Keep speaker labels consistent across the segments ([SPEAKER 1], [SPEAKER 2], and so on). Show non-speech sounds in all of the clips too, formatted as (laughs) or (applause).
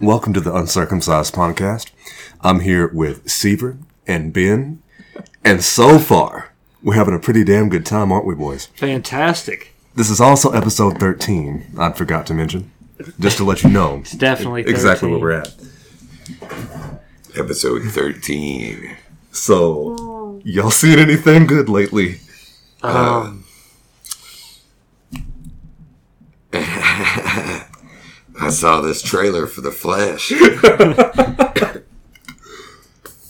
[SPEAKER 1] Welcome to the Uncircumcised Podcast. I'm here with Seaver and Ben. And so far, we're having a pretty damn good time, aren't we, boys?
[SPEAKER 2] Fantastic.
[SPEAKER 1] This is also episode 13, I forgot to mention, just to let you know
[SPEAKER 2] Definitely 13.
[SPEAKER 1] exactly where we're at.
[SPEAKER 3] Episode 13.
[SPEAKER 1] So, y'all seen anything good lately?
[SPEAKER 2] Um,
[SPEAKER 3] I saw this trailer for
[SPEAKER 1] (laughs)
[SPEAKER 3] The Flash. Uh,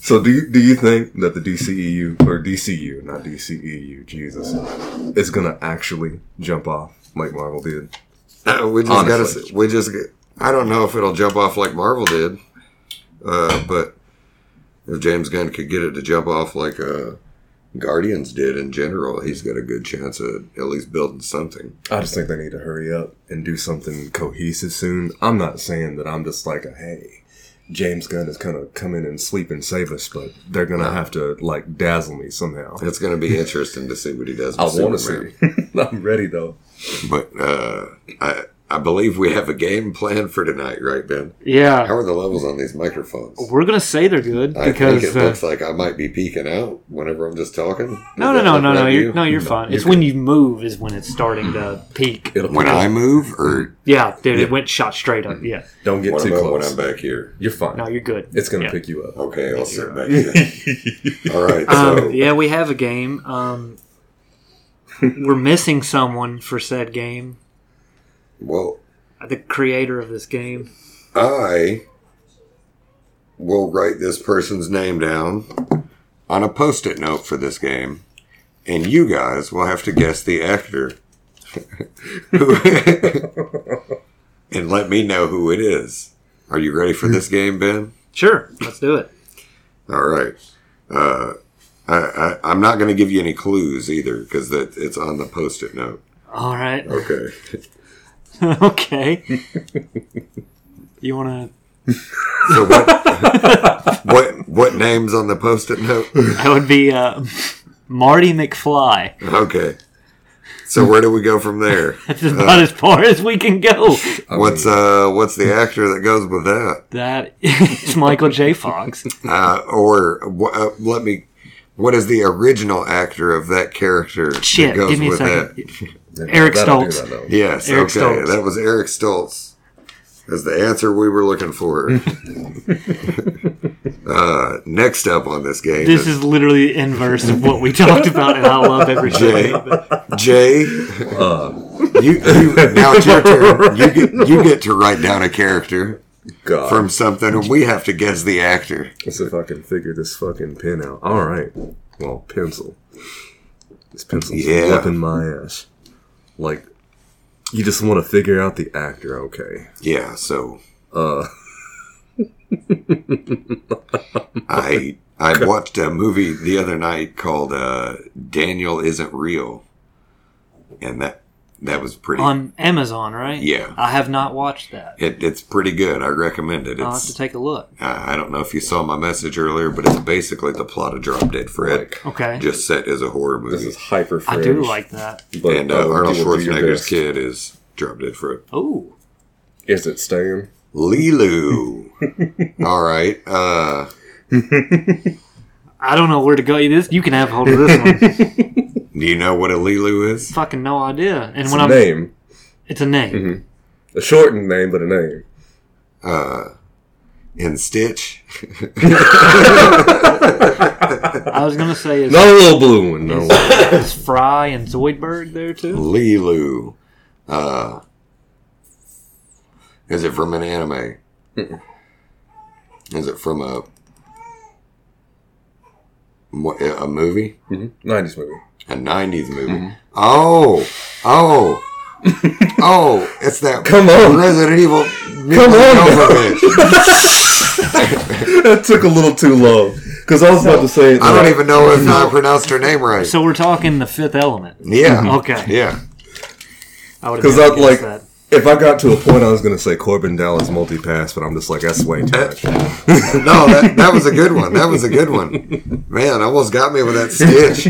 [SPEAKER 1] So, do you, do you think that the DCEU, or DCU, not DCEU, Jesus, is going to actually jump off like Marvel did?
[SPEAKER 3] Uh, we just got
[SPEAKER 1] Honestly.
[SPEAKER 3] to. We just. get- I don't know if it'll jump off like Marvel did, uh, but if James Gunn could get it to jump off like uh, Guardians did in general, he's got a good chance of at least building something.
[SPEAKER 1] I just think they need to hurry up and do something cohesive soon. I'm not saying that I'm just like a hey, James Gunn is gonna come in and sleep and save us, but they're gonna have to like dazzle me somehow.
[SPEAKER 3] It's going to be interesting to see what he does. With
[SPEAKER 1] I want to
[SPEAKER 3] Superman.
[SPEAKER 1] see. (laughs) I'm ready though.
[SPEAKER 3] but uh, I I believe we have a game plan for tonight, right, Ben? How
[SPEAKER 2] yeah.
[SPEAKER 3] are the levels on these microphones?
[SPEAKER 2] We're going to say they're good
[SPEAKER 3] I think it
[SPEAKER 2] because. Uh,
[SPEAKER 3] looks like I might be peeking out whenever I'm just talking. Does
[SPEAKER 2] no, no,
[SPEAKER 3] that
[SPEAKER 2] no,
[SPEAKER 3] look
[SPEAKER 2] no,
[SPEAKER 3] like
[SPEAKER 2] no.
[SPEAKER 3] you?
[SPEAKER 2] You're, no, you're fine. It's when you move is when it's starting
[SPEAKER 3] (clears throat)
[SPEAKER 2] to peak.
[SPEAKER 1] It'll
[SPEAKER 3] When I move, or
[SPEAKER 2] Yeah, dude,
[SPEAKER 1] Yeah.
[SPEAKER 2] it went shot straight up. Yeah.
[SPEAKER 1] don't get
[SPEAKER 3] what
[SPEAKER 1] too
[SPEAKER 3] about when
[SPEAKER 1] close.
[SPEAKER 3] I'm back here?
[SPEAKER 1] You're fine.
[SPEAKER 2] No, you're good.
[SPEAKER 1] it's gonna
[SPEAKER 2] yeah.
[SPEAKER 1] pick you up.
[SPEAKER 3] Okay, I'll sit back here. (laughs) All right, so
[SPEAKER 2] Um, (laughs) yeah, we have a game.
[SPEAKER 3] (laughs)
[SPEAKER 2] Um, we're missing someone for said game.
[SPEAKER 3] well,
[SPEAKER 2] The creator of this game.
[SPEAKER 3] I will write this person's name down on a post-it note for this game, and you guys will have to guess the actor, (laughs) and let me know who it is. Are you ready for this game, Ben?
[SPEAKER 2] Sure, let's do it.
[SPEAKER 3] All right. Uh, I, I, I'm not going to give you any clues either because that it's on the post-it note.
[SPEAKER 2] All right. (laughs)
[SPEAKER 3] Okay. (laughs)
[SPEAKER 2] okay. You want
[SPEAKER 3] So what? (laughs) what what names on the post-it note?
[SPEAKER 2] to? That would be uh, Marty McFly.
[SPEAKER 3] Okay. So where do we go from there?
[SPEAKER 2] (laughs) That's about as far as we can
[SPEAKER 3] (laughs)
[SPEAKER 2] go.
[SPEAKER 3] What's uh what's the actor that goes with that?
[SPEAKER 2] That is Michael J. Fox.
[SPEAKER 3] Uh, or wh- uh, let me. What is the original actor of that character
[SPEAKER 2] Shit,
[SPEAKER 3] that goes
[SPEAKER 2] give me a
[SPEAKER 3] with
[SPEAKER 2] second.
[SPEAKER 3] that?
[SPEAKER 2] Eric
[SPEAKER 1] That'll do
[SPEAKER 2] Stoltz.
[SPEAKER 1] that, though.
[SPEAKER 3] Yes.
[SPEAKER 2] Eric
[SPEAKER 3] okay.
[SPEAKER 2] Stoltz.
[SPEAKER 3] That was Eric Stoltz. That's the answer we were
[SPEAKER 2] (laughs)
[SPEAKER 3] looking for. (laughs) uh, next up on this game
[SPEAKER 2] This is literally the inverse of what we talked about, and I love every
[SPEAKER 3] Jay.
[SPEAKER 2] second of it.
[SPEAKER 3] Jay, (laughs) you, you now it's
[SPEAKER 2] (laughs)
[SPEAKER 3] your turn. You get you get to write down a character
[SPEAKER 1] God,
[SPEAKER 3] from something, and we have to guess the actor.
[SPEAKER 1] let's see if I can figure this fucking pin out. All right, well, pencil. This pencil's
[SPEAKER 3] Yeah.
[SPEAKER 1] whipping my ass. Like, you just want to figure out the actor, okay?
[SPEAKER 3] Yeah, so
[SPEAKER 1] Uh,
[SPEAKER 3] I I watched a movie the other night called uh, Daniel Isn't Real, and that that was pretty.
[SPEAKER 2] On Amazon, right?
[SPEAKER 3] Yeah.
[SPEAKER 2] I have not watched that.
[SPEAKER 3] it, it's pretty good. I recommend it.
[SPEAKER 2] I'll have to
[SPEAKER 3] It's
[SPEAKER 2] take a look.
[SPEAKER 3] I I don't know if you saw my message earlier, but it's basically the plot of Drop Dead Fred,
[SPEAKER 1] like,
[SPEAKER 2] Okay.
[SPEAKER 3] just set as a horror
[SPEAKER 1] this
[SPEAKER 3] movie.
[SPEAKER 1] is hyper
[SPEAKER 2] I
[SPEAKER 1] French.
[SPEAKER 2] do like that.
[SPEAKER 1] but,
[SPEAKER 3] and uh,
[SPEAKER 1] um,
[SPEAKER 3] Arnold
[SPEAKER 1] you will do your
[SPEAKER 3] Schwarzenegger's
[SPEAKER 1] best.
[SPEAKER 3] kid is Drop Dead Fred.
[SPEAKER 2] Oh,
[SPEAKER 1] Is it staying?
[SPEAKER 2] (laughs)
[SPEAKER 1] (laughs)
[SPEAKER 3] Lilu. All right. Uh,
[SPEAKER 2] I don't know where to go. This you can have hold of this
[SPEAKER 1] (laughs)
[SPEAKER 2] one.
[SPEAKER 3] do you know what a Lilu is?
[SPEAKER 2] Fucking no idea. And
[SPEAKER 1] It's
[SPEAKER 2] when
[SPEAKER 1] a
[SPEAKER 2] I'm,
[SPEAKER 1] name.
[SPEAKER 2] it's a name.
[SPEAKER 1] A shortened name, but a (laughs) name.
[SPEAKER 3] Uh, in Stitch. (laughs)
[SPEAKER 2] I was gonna say is,
[SPEAKER 1] Not a little blue one, no.
[SPEAKER 2] is Fry and Zoidberg there too?
[SPEAKER 3] Lilu. Uh, is it from an anime? Is it from a mo- a movie?
[SPEAKER 1] 90s Mm-hmm. movie. (laughs)
[SPEAKER 3] A '90s movie?
[SPEAKER 2] Mm-hmm.
[SPEAKER 3] Oh,
[SPEAKER 2] (laughs)
[SPEAKER 3] oh, oh! It's that
[SPEAKER 1] Come on.
[SPEAKER 3] Resident Evil.
[SPEAKER 1] Come on.
[SPEAKER 3] Nova bitch.
[SPEAKER 1] that took a little too long. Because I was about to say.
[SPEAKER 2] (laughs)
[SPEAKER 3] I don't even know if I pronounced her name right.
[SPEAKER 2] So we're talking the Fifth Element.
[SPEAKER 3] yeah.
[SPEAKER 2] Mm-hmm. Okay. (laughs)
[SPEAKER 3] Yeah.
[SPEAKER 2] I would
[SPEAKER 1] 'Cause
[SPEAKER 2] never
[SPEAKER 1] I'd
[SPEAKER 2] guessed
[SPEAKER 1] like- If I got to a point, I was going to say Corbin Dallas multi-pass, but I'm just like, that's way too much.
[SPEAKER 2] (laughs)
[SPEAKER 3] No, that, that was a good one. That was a good one. Man, almost got me with that stitch.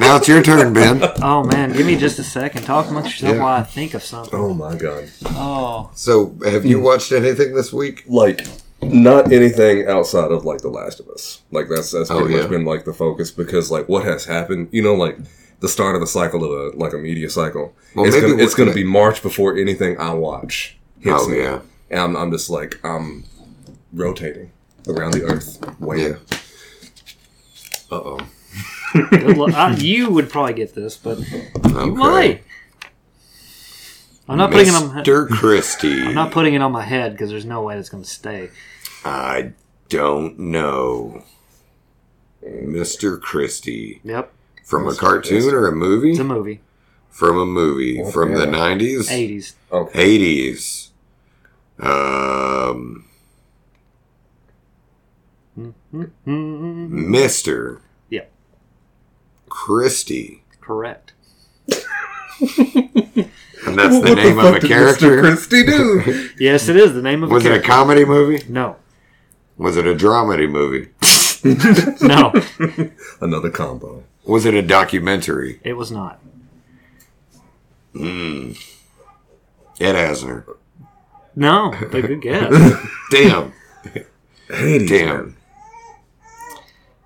[SPEAKER 3] Now it's your turn, Ben.
[SPEAKER 2] Oh man, give me just a second. Talk amongst yourself
[SPEAKER 3] Yeah.
[SPEAKER 2] while I think of something.
[SPEAKER 1] Oh my god.
[SPEAKER 2] Oh,
[SPEAKER 3] So, have you watched anything this week?
[SPEAKER 1] Like not anything outside of like The Last of Us. Like that's that's
[SPEAKER 3] Oh,
[SPEAKER 1] pretty
[SPEAKER 3] yeah.
[SPEAKER 1] much been like the focus because like what has happened, you know, like the start of a cycle of a like a media cycle.
[SPEAKER 3] Well,
[SPEAKER 1] it's
[SPEAKER 3] maybe
[SPEAKER 1] gonna,
[SPEAKER 3] we're
[SPEAKER 1] it's gonna
[SPEAKER 3] gonna-
[SPEAKER 1] be March before anything I watch. hits
[SPEAKER 3] Oh,
[SPEAKER 1] me.
[SPEAKER 3] yeah.
[SPEAKER 1] And I'm, I'm just like I'm rotating around the earth.
[SPEAKER 3] Yeah.
[SPEAKER 1] Waiting. Uh oh.
[SPEAKER 2] good luck. I, you would probably get this, but
[SPEAKER 3] Okay.
[SPEAKER 2] you might. I'm not putting it on. My,
[SPEAKER 3] Mr. Christie.
[SPEAKER 2] I'm not putting it on my head because there's no way that's going to stay.
[SPEAKER 3] I don't know. Mr. Christie.
[SPEAKER 2] Yep,
[SPEAKER 3] From a
[SPEAKER 1] Mr.
[SPEAKER 3] cartoon
[SPEAKER 1] Christie.
[SPEAKER 3] or a movie?
[SPEAKER 2] it's a movie.
[SPEAKER 3] From a movie.
[SPEAKER 1] Oh,
[SPEAKER 3] From the
[SPEAKER 1] yeah.
[SPEAKER 3] 90s?
[SPEAKER 2] '80s.
[SPEAKER 3] 80s.
[SPEAKER 1] Okay.
[SPEAKER 3] Um,
[SPEAKER 2] Mm-hmm.
[SPEAKER 3] Mr.
[SPEAKER 2] Yep.
[SPEAKER 3] Christie.
[SPEAKER 2] Correct.
[SPEAKER 3] And that's the
[SPEAKER 1] What
[SPEAKER 3] name
[SPEAKER 1] fuck
[SPEAKER 3] of a
[SPEAKER 1] did Mr.
[SPEAKER 3] character?
[SPEAKER 1] Christie
[SPEAKER 3] (laughs)
[SPEAKER 1] do?
[SPEAKER 2] Yes, it is the name of
[SPEAKER 3] Was
[SPEAKER 2] a
[SPEAKER 3] it a
[SPEAKER 2] character.
[SPEAKER 3] comedy movie?
[SPEAKER 2] no,
[SPEAKER 3] Was it a dramedy movie?
[SPEAKER 2] no,
[SPEAKER 1] Another combo.
[SPEAKER 3] Was it a documentary?
[SPEAKER 2] it was not.
[SPEAKER 3] Ed Asner.
[SPEAKER 2] No, but
[SPEAKER 3] (laughs)
[SPEAKER 2] good guess.
[SPEAKER 1] (laughs)
[SPEAKER 3] Damn.
[SPEAKER 1] Hades.
[SPEAKER 3] Damn.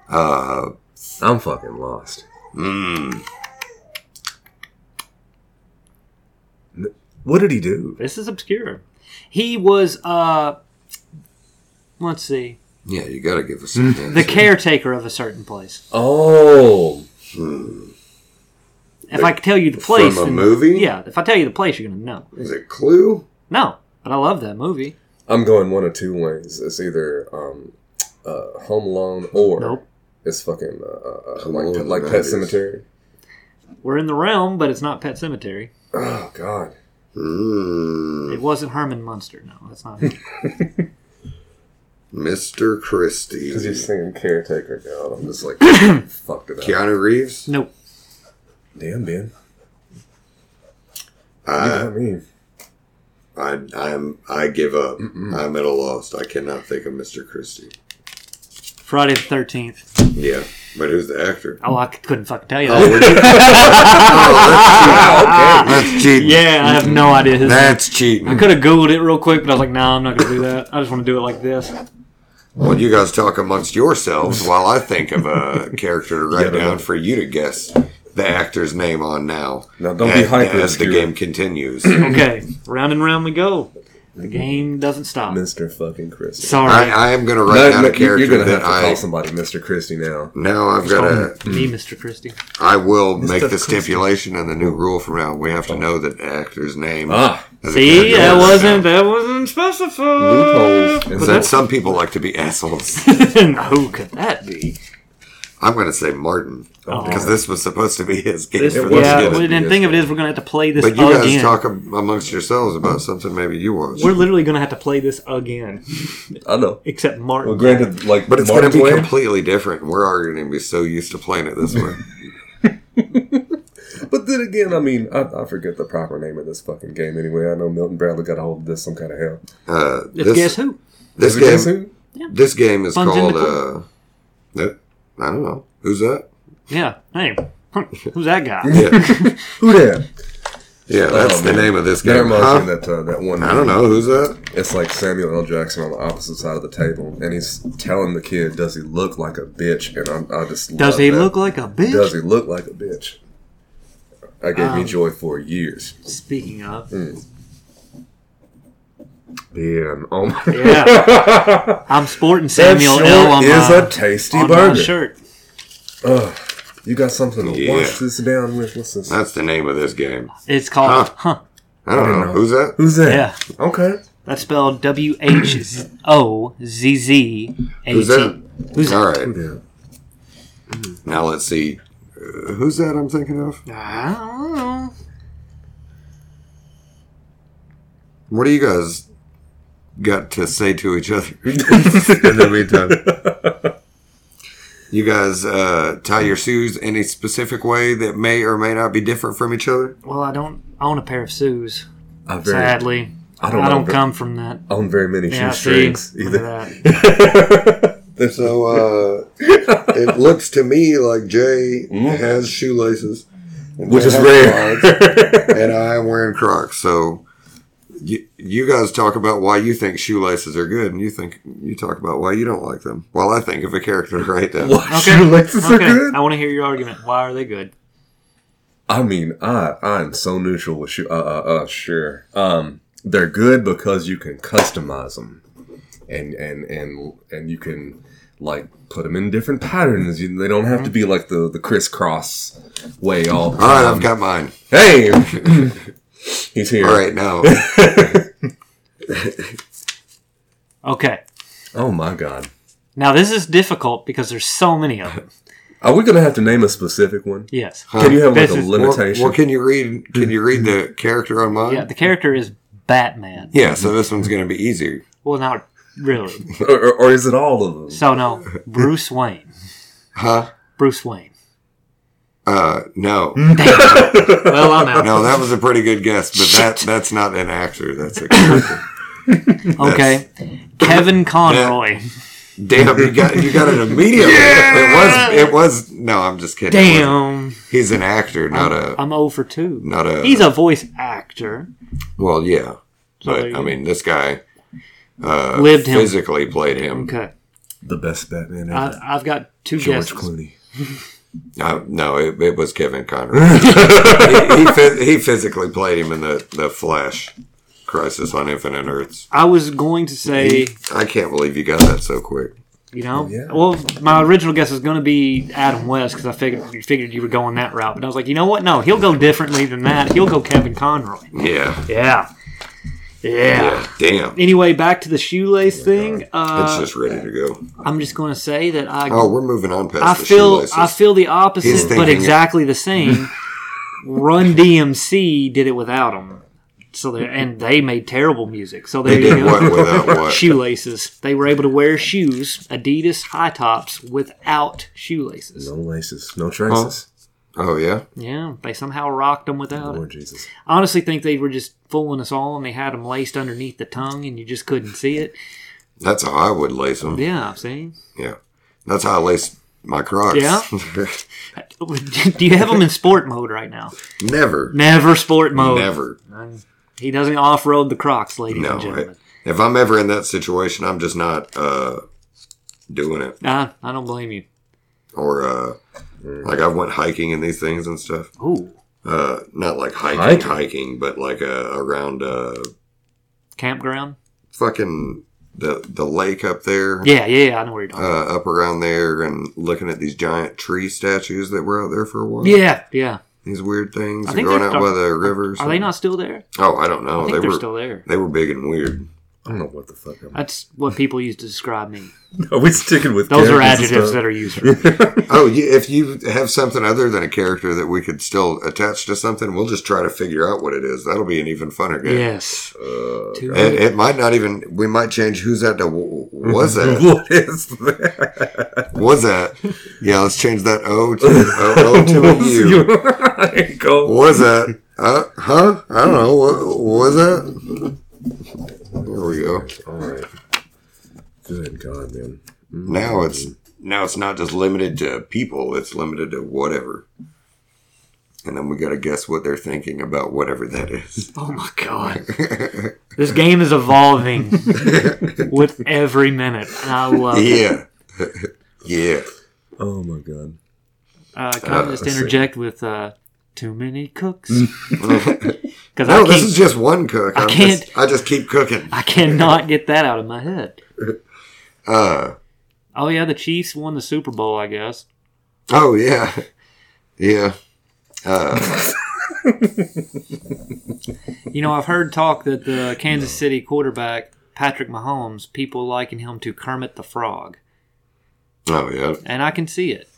[SPEAKER 3] Uh,
[SPEAKER 1] man. I'm fucking lost.
[SPEAKER 3] Mm.
[SPEAKER 1] What did he do?
[SPEAKER 2] this is obscure. He was. uh Let's see.
[SPEAKER 3] Yeah, you gotta give
[SPEAKER 1] (laughs)
[SPEAKER 3] us some
[SPEAKER 2] The
[SPEAKER 3] hints.
[SPEAKER 2] caretaker of a certain place.
[SPEAKER 1] Oh,
[SPEAKER 2] If I could tell you the place,
[SPEAKER 3] From a
[SPEAKER 2] then-
[SPEAKER 3] movie?
[SPEAKER 2] Yeah, if I tell you the place, you're gonna know.
[SPEAKER 3] Was it Clue?
[SPEAKER 2] No, but I love that movie.
[SPEAKER 1] I'm going one of two ways. It's either um, uh, Home Alone or
[SPEAKER 2] Nope,
[SPEAKER 1] it's fucking uh, uh,
[SPEAKER 3] Home
[SPEAKER 1] like,
[SPEAKER 3] Alone
[SPEAKER 1] like
[SPEAKER 3] in the
[SPEAKER 1] Pet
[SPEAKER 3] 90s.
[SPEAKER 1] Cemetery.
[SPEAKER 2] we're in the realm, but it's not Pet Cemetery.
[SPEAKER 1] Oh God,
[SPEAKER 3] Mm.
[SPEAKER 2] It wasn't Herman Munster. No, that's not. him.
[SPEAKER 3] Mr.
[SPEAKER 1] because
[SPEAKER 3] Christie.
[SPEAKER 1] you're singing caretaker now. I'm (coughs) just like fucked it up.
[SPEAKER 3] Keanu Reeves?
[SPEAKER 2] (laughs) nope.
[SPEAKER 1] Damn, Ben, you
[SPEAKER 3] I,
[SPEAKER 1] got me.
[SPEAKER 3] I, I'm, I give up. I'm at a loss. I cannot think of Mr. Christie.
[SPEAKER 2] Friday the Thirteenth.
[SPEAKER 3] Yeah, but who's the
[SPEAKER 1] (laughs)
[SPEAKER 3] actor?
[SPEAKER 2] Oh, I c- couldn't fucking tell you
[SPEAKER 1] Oh,
[SPEAKER 2] that.
[SPEAKER 3] (laughs)
[SPEAKER 2] (laughs)
[SPEAKER 1] (laughs) Ah,
[SPEAKER 3] That's cheating.
[SPEAKER 2] yeah, I have no idea. His
[SPEAKER 3] That's cheating.
[SPEAKER 2] I could have googled it real quick, but I was like, nah, I'm not gonna do that. I just want to do it like this.
[SPEAKER 3] Well, you guys talk amongst yourselves while I think
[SPEAKER 1] (laughs)
[SPEAKER 3] of a character to write
[SPEAKER 1] Yeah,
[SPEAKER 3] down
[SPEAKER 1] no.
[SPEAKER 3] for you to guess the actor's name on now.
[SPEAKER 1] Now, don't
[SPEAKER 3] as,
[SPEAKER 1] be hyper
[SPEAKER 3] as the
[SPEAKER 1] obscure.
[SPEAKER 3] game
[SPEAKER 1] (clears throat)
[SPEAKER 3] continues.
[SPEAKER 2] Okay, round and round we go. The game doesn't stop.
[SPEAKER 1] Mister fucking Christie.
[SPEAKER 2] Sorry,
[SPEAKER 3] I, I am going to write down a
[SPEAKER 1] you-
[SPEAKER 3] character
[SPEAKER 1] you're gonna have
[SPEAKER 3] that
[SPEAKER 1] to call
[SPEAKER 3] I
[SPEAKER 1] somebody Mister Christie now.
[SPEAKER 3] now I've got to.
[SPEAKER 2] me, Mr. Christie.
[SPEAKER 3] I will make the
[SPEAKER 1] Christie.
[SPEAKER 3] stipulation and the new rule from now. We have to
[SPEAKER 1] Oh.
[SPEAKER 3] know the actor's name.
[SPEAKER 1] Ah,
[SPEAKER 3] as a
[SPEAKER 2] See,
[SPEAKER 3] character
[SPEAKER 2] that
[SPEAKER 3] right now.
[SPEAKER 2] wasn't that wasn't specified.
[SPEAKER 1] Loopholes. Is
[SPEAKER 2] But
[SPEAKER 3] So
[SPEAKER 1] that-
[SPEAKER 2] that's-
[SPEAKER 3] some people like to be (laughs) assholes.
[SPEAKER 2] Who could that be?
[SPEAKER 3] I'm going to say Martin because this was supposed to be his game.
[SPEAKER 2] This,
[SPEAKER 3] for
[SPEAKER 1] Oh. was
[SPEAKER 2] yeah,
[SPEAKER 3] this
[SPEAKER 1] gonna
[SPEAKER 2] well,
[SPEAKER 1] be
[SPEAKER 2] and
[SPEAKER 1] this
[SPEAKER 2] thing of it is, we're gonna have to play this
[SPEAKER 3] But you guys
[SPEAKER 2] again.
[SPEAKER 3] talk am- amongst yourselves about something maybe you watch.
[SPEAKER 2] we're literally gonna have to play this again,
[SPEAKER 1] I know.
[SPEAKER 2] except Martin.
[SPEAKER 1] Well, granted, like,
[SPEAKER 3] But it's
[SPEAKER 1] Martin
[SPEAKER 3] going to be
[SPEAKER 1] Wayne-
[SPEAKER 3] completely different. We're already going to be so used to playing it this
[SPEAKER 1] (laughs)
[SPEAKER 3] way.
[SPEAKER 1] But then again, I mean, I, I forget the proper name of this fucking game anyway. I know Milton Bradley got a hold of this some kind of hell.
[SPEAKER 3] Uh,
[SPEAKER 2] Let's guess
[SPEAKER 3] this
[SPEAKER 2] who?
[SPEAKER 1] Is
[SPEAKER 3] this
[SPEAKER 1] it
[SPEAKER 3] game
[SPEAKER 1] Jason?
[SPEAKER 3] this game is
[SPEAKER 2] Fun's in the
[SPEAKER 3] called. Uh, nope. I don't know who's that.
[SPEAKER 2] Yeah, hey, who's that guy?
[SPEAKER 3] Yeah,
[SPEAKER 1] Who that?
[SPEAKER 3] yeah, that's
[SPEAKER 1] Oh,
[SPEAKER 3] the
[SPEAKER 1] man.
[SPEAKER 3] name of this
[SPEAKER 1] That
[SPEAKER 3] game.
[SPEAKER 1] reminds me
[SPEAKER 3] Huh?
[SPEAKER 1] of that uh, that one.
[SPEAKER 3] I don't know who's that.
[SPEAKER 1] It's like Samuel L. Jackson on the opposite side of the table, and he's telling the kid, "Does he look like a bitch?" And I'm, I just
[SPEAKER 2] Does
[SPEAKER 1] love
[SPEAKER 2] he
[SPEAKER 1] that.
[SPEAKER 2] look like a bitch?
[SPEAKER 1] Does he look like a bitch? That gave me joy for years.
[SPEAKER 2] Speaking of,
[SPEAKER 1] Man, oh my. (laughs)
[SPEAKER 2] yeah, I'm sporting Samuel
[SPEAKER 1] That
[SPEAKER 2] L on
[SPEAKER 1] sure is
[SPEAKER 2] my,
[SPEAKER 1] a tasty
[SPEAKER 2] on my
[SPEAKER 1] burger.
[SPEAKER 2] shirt.
[SPEAKER 1] Ugh. you got something to
[SPEAKER 3] Yeah.
[SPEAKER 1] wash this down with? What's this?
[SPEAKER 3] That's the name of this game.
[SPEAKER 2] It's called,
[SPEAKER 3] Huh.
[SPEAKER 2] huh?
[SPEAKER 3] I don't know who's that.
[SPEAKER 1] Who's that?
[SPEAKER 2] Yeah,
[SPEAKER 1] Okay.
[SPEAKER 2] that's spelled W H O Z Z A T.
[SPEAKER 3] Who's that?
[SPEAKER 2] Who's that?
[SPEAKER 3] All right,
[SPEAKER 1] Yeah.
[SPEAKER 3] now let's see. Uh, who's that? I'm thinking of.
[SPEAKER 2] I don't know.
[SPEAKER 3] What do you guys got to say to each (laughs) other in the meantime? You guys uh, tie your shoes any specific way that may or may not be different from each other?
[SPEAKER 2] Well, I don't own a pair of shoes.
[SPEAKER 1] (laughs) I very,
[SPEAKER 2] Sadly,
[SPEAKER 1] I
[SPEAKER 2] I
[SPEAKER 1] don't
[SPEAKER 2] don't,
[SPEAKER 1] know, but-
[SPEAKER 2] come from that.
[SPEAKER 1] own very many
[SPEAKER 2] Yeah, see,
[SPEAKER 1] shoestrings
[SPEAKER 2] look
[SPEAKER 1] either. (laughs)
[SPEAKER 2] at that.
[SPEAKER 3] So uh, it looks to me like Jay has shoelaces, and
[SPEAKER 1] Which
[SPEAKER 3] they
[SPEAKER 1] is
[SPEAKER 3] have
[SPEAKER 1] rare.
[SPEAKER 3] cards, and I am wearing Crocs. So you, you guys talk about why you think shoelaces are good, and you think you talk about why you don't like them. Well, I think of a character (laughs) right
[SPEAKER 1] (laughs)
[SPEAKER 3] now.
[SPEAKER 1] Why
[SPEAKER 2] Okay.
[SPEAKER 1] shoelaces are
[SPEAKER 2] Okay,
[SPEAKER 1] good?
[SPEAKER 2] I want to hear your argument. Why are they good?
[SPEAKER 1] I mean, I I'm so neutral with shoe. Uh, uh, uh, sure. Um, they're good because you can customize them, and and and and you can like put them in different patterns. You, they don't have to be like the the crisscross way all. The
[SPEAKER 3] All right,
[SPEAKER 1] time.
[SPEAKER 3] I've got mine.
[SPEAKER 1] Hey, (laughs) he's here.
[SPEAKER 3] All right, now
[SPEAKER 2] Okay.
[SPEAKER 1] (laughs) Oh my god.
[SPEAKER 2] Now this is difficult because there's so many of them.
[SPEAKER 1] Are we gonna have to name a specific one?
[SPEAKER 2] Yes.
[SPEAKER 1] Can you have like
[SPEAKER 2] This
[SPEAKER 1] a
[SPEAKER 2] is-
[SPEAKER 3] Well,
[SPEAKER 1] limitation? (laughs)
[SPEAKER 3] well, can you read? Can you read the character on mine?
[SPEAKER 2] Yeah, the character is Batman.
[SPEAKER 3] Yeah, so this one's going to be easier.
[SPEAKER 2] Well, not really.
[SPEAKER 1] or, or, or is it all of them?
[SPEAKER 2] So no, Bruce Wayne.
[SPEAKER 3] Huh?
[SPEAKER 2] Bruce Wayne.
[SPEAKER 3] Uh, no.
[SPEAKER 2] Well, I'm
[SPEAKER 3] (laughs)
[SPEAKER 2] out.
[SPEAKER 3] No, that was a pretty good guess, but that that's not an actor. That's
[SPEAKER 1] (laughs)
[SPEAKER 3] a character.
[SPEAKER 2] okay. Kevin Conroy.
[SPEAKER 3] Damn, you got you got it immediately. It was it was no, I'm just kidding.
[SPEAKER 2] Damn.
[SPEAKER 3] He's an actor, not a
[SPEAKER 2] I'm 0 for 2.
[SPEAKER 3] not a
[SPEAKER 2] He's a voice actor.
[SPEAKER 3] well, yeah.
[SPEAKER 2] there
[SPEAKER 3] But
[SPEAKER 2] you
[SPEAKER 3] I
[SPEAKER 2] go.
[SPEAKER 3] mean this guy uh
[SPEAKER 2] Lived him.
[SPEAKER 3] physically played him.
[SPEAKER 2] Okay.
[SPEAKER 1] The best Batman ever.
[SPEAKER 2] I, I've got two
[SPEAKER 1] George
[SPEAKER 2] guesses.
[SPEAKER 1] Clooney.
[SPEAKER 3] Uh, no, it, it was Kevin Conroy. (laughs) he, he, phys- he physically played him in the, the Flash Crisis on Infinite Earths.
[SPEAKER 2] I was going to say,
[SPEAKER 3] I can't believe you got that so quick.
[SPEAKER 2] you know,
[SPEAKER 1] Yeah.
[SPEAKER 2] well, my original guess was going to be Adam West because I figured figured you were going that route, but I was like, you know what? No, he'll go differently than that. He'll go Kevin Conroy.
[SPEAKER 3] Yeah.
[SPEAKER 2] Yeah, yeah.
[SPEAKER 3] Yeah. Damn.
[SPEAKER 2] Anyway, back to the shoelace thing. Uh,
[SPEAKER 3] It's just ready to go.
[SPEAKER 2] I'm just going to say that I
[SPEAKER 3] Oh, we're moving on past
[SPEAKER 2] I
[SPEAKER 3] the
[SPEAKER 2] feel
[SPEAKER 3] shoelaces.
[SPEAKER 2] I feel the
[SPEAKER 3] He's
[SPEAKER 2] opposite, but
[SPEAKER 3] thinking-
[SPEAKER 2] exactly the same.
[SPEAKER 3] (laughs)
[SPEAKER 2] Run DMC did it without them, so they and they made terrible music. So there
[SPEAKER 3] they
[SPEAKER 2] you
[SPEAKER 3] did
[SPEAKER 2] go.
[SPEAKER 3] what
[SPEAKER 2] (laughs)
[SPEAKER 3] without what?
[SPEAKER 2] shoelaces. They were able to wear shoes, Adidas high tops, without shoelaces.
[SPEAKER 1] No laces, no traces.
[SPEAKER 3] Oh yeah,
[SPEAKER 2] Yeah, they somehow rocked them without it.
[SPEAKER 1] Lord Jesus.
[SPEAKER 2] I honestly think they were just fooling us all, and they had them laced underneath the tongue, and you just couldn't see it.
[SPEAKER 3] that's how I would lace them. Yeah,
[SPEAKER 2] Yeah, I've seen.
[SPEAKER 3] that's how I lace my Crocs.
[SPEAKER 2] Yeah. (laughs) Do you have them in sport mode right now?
[SPEAKER 3] (laughs) never,
[SPEAKER 2] Never sport mode.
[SPEAKER 3] never.
[SPEAKER 2] He doesn't off road the Crocs, ladies
[SPEAKER 3] No,
[SPEAKER 2] and gentlemen.
[SPEAKER 3] if I'm ever in that situation, I'm just not uh, doing it.
[SPEAKER 2] Nah, I don't blame you.
[SPEAKER 3] Or uh,
[SPEAKER 2] Mm.
[SPEAKER 3] like I went hiking in these things and stuff.
[SPEAKER 2] Ooh,
[SPEAKER 3] Uh, not like hiking, hiking,
[SPEAKER 1] Hiking?
[SPEAKER 3] but like uh, around uh,
[SPEAKER 2] campground.
[SPEAKER 3] fucking the the lake up there.
[SPEAKER 2] Yeah, yeah, I know where you're talking. about.
[SPEAKER 3] Uh, up around there and looking at these giant tree statues that were out there for a while.
[SPEAKER 2] yeah, yeah.
[SPEAKER 3] these weird things
[SPEAKER 2] I think
[SPEAKER 3] growing
[SPEAKER 2] they're
[SPEAKER 3] out
[SPEAKER 2] still-
[SPEAKER 3] by the river. or
[SPEAKER 2] Are they
[SPEAKER 3] something.
[SPEAKER 2] not still there?
[SPEAKER 3] Oh, I don't know.
[SPEAKER 2] I think
[SPEAKER 3] they
[SPEAKER 2] they're
[SPEAKER 3] were
[SPEAKER 2] still there.
[SPEAKER 3] they were big and weird.
[SPEAKER 1] I don't know what the fuck. (laughs) I'm...
[SPEAKER 2] That's what people used to describe me.
[SPEAKER 1] Are we sticking with
[SPEAKER 2] Those are
[SPEAKER 1] characters and
[SPEAKER 2] adjectives
[SPEAKER 1] stuff?
[SPEAKER 2] that are used for me.
[SPEAKER 3] Oh, you, if you have something other than a character that we could still attach to something, we'll just try to figure out what it is. That'll be an even funner game.
[SPEAKER 2] Yes. Too
[SPEAKER 3] It,
[SPEAKER 2] late.
[SPEAKER 3] it might not even. We might change who's that to w- was that
[SPEAKER 1] (laughs) What is that?
[SPEAKER 3] was that. Yeah, let's change that O to o, o to
[SPEAKER 1] (laughs)
[SPEAKER 3] a U.
[SPEAKER 1] There you go.
[SPEAKER 3] Was that? Uh, huh? I don't know. What was that? There we go.
[SPEAKER 1] All right. Good God, man.
[SPEAKER 3] Now it's now it's not just limited to people, it's limited to whatever. And then we gotta guess what they're thinking about whatever that is.
[SPEAKER 2] Oh my god. this game is evolving with every minute, and I love it.
[SPEAKER 3] yeah. (laughs) yeah.
[SPEAKER 1] Oh my God.
[SPEAKER 2] Uh, can I
[SPEAKER 1] let's
[SPEAKER 2] just
[SPEAKER 1] see.
[SPEAKER 2] interject with uh, too many cooks? (laughs) Because
[SPEAKER 3] No,
[SPEAKER 2] I
[SPEAKER 3] this
[SPEAKER 2] can't.
[SPEAKER 3] is just one cook.
[SPEAKER 2] I
[SPEAKER 3] I'm
[SPEAKER 2] can't-
[SPEAKER 3] Just, I just keep cooking.
[SPEAKER 2] I cannot get that out of my head.
[SPEAKER 3] Uh
[SPEAKER 2] Oh yeah, the Chiefs won the Super Bowl, I guess.
[SPEAKER 3] oh yeah. (laughs) Yeah. Uh
[SPEAKER 2] You know, I've heard talk that the Kansas City quarterback Patrick Mahomes, people liken him to Kermit the Frog,
[SPEAKER 3] oh yeah.
[SPEAKER 2] and I can see it.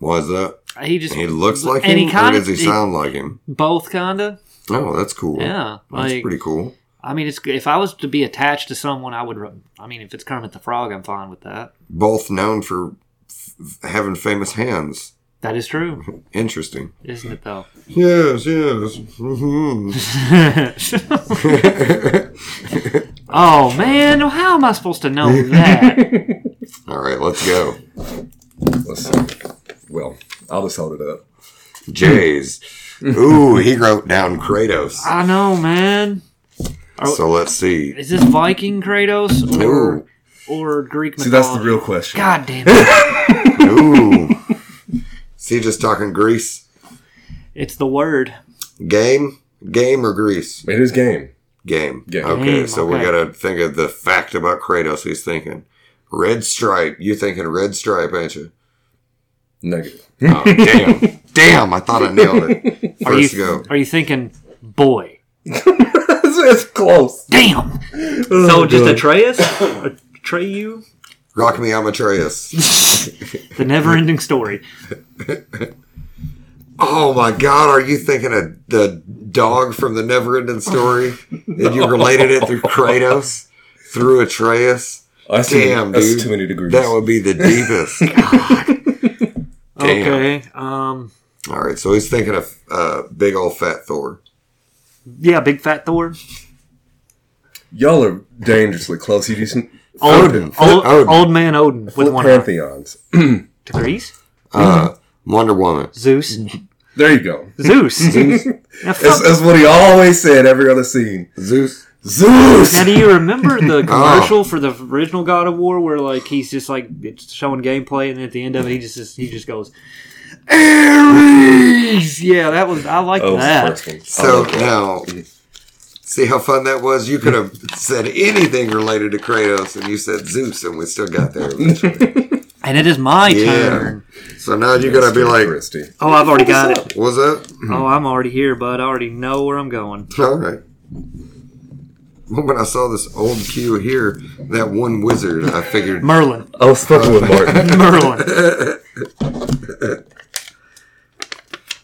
[SPEAKER 3] Was that?
[SPEAKER 2] He just
[SPEAKER 3] He looks like
[SPEAKER 2] and he
[SPEAKER 3] him or
[SPEAKER 2] kinda-
[SPEAKER 3] does he
[SPEAKER 2] he-
[SPEAKER 3] sound like him?
[SPEAKER 2] both kinda.
[SPEAKER 3] Oh, that's cool.
[SPEAKER 2] Yeah,
[SPEAKER 3] That's
[SPEAKER 2] like
[SPEAKER 3] pretty cool.
[SPEAKER 2] I mean, it's if I was to be attached to someone, I would. re- I mean, if it's Kermit the Frog, I'm fine with that.
[SPEAKER 3] Both known for f- having famous hands.
[SPEAKER 2] That is true,
[SPEAKER 3] Interesting.
[SPEAKER 2] isn't it? Though. (laughs)
[SPEAKER 3] Yes, yes. hmm
[SPEAKER 2] oh man, how am I supposed to know that?
[SPEAKER 3] All right, let's go.
[SPEAKER 1] Let's see. Well, I'll just hold it up.
[SPEAKER 2] (laughs)
[SPEAKER 3] Jays. Ooh, he wrote down Kratos.
[SPEAKER 2] I know, man. Oh.
[SPEAKER 3] So let's see.
[SPEAKER 2] Is this Viking Kratos or
[SPEAKER 3] Ooh,
[SPEAKER 2] or Greek
[SPEAKER 1] See,
[SPEAKER 2] mythology?
[SPEAKER 1] that's the real question.
[SPEAKER 2] God damn it!
[SPEAKER 3] ooh. (laughs) Is he just talking Greece?
[SPEAKER 2] it's the word.
[SPEAKER 3] Game, game or Greece?
[SPEAKER 1] It is game.
[SPEAKER 3] Game.
[SPEAKER 1] Game.
[SPEAKER 3] Okay,
[SPEAKER 2] Game,
[SPEAKER 3] so we
[SPEAKER 2] okay.
[SPEAKER 3] gotta think of the fact about Kratos. He's thinking red stripe. You thinking red stripe, ain't you?
[SPEAKER 1] Negative. (laughs)
[SPEAKER 3] Oh, damn, damn! I thought I nailed it
[SPEAKER 2] Are
[SPEAKER 3] first
[SPEAKER 2] you
[SPEAKER 3] go.
[SPEAKER 2] are you thinking boy?
[SPEAKER 1] it's, it's close.
[SPEAKER 2] Damn.
[SPEAKER 1] Oh,
[SPEAKER 2] so just Atreus, Atreyu,
[SPEAKER 3] Rock me, I'm Atreus.
[SPEAKER 2] the never-ending story.
[SPEAKER 3] Oh my God, are you thinking of the dog from the Neverending Story? And you related it through Kratos, through Atreus?
[SPEAKER 1] I see.
[SPEAKER 3] Damn,
[SPEAKER 1] that's
[SPEAKER 3] dude.
[SPEAKER 1] too many degrees.
[SPEAKER 3] That would be the deepest. Damn.
[SPEAKER 2] Okay. Um.
[SPEAKER 3] All right, so he's thinking of uh, big old fat Thor.
[SPEAKER 2] Yeah, big fat Thor.
[SPEAKER 1] Y'all are dangerously close. You just
[SPEAKER 2] Old,
[SPEAKER 3] Odin.
[SPEAKER 2] Old,
[SPEAKER 3] Odin.
[SPEAKER 2] old man Odin with
[SPEAKER 1] flip
[SPEAKER 2] one eye.
[SPEAKER 1] pantheons.
[SPEAKER 2] To Greece,
[SPEAKER 3] Uh, Wonder Woman.
[SPEAKER 2] Zeus,
[SPEAKER 1] There you go.
[SPEAKER 2] Zeus. now,
[SPEAKER 1] That's,
[SPEAKER 2] fuck,
[SPEAKER 1] that's what he always said every other scene.
[SPEAKER 3] Zeus.
[SPEAKER 1] Zeus.
[SPEAKER 2] now, do you remember the commercial for the original God of War where like he's just like it's showing gameplay, and at the end of it, he just he just goes Ares. Yeah, that was I like
[SPEAKER 1] Oh,
[SPEAKER 2] that.
[SPEAKER 1] first one.
[SPEAKER 3] So (laughs)
[SPEAKER 1] Oh,
[SPEAKER 3] now, see how fun that was? You could have said anything related to Kratos, and you said Zeus, and we still got there eventually.
[SPEAKER 2] And it is my
[SPEAKER 3] Yeah.
[SPEAKER 2] turn.
[SPEAKER 3] so now you got to be
[SPEAKER 1] Mr.
[SPEAKER 3] like,
[SPEAKER 1] Christie.
[SPEAKER 2] Oh, I've already got it.
[SPEAKER 3] what's up?
[SPEAKER 2] Oh, I'm already here, bud. I already know where I'm going.
[SPEAKER 3] All right. When I saw this old cue here, that one wizard, I figured,
[SPEAKER 2] Merlin.
[SPEAKER 1] I was fucking with Martin. (laughs)
[SPEAKER 3] (laughs)
[SPEAKER 2] Merlin.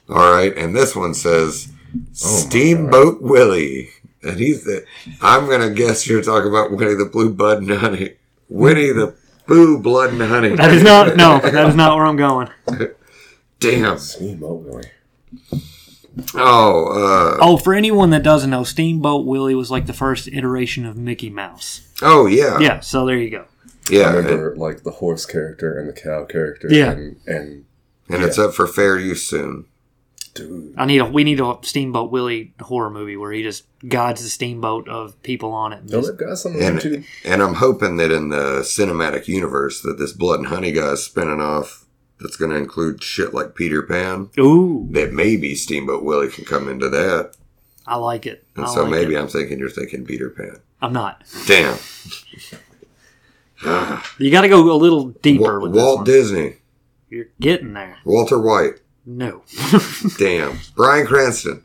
[SPEAKER 3] all right, and this one says
[SPEAKER 1] Oh
[SPEAKER 3] Steamboat Willie. And he's the, I'm going to guess you're talking about Winnie the Blue Bud and Honey. Winnie the Blue Blood and Honey.
[SPEAKER 2] That is not no. That is not where I'm going.
[SPEAKER 3] Damn.
[SPEAKER 1] Steam Oakley.
[SPEAKER 3] Oh, uh,
[SPEAKER 2] Oh, for anyone that doesn't know, Steamboat Willie was like the first iteration of Mickey Mouse.
[SPEAKER 3] oh, yeah. Yeah.
[SPEAKER 2] Yeah, so there you go.
[SPEAKER 1] I
[SPEAKER 3] And,
[SPEAKER 1] remember like the horse character and the cow character.
[SPEAKER 2] Yeah.
[SPEAKER 1] And, and
[SPEAKER 3] and it's up for fair use soon.
[SPEAKER 1] dude,
[SPEAKER 2] I need a we need a Steamboat Willie horror movie where he just guides the steamboat of people on it. and
[SPEAKER 1] no,
[SPEAKER 2] just-
[SPEAKER 1] they've got some of them
[SPEAKER 3] And,
[SPEAKER 1] too.
[SPEAKER 3] and I'm hoping that in the cinematic universe that this blood and honey guy is spinning off that's going to include shit like Peter Pan.
[SPEAKER 2] Ooh,
[SPEAKER 3] That maybe Steamboat Willie can come into that.
[SPEAKER 2] I like it.
[SPEAKER 3] And
[SPEAKER 2] I
[SPEAKER 3] so
[SPEAKER 2] like
[SPEAKER 3] maybe
[SPEAKER 2] it.
[SPEAKER 3] I'm thinking you're thinking Peter Pan.
[SPEAKER 2] I'm not.
[SPEAKER 3] Damn.
[SPEAKER 2] You got to go a little deeper
[SPEAKER 3] Wa-
[SPEAKER 2] with this
[SPEAKER 3] Walt
[SPEAKER 2] one.
[SPEAKER 3] Disney.
[SPEAKER 2] You're getting there.
[SPEAKER 3] Walter White.
[SPEAKER 2] No, (laughs)
[SPEAKER 3] Damn. Brian Cranston.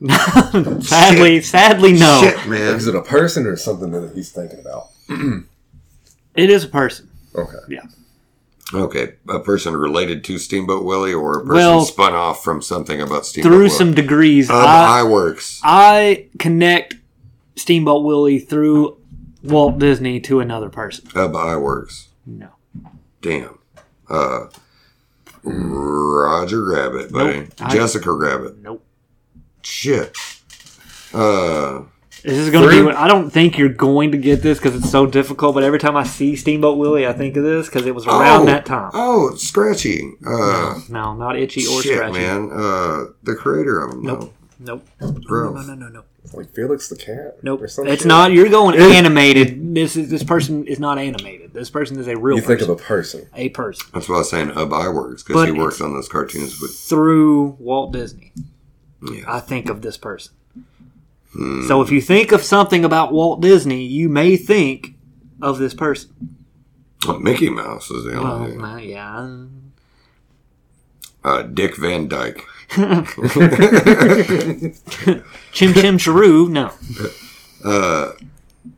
[SPEAKER 2] sadly, sadly, (laughs) no.
[SPEAKER 3] Shit, man.
[SPEAKER 1] Is it a person or something that he's thinking about?
[SPEAKER 2] It is a person.
[SPEAKER 1] Okay.
[SPEAKER 3] Okay. A person related to Steamboat Willie or a person
[SPEAKER 2] Well,
[SPEAKER 3] spun off from something about Steamboat
[SPEAKER 2] Through
[SPEAKER 3] Willie.
[SPEAKER 2] some degrees,
[SPEAKER 3] Of
[SPEAKER 2] I,
[SPEAKER 3] Iworks.
[SPEAKER 2] I connect Steamboat Willie through Walt Disney to another person.
[SPEAKER 3] Of Iworks.
[SPEAKER 2] No.
[SPEAKER 3] Damn. Uh, Roger Rabbit, buddy.
[SPEAKER 2] Nope. I-
[SPEAKER 3] Jessica Rabbit.
[SPEAKER 2] Nope.
[SPEAKER 3] Shit. Uh,
[SPEAKER 2] This is going to
[SPEAKER 1] Three?
[SPEAKER 2] be. what- I don't think you're going to get this because it's so difficult. But every time I see Steamboat Willie, I think of this because it was around
[SPEAKER 3] oh,
[SPEAKER 2] that time.
[SPEAKER 3] Oh, it's Scratchy. Uh,
[SPEAKER 2] No, not itchy or
[SPEAKER 3] shit,
[SPEAKER 2] scratchy.
[SPEAKER 3] man. Uh, the creator of them.
[SPEAKER 2] Nope. Nope. No,
[SPEAKER 3] Ralph.
[SPEAKER 2] no, no, no, no.
[SPEAKER 1] Like Felix the cat?
[SPEAKER 2] Nope.
[SPEAKER 1] or
[SPEAKER 2] It's
[SPEAKER 1] some shit?
[SPEAKER 2] not. You're going animated. This is this person is not animated. This person is a real
[SPEAKER 1] You
[SPEAKER 2] person.
[SPEAKER 1] think of a person.
[SPEAKER 2] a person
[SPEAKER 3] That's why I was saying of Iworks because
[SPEAKER 2] But
[SPEAKER 3] he worked on those cartoons with.
[SPEAKER 2] through Walt Disney.
[SPEAKER 3] Yeah.
[SPEAKER 2] I think of this person. So if you think of something about Walt Disney, you may think of this person.
[SPEAKER 3] Well, Mickey Mouse is the
[SPEAKER 2] Well,
[SPEAKER 3] only thing.
[SPEAKER 2] man, yeah.
[SPEAKER 3] Uh, Dick Van Dyke.
[SPEAKER 2] Chim Chim Cheroo, no.
[SPEAKER 3] Uh,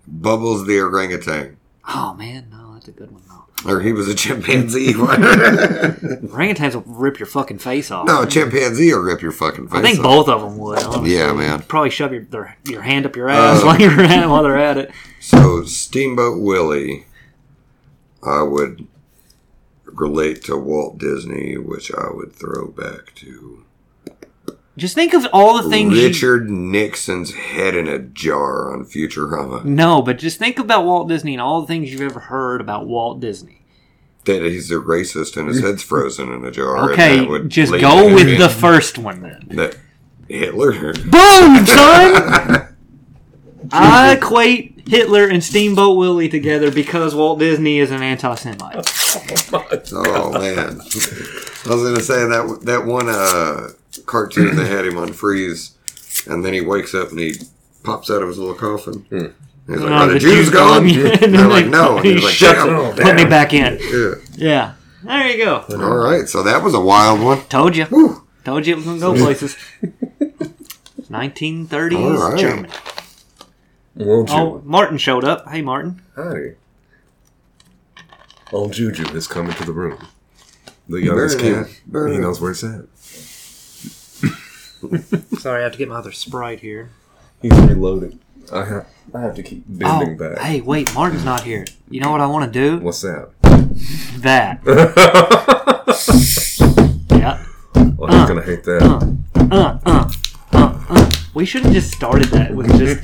[SPEAKER 3] Bubbles the orangutan.
[SPEAKER 2] Oh man, no, that's a good one. though.
[SPEAKER 3] Or he was a
[SPEAKER 2] (laughs)
[SPEAKER 3] (laughs) chimpanzee.
[SPEAKER 2] Orangutans will rip your fucking face off.
[SPEAKER 3] no, chimpanzee will rip your fucking face
[SPEAKER 2] I think
[SPEAKER 3] off.
[SPEAKER 2] both of them would. Honestly.
[SPEAKER 3] Yeah, Uh. man.
[SPEAKER 2] Probably shove your their, your hand up your ass while you're at it, while they're at it.
[SPEAKER 3] So Steamboat Willie, I would relate to Walt Disney, which I would throw back to
[SPEAKER 2] Just think of all the things. you-
[SPEAKER 3] Richard Nixon's head in a jar on Futurama.
[SPEAKER 2] no, but just think about Walt Disney and all the things you've ever heard about Walt Disney.
[SPEAKER 3] that he's a racist and his head's frozen in a jar. and that
[SPEAKER 2] Okay,
[SPEAKER 3] would
[SPEAKER 2] just
[SPEAKER 3] lead
[SPEAKER 2] go
[SPEAKER 3] to
[SPEAKER 2] with
[SPEAKER 3] him
[SPEAKER 2] the first one then.
[SPEAKER 3] being (laughs) that Hitler.
[SPEAKER 2] Boom, son!
[SPEAKER 3] (laughs)
[SPEAKER 2] I equate Hitler and Steamboat Willie together because Walt Disney is an anti Semite.
[SPEAKER 3] Oh man, I was gonna say that that one uh, cartoon they had him on freeze, and then he wakes up and he pops out of his little coffin. He's
[SPEAKER 2] Oh,
[SPEAKER 3] like, "Are the,
[SPEAKER 2] (laughs)
[SPEAKER 3] Jews, gone?"
[SPEAKER 2] And
[SPEAKER 3] They're
[SPEAKER 2] then
[SPEAKER 3] like,
[SPEAKER 2] they-
[SPEAKER 3] "No," and
[SPEAKER 2] he
[SPEAKER 3] he's like,
[SPEAKER 2] shuts
[SPEAKER 3] "Yeah."
[SPEAKER 2] it. Put me back in.
[SPEAKER 3] Yeah.
[SPEAKER 2] Yeah. There you go.
[SPEAKER 3] All right, so that was a wild one.
[SPEAKER 2] Told you.
[SPEAKER 3] Whew.
[SPEAKER 2] Told you it was going to go places.
[SPEAKER 3] (laughs)
[SPEAKER 2] 1930s
[SPEAKER 3] All right.
[SPEAKER 2] Germany.
[SPEAKER 1] Won't
[SPEAKER 2] Oh,
[SPEAKER 1] you?
[SPEAKER 2] Martin showed up. Hey, Martin.
[SPEAKER 1] Howdy. Old Juju has come into the room. The
[SPEAKER 3] Burn
[SPEAKER 1] youngest kid.
[SPEAKER 3] it, burn
[SPEAKER 1] He
[SPEAKER 3] it.
[SPEAKER 1] knows where it's at.
[SPEAKER 2] Sorry, I have to get my other Sprite here.
[SPEAKER 1] He's reloaded. I have, I have to keep
[SPEAKER 2] Oh,
[SPEAKER 1] bending back.
[SPEAKER 2] hey, wait, Martin's not here. You know what I want to do?
[SPEAKER 1] What's (laughs) that?
[SPEAKER 2] That. yeah.
[SPEAKER 1] Oh, he's gonna hate that.
[SPEAKER 2] Uh, uh, uh, uh, uh. We should have just started that with
[SPEAKER 3] (laughs)
[SPEAKER 2] just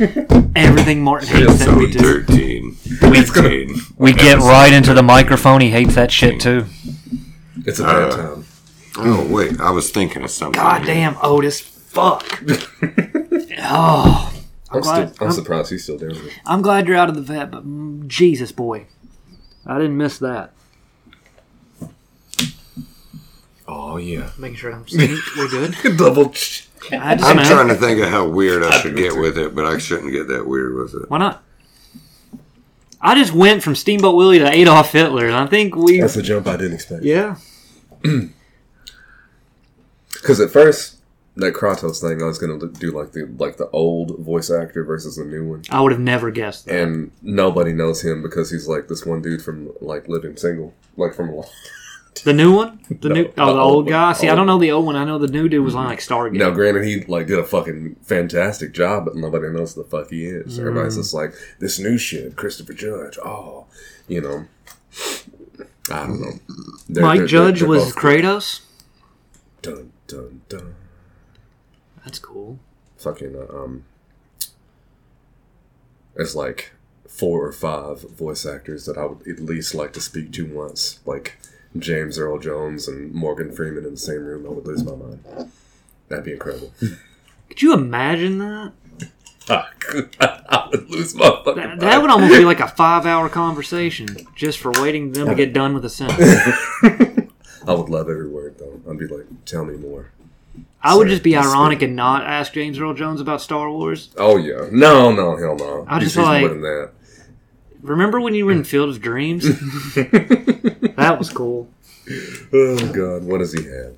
[SPEAKER 2] everything Martin hates that we
[SPEAKER 3] Episode
[SPEAKER 2] do.
[SPEAKER 3] thirteen.
[SPEAKER 1] gonna-
[SPEAKER 3] 15.
[SPEAKER 2] We get right into the microphone. He hates that shit too.
[SPEAKER 1] It's a bad (laughs) time.
[SPEAKER 3] Oh wait, I was thinking of something.
[SPEAKER 2] God damn, Otis. Fuck. oh,
[SPEAKER 1] I'm,
[SPEAKER 2] glad-
[SPEAKER 1] still, I'm
[SPEAKER 2] I'm-
[SPEAKER 1] surprised he's still down here.
[SPEAKER 2] I'm glad you're out of the vet, but mm, Jesus, boy. I didn't miss that.
[SPEAKER 1] Oh yeah.
[SPEAKER 2] Making sure I'm synced. (laughs) We're
[SPEAKER 1] (laughs)
[SPEAKER 2] good.
[SPEAKER 1] Double. Ch-
[SPEAKER 2] I had to
[SPEAKER 3] I'm
[SPEAKER 2] smell.
[SPEAKER 3] trying to think of how weird I should get with it, but I shouldn't get that weird with it.
[SPEAKER 2] Why not? I just went from Steamboat Willie to Adolf Hitler, and I think we.
[SPEAKER 1] That's a jump I didn't expect.
[SPEAKER 2] yeah.
[SPEAKER 1] Because at first, that Kratos thing, I was gonna l- do like the like the old voice actor versus the new one,
[SPEAKER 2] I would have never guessed that.
[SPEAKER 1] and nobody knows him because he's like this one dude from like Living Single, like from
[SPEAKER 2] The new one? The
[SPEAKER 1] No,
[SPEAKER 2] new oh the,
[SPEAKER 1] the
[SPEAKER 2] old
[SPEAKER 1] old
[SPEAKER 2] guy?
[SPEAKER 1] one.
[SPEAKER 2] See, I don't know the old one. I know the new dude was on like Stargate.
[SPEAKER 1] Now, granted, he like did a fucking fantastic job, but nobody knows who the fuck he
[SPEAKER 2] Mm.
[SPEAKER 1] is. Everybody's just like this new shit, Christopher Judge. Oh, you know, I don't know. They're-
[SPEAKER 2] Mike
[SPEAKER 1] they're-
[SPEAKER 2] Judge
[SPEAKER 1] they're
[SPEAKER 2] was
[SPEAKER 1] both-
[SPEAKER 2] Kratos.
[SPEAKER 1] Dun dun dun.
[SPEAKER 2] That's cool.
[SPEAKER 1] Fucking uh, um, it's like four or five voice actors that I would at least like to speak to once, like James Earl Jones and Morgan Freeman in the same room. I would lose my mind. That'd be incredible. (laughs)
[SPEAKER 2] Could you imagine that?
[SPEAKER 1] I would lose my fucking
[SPEAKER 2] That,
[SPEAKER 1] mind.
[SPEAKER 2] that would almost be like a five-hour conversation just for waiting them to get done with a sentence.
[SPEAKER 1] (laughs) I would love every word though. I'd be like, tell me more.
[SPEAKER 2] I would just be
[SPEAKER 1] Sorry, that's
[SPEAKER 2] ironic and not ask James Earl Jones about Star Wars.
[SPEAKER 1] Oh yeah, no, no, hell no.
[SPEAKER 2] I just
[SPEAKER 1] He's- he's
[SPEAKER 2] like-
[SPEAKER 1] more than that.
[SPEAKER 2] Remember when you were in Field of Dreams? that was cool.
[SPEAKER 1] (laughs) Oh god, what does he have?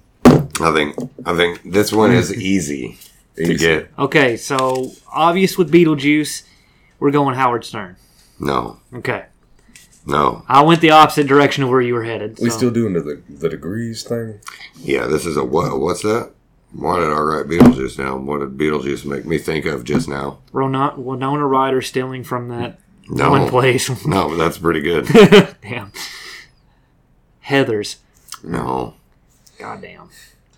[SPEAKER 3] I think I think this one is easy to
[SPEAKER 1] Easy.
[SPEAKER 3] get.
[SPEAKER 2] Okay, so obvious with Beetlejuice, we're going Howard Stern.
[SPEAKER 3] No,
[SPEAKER 2] Okay,
[SPEAKER 3] no.
[SPEAKER 2] I went the opposite direction of where you were headed.
[SPEAKER 1] We
[SPEAKER 2] so-
[SPEAKER 1] still doing the the degrees thing?
[SPEAKER 3] Yeah, this is a what? What's that? Why did I write Beetlejuice now? What did Beetlejuice make me think of just now?
[SPEAKER 2] Rona, Winona Ryder stealing from that
[SPEAKER 3] No,
[SPEAKER 2] one place. (laughs)
[SPEAKER 3] no, but that's pretty good.
[SPEAKER 2] Damn. Heather's.
[SPEAKER 3] no,
[SPEAKER 2] Goddamn.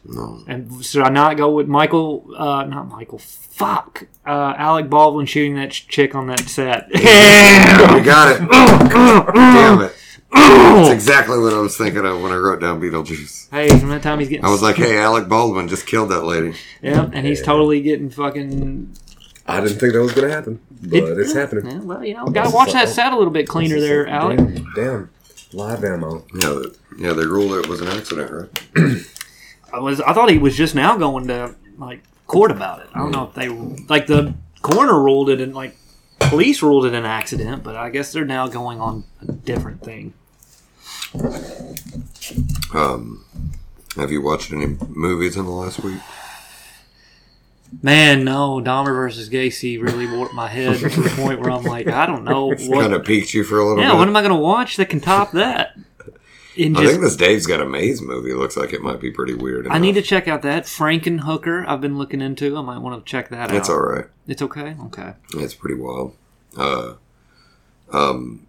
[SPEAKER 3] no.
[SPEAKER 2] And should I not go with Michael? Uh, not Michael. Fuck. Uh, Alec Baldwin shooting that ch- chick on that set. (clears throat)
[SPEAKER 3] We got it. Damn it! That's exactly what I was thinking of when I wrote down Beetlejuice.
[SPEAKER 2] hey, from that time he's getting.
[SPEAKER 3] I was like, "Hey, Alec Baldwin just killed that lady."
[SPEAKER 2] yeah, and he's totally getting fucking.
[SPEAKER 1] I didn't think that was gonna happen, but
[SPEAKER 2] It-
[SPEAKER 1] it's happening.
[SPEAKER 2] Yeah, well, you know, gotta watch that set a little bit cleaner there, Alec.
[SPEAKER 1] Damn, damn, live ammo.
[SPEAKER 3] Yeah, the, yeah. They ruled it was an accident, right?
[SPEAKER 2] I was I thought he was just now going to like court about it. I don't know if they like the coroner ruled it and like police ruled it an accident, but I guess they're now going on a different thing.
[SPEAKER 3] Um, have you watched any movies in the last week?
[SPEAKER 2] Man, no, Dahmer versus Gacy really warped my head to the point where I'm like, I don't
[SPEAKER 3] (laughs)
[SPEAKER 2] know
[SPEAKER 3] Kind
[SPEAKER 2] what.
[SPEAKER 3] of piqued you for a little
[SPEAKER 2] Yeah,
[SPEAKER 3] bit.
[SPEAKER 2] what am I going to watch that can top that? And
[SPEAKER 3] I
[SPEAKER 2] just
[SPEAKER 3] think this Dave's got a maze movie. Looks like it might be pretty weird.
[SPEAKER 2] I need to
[SPEAKER 3] enough.
[SPEAKER 2] check out that Frankenhooker. I've been looking into. I might want to check that
[SPEAKER 3] It's
[SPEAKER 2] out.
[SPEAKER 3] all right.
[SPEAKER 2] It's okay. Okay.
[SPEAKER 3] It's pretty wild. Uh, um,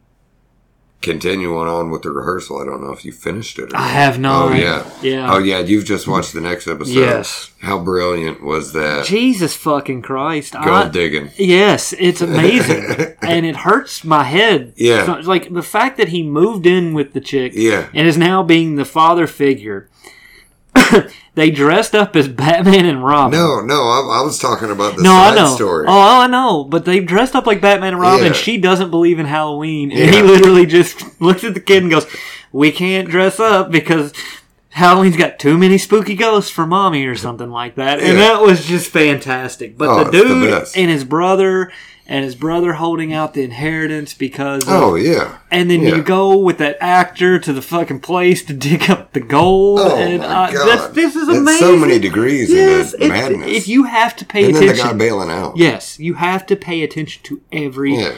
[SPEAKER 3] continuing on with the rehearsal. I don't know if you finished it. Or
[SPEAKER 2] I have not.
[SPEAKER 3] Oh yeah.
[SPEAKER 2] Yeah.
[SPEAKER 3] Oh yeah. You've just watched the next episode.
[SPEAKER 2] Yes.
[SPEAKER 3] How brilliant was that?
[SPEAKER 2] Jesus fucking Christ. I,
[SPEAKER 3] Gold digging.
[SPEAKER 2] yes, it's amazing. and it hurts my head.
[SPEAKER 3] Yeah.
[SPEAKER 2] So, like the fact that he moved in with the chick
[SPEAKER 3] Yeah.
[SPEAKER 2] and is now being the father figure. (coughs) they dressed up as Batman and Robin.
[SPEAKER 3] No, no. I, I was talking about the
[SPEAKER 2] No, I
[SPEAKER 3] side
[SPEAKER 2] know.
[SPEAKER 3] story.
[SPEAKER 2] Oh, I know. But they dressed up like Batman and Robin.
[SPEAKER 3] Yeah.
[SPEAKER 2] She doesn't believe in Halloween, and
[SPEAKER 3] Yeah.
[SPEAKER 2] he literally just (laughs) looks at the kid and goes, "We can't dress up because Halloween's got too many spooky ghosts for mommy or something like that." And
[SPEAKER 3] Yeah.
[SPEAKER 2] that was just fantastic. But
[SPEAKER 3] Oh,
[SPEAKER 2] the
[SPEAKER 3] it's the
[SPEAKER 2] dude
[SPEAKER 3] best.
[SPEAKER 2] and his brother. And his brother holding out the inheritance because, of-
[SPEAKER 3] Oh yeah.
[SPEAKER 2] and then
[SPEAKER 3] yeah.
[SPEAKER 2] you go with that actor to the fucking place to dig up the gold.
[SPEAKER 3] Oh
[SPEAKER 2] and
[SPEAKER 3] my
[SPEAKER 2] I-
[SPEAKER 3] god.
[SPEAKER 2] that's- this is amazing.
[SPEAKER 3] That's so many degrees
[SPEAKER 2] Yes,
[SPEAKER 3] in that
[SPEAKER 2] it's-
[SPEAKER 3] madness.
[SPEAKER 2] if you have to pay
[SPEAKER 3] and then the
[SPEAKER 2] attention,
[SPEAKER 3] guy bailing out.
[SPEAKER 2] Yes, you have to pay attention to every
[SPEAKER 3] Yeah.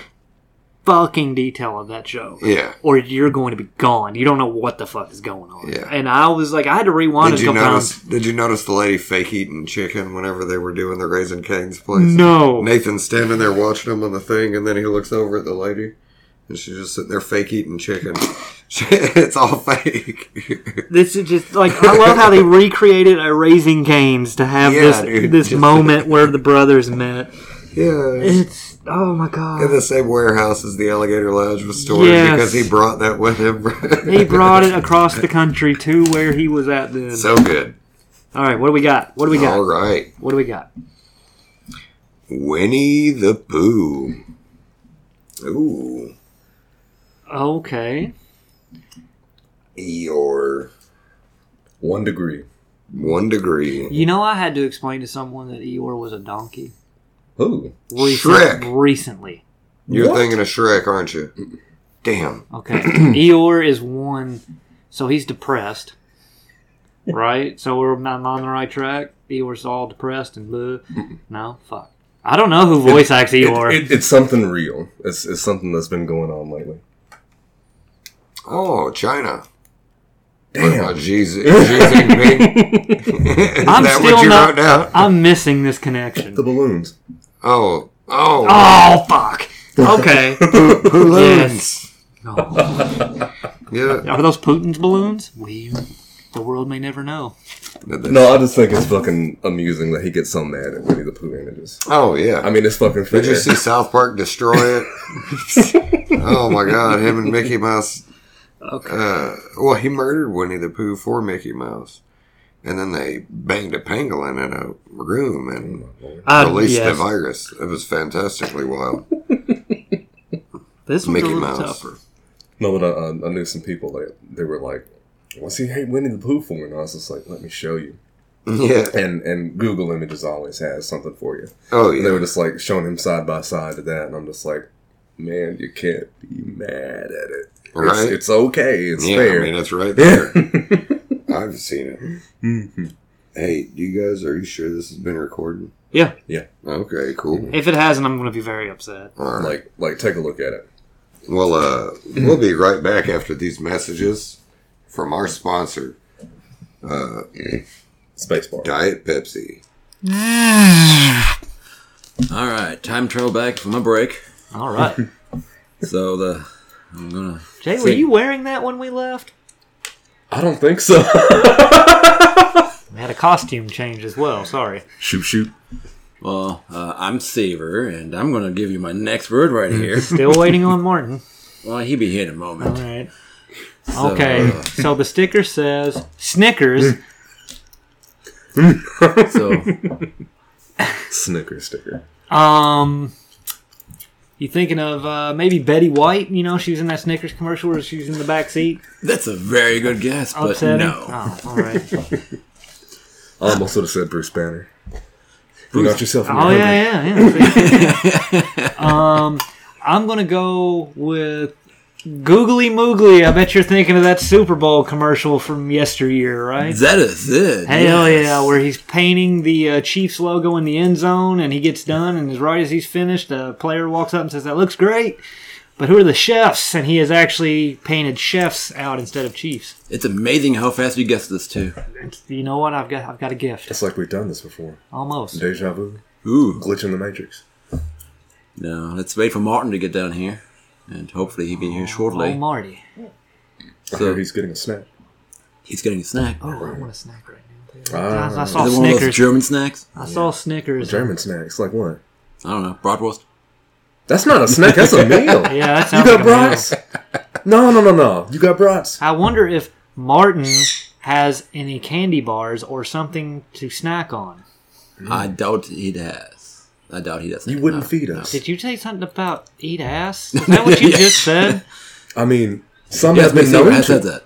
[SPEAKER 2] fucking detail of that show.
[SPEAKER 3] Yeah.
[SPEAKER 2] Or you're going to be gone. You don't know what the fuck is going on.
[SPEAKER 3] Yeah.
[SPEAKER 2] And I was like, I had to rewind
[SPEAKER 3] Did
[SPEAKER 2] it a
[SPEAKER 3] you
[SPEAKER 2] couple
[SPEAKER 3] notice?
[SPEAKER 2] times.
[SPEAKER 3] Did you notice the lady fake eating chicken whenever they were doing the Raisin Cane's place?
[SPEAKER 2] No.
[SPEAKER 3] Nathan's standing there watching him on the thing, and then he looks over at the lady, and she's just sitting there fake eating chicken. (laughs) She- it's all fake. (laughs)
[SPEAKER 2] This is just like I love how they recreated a Raising Canes to have
[SPEAKER 3] Yeah,
[SPEAKER 2] this
[SPEAKER 3] dude,
[SPEAKER 2] this
[SPEAKER 3] just- (laughs)
[SPEAKER 2] moment where the brothers met.
[SPEAKER 3] yeah.
[SPEAKER 2] It's oh my god.
[SPEAKER 3] In the same warehouse as the alligator lounge was stored
[SPEAKER 2] Yes.
[SPEAKER 3] because he brought that with him.
[SPEAKER 2] he brought it across the country to where he was at then.
[SPEAKER 3] (laughs) so good.
[SPEAKER 2] All right, what do we got? What do we got?
[SPEAKER 3] All right,
[SPEAKER 2] What do we got?
[SPEAKER 3] Winnie the Pooh. Ooh,
[SPEAKER 2] Okay.
[SPEAKER 3] Eeyore.
[SPEAKER 1] One degree.
[SPEAKER 3] One degree.
[SPEAKER 2] You know, I had to explain to someone that Eeyore was a donkey.
[SPEAKER 1] Who?
[SPEAKER 2] recent,
[SPEAKER 3] Shrek.
[SPEAKER 2] recently.
[SPEAKER 3] You're
[SPEAKER 1] What?
[SPEAKER 3] thinking of Shrek, aren't you? Damn.
[SPEAKER 2] Okay. Eeyore is one, so he's depressed, right? so we're not on the right track. Eeyore's all depressed and blue. No, fuck. I don't know who voice acts
[SPEAKER 1] It-
[SPEAKER 2] Eeyore.
[SPEAKER 1] it- it's something real. It's, it's something that's been going on lately.
[SPEAKER 3] Oh, China.
[SPEAKER 1] Damn.
[SPEAKER 2] (laughs)
[SPEAKER 3] Oh, geez, Xi Jinping. (laughs) Is
[SPEAKER 2] I'm
[SPEAKER 3] that
[SPEAKER 2] still
[SPEAKER 3] what you
[SPEAKER 2] not-
[SPEAKER 3] wrote down?
[SPEAKER 2] I'm missing this connection.
[SPEAKER 1] The balloons.
[SPEAKER 3] Oh, oh,
[SPEAKER 2] Oh fuck. Okay.
[SPEAKER 3] balloons.
[SPEAKER 2] No.
[SPEAKER 3] Yeah.
[SPEAKER 2] Are those Putin's balloons? We, the world may never know.
[SPEAKER 1] No, I just think it's fucking amusing that he gets so mad at Winnie the Pooh images.
[SPEAKER 3] Oh, yeah.
[SPEAKER 1] I mean, it's fucking fair.
[SPEAKER 3] Did you see South Park destroy it?
[SPEAKER 2] (laughs)
[SPEAKER 3] oh my God, him and Mickey Mouse.
[SPEAKER 2] Okay.
[SPEAKER 3] Uh, well, he murdered Winnie the Pooh for Mickey Mouse, and then they banged a pangolin in a room and
[SPEAKER 2] I,
[SPEAKER 3] released
[SPEAKER 2] Uh, yes.
[SPEAKER 3] the virus. It was fantastically wild. (laughs)
[SPEAKER 2] This one's
[SPEAKER 3] Mickey
[SPEAKER 2] a little
[SPEAKER 3] Mouse.
[SPEAKER 2] tougher.
[SPEAKER 1] No, but I, I knew some people that they were like, "What's he hate Winnie the Pooh for?" And I was just like, "Let me show you."
[SPEAKER 3] yeah.
[SPEAKER 1] And and Google Images always has something for you.
[SPEAKER 3] Oh
[SPEAKER 1] And they
[SPEAKER 3] yeah.
[SPEAKER 1] were just like showing him side by side to that, and I'm just like, "Man, you can't be mad at it. It's,
[SPEAKER 3] Right.
[SPEAKER 1] it's okay. It's
[SPEAKER 3] yeah.
[SPEAKER 1] fair."
[SPEAKER 3] I mean, it's right there.
[SPEAKER 1] (laughs) yeah.
[SPEAKER 3] I've seen it.
[SPEAKER 1] Mhm.
[SPEAKER 3] Hey, you guys, are you sure this has been recorded?
[SPEAKER 2] Yeah.
[SPEAKER 3] Okay, cool.
[SPEAKER 2] If it hasn't, I'm gonna be very upset.
[SPEAKER 3] All
[SPEAKER 1] (laughs)
[SPEAKER 3] right.
[SPEAKER 1] like like take a look at it.
[SPEAKER 3] Well, uh, we'll be right back after these messages from our sponsor, uh,
[SPEAKER 1] Spacebar.
[SPEAKER 3] Diet Pepsi.
[SPEAKER 4] All right, time travel back from a break.
[SPEAKER 2] All right.
[SPEAKER 4] So the I'm gonna
[SPEAKER 2] Jay, were you wearing that when we left?
[SPEAKER 1] I don't think so. (laughs)
[SPEAKER 2] We had a costume change as well. Sorry.
[SPEAKER 1] shoot, shoot.
[SPEAKER 4] well, uh, I'm Saver, and I'm gonna give you my next word right
[SPEAKER 2] Hmm.
[SPEAKER 4] here. (laughs)
[SPEAKER 2] Still waiting on Martin.
[SPEAKER 4] well, he be here in a
[SPEAKER 2] All
[SPEAKER 4] moment.
[SPEAKER 2] right.
[SPEAKER 4] So,
[SPEAKER 2] Okay. So the sticker says Snickers. (laughs)
[SPEAKER 4] uh, so
[SPEAKER 1] Snicker sticker.
[SPEAKER 2] Um, you thinking of uh, maybe Betty White? You know, she was in that Snickers commercial where she's in the back seat,
[SPEAKER 4] that's a very good guess, but
[SPEAKER 2] upsetting.
[SPEAKER 4] no.
[SPEAKER 2] Oh, all
[SPEAKER 4] (laughs)
[SPEAKER 2] right.
[SPEAKER 1] I almost would have said Bruce Banner. You got yourself. in
[SPEAKER 2] Oh
[SPEAKER 1] your
[SPEAKER 2] yeah, yeah, yeah.
[SPEAKER 4] (laughs)
[SPEAKER 2] See? um, I'm gonna go with Googly Moogly. I bet you're thinking of that Super Bowl commercial from yesteryear, right?
[SPEAKER 4] That is it.
[SPEAKER 2] Hell
[SPEAKER 4] yes.
[SPEAKER 2] yeah, where he's painting the uh, Chiefs logo in the end zone and he gets done, and as right as he's finished, a player walks up and says, That looks great, but who are the chefs? And he has actually painted chefs out instead of Chiefs.
[SPEAKER 4] It's amazing how fast you guessed this too.
[SPEAKER 2] You know what? I've got I've got a gift.
[SPEAKER 1] It's like we've done this before.
[SPEAKER 2] Almost.
[SPEAKER 1] Deja vu.
[SPEAKER 4] Ooh.
[SPEAKER 1] Glitch in the Matrix.
[SPEAKER 4] No, let's wait for Martin to get down here. and hopefully he'll be here
[SPEAKER 2] Oh,
[SPEAKER 4] shortly.
[SPEAKER 2] Marty.
[SPEAKER 1] I
[SPEAKER 4] So-
[SPEAKER 1] hear he's getting a snack.
[SPEAKER 4] He's getting a snack.
[SPEAKER 2] Oh, I want a snack right now. dude.
[SPEAKER 1] Ah.
[SPEAKER 2] I, I
[SPEAKER 4] Is
[SPEAKER 2] saw
[SPEAKER 4] it one of those
[SPEAKER 2] Oh, Snickers.
[SPEAKER 4] German snacks?
[SPEAKER 2] I saw Snickers.
[SPEAKER 1] German snacks, like what?
[SPEAKER 4] I don't know. Bratwurst.
[SPEAKER 1] That's not a snack. That's
[SPEAKER 2] (laughs)
[SPEAKER 1] a meal.
[SPEAKER 2] Yeah, that
[SPEAKER 1] You got
[SPEAKER 2] sounds like a meal.
[SPEAKER 1] brats? No, no, no, no. You got brats.
[SPEAKER 2] I wonder if Martin has any candy bars or something to snack on. Mm.
[SPEAKER 4] I doubt he has. I doubt he doesn't.
[SPEAKER 1] You wouldn't
[SPEAKER 4] No.
[SPEAKER 1] feed us.
[SPEAKER 2] Did you say something about eat ass? Is
[SPEAKER 1] (laughs)
[SPEAKER 2] that what you
[SPEAKER 4] Yeah.
[SPEAKER 2] just said?
[SPEAKER 1] I mean, some
[SPEAKER 4] Yes,
[SPEAKER 1] have been known
[SPEAKER 4] I
[SPEAKER 1] to.
[SPEAKER 4] said that.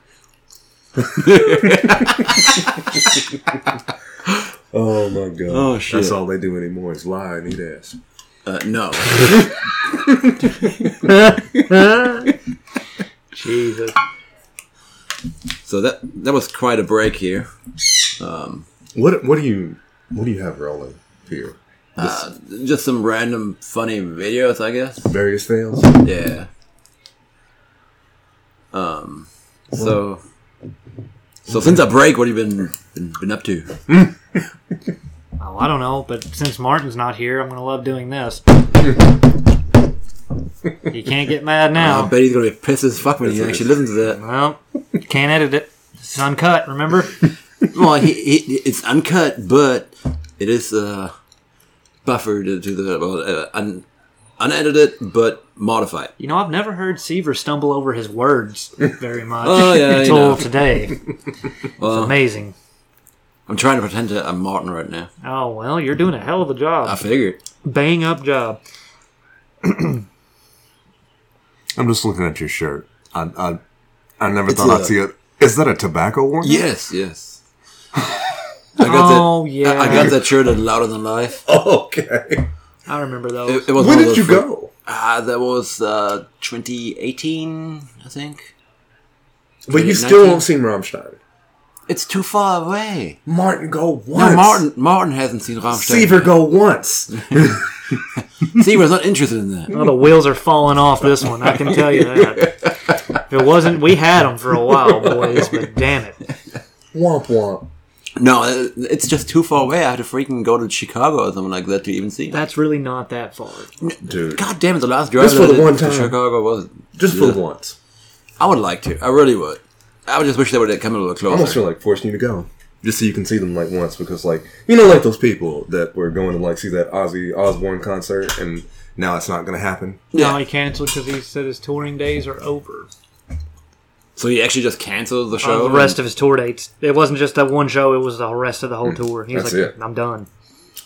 [SPEAKER 1] Oh my god.
[SPEAKER 4] Oh, shit.
[SPEAKER 1] That's all they do anymore is lie and eat ass.
[SPEAKER 4] Uh, no.
[SPEAKER 2] Jesus.
[SPEAKER 4] so that that was quite a break here.
[SPEAKER 1] What what do you what do you have rolling here?
[SPEAKER 4] Uh, just some random funny videos, I guess.
[SPEAKER 1] Various fails?
[SPEAKER 4] Yeah. Um. So. So since a break, what have you been been, been up to?
[SPEAKER 2] Oh, I don't know, but since Martin's not here, I'm gonna love doing this. you can't get mad
[SPEAKER 4] I
[SPEAKER 2] now.
[SPEAKER 4] bet he's gonna be pissed as fuck when he actually listens to that.
[SPEAKER 2] Well, you can't edit it. It's uncut. Remember?
[SPEAKER 4] Well, he, he, it's uncut, but it is uh, buffered to the well, uh, un, unedited but modified.
[SPEAKER 2] You know, I've never heard Seaver stumble over his words very much
[SPEAKER 4] Oh, yeah, you
[SPEAKER 2] until
[SPEAKER 4] know. (laughs)
[SPEAKER 2] today. it's amazing.
[SPEAKER 4] I'm trying to pretend that I'm Martin right now.
[SPEAKER 2] Oh well, you're doing a hell of a job.
[SPEAKER 4] I figured.
[SPEAKER 2] Bang up job.
[SPEAKER 1] I'm just looking at your shirt. I I, I never
[SPEAKER 4] It's
[SPEAKER 1] thought i
[SPEAKER 4] a-
[SPEAKER 1] I'd see it. Is that a tobacco one?
[SPEAKER 4] Yes, yes. I got
[SPEAKER 2] Oh,
[SPEAKER 4] that.
[SPEAKER 2] yeah.
[SPEAKER 4] I, I got that shirt at Louder Than Life.
[SPEAKER 1] (laughs) Okay.
[SPEAKER 2] I remember those.
[SPEAKER 4] It, it was
[SPEAKER 1] When
[SPEAKER 4] one of
[SPEAKER 1] did
[SPEAKER 4] those
[SPEAKER 1] you
[SPEAKER 4] fir-
[SPEAKER 1] go?
[SPEAKER 4] Ah, that was uh, 2018, I think.
[SPEAKER 1] But you
[SPEAKER 4] 2019?
[SPEAKER 1] still won't see Rammstein.
[SPEAKER 4] It's too far away.
[SPEAKER 1] Martin go once.
[SPEAKER 4] No, Martin. Martin hasn't seen Rammstein.
[SPEAKER 1] Seaver go once.
[SPEAKER 4] Seaver's not interested in that.
[SPEAKER 2] Well, the wheels are falling off this one. I can tell you
[SPEAKER 4] (laughs)
[SPEAKER 2] that. If it wasn't, we had them for a while, boys. But damn it,
[SPEAKER 1] womp womp.
[SPEAKER 4] No, it- it's just too far away. I had to freaking go to Chicago or something like that to even see. That
[SPEAKER 2] that's really not that far.
[SPEAKER 1] Dude.
[SPEAKER 4] God damn it! The last drive
[SPEAKER 1] Just for
[SPEAKER 4] that I
[SPEAKER 1] the
[SPEAKER 4] did
[SPEAKER 1] one
[SPEAKER 4] to
[SPEAKER 1] time.
[SPEAKER 4] Chicago was.
[SPEAKER 1] Just for once.
[SPEAKER 4] I would like to. I really would. I would just wish they would come a little
[SPEAKER 1] I almost
[SPEAKER 4] closer.
[SPEAKER 1] feel like forcing you to go. Just so you can see them like once because like you know like those people that were going to like see that Ozzy Osbourne concert and now it's not gonna happen.
[SPEAKER 2] Now
[SPEAKER 4] Yeah.
[SPEAKER 2] he canceled because he said his touring days are over.
[SPEAKER 4] So he actually just canceled the
[SPEAKER 2] Uh,
[SPEAKER 4] show.
[SPEAKER 2] the rest of his tour dates. It wasn't just that one show. It was the rest of the whole tour. He's
[SPEAKER 1] That's
[SPEAKER 2] like,
[SPEAKER 1] it.
[SPEAKER 2] I'm done.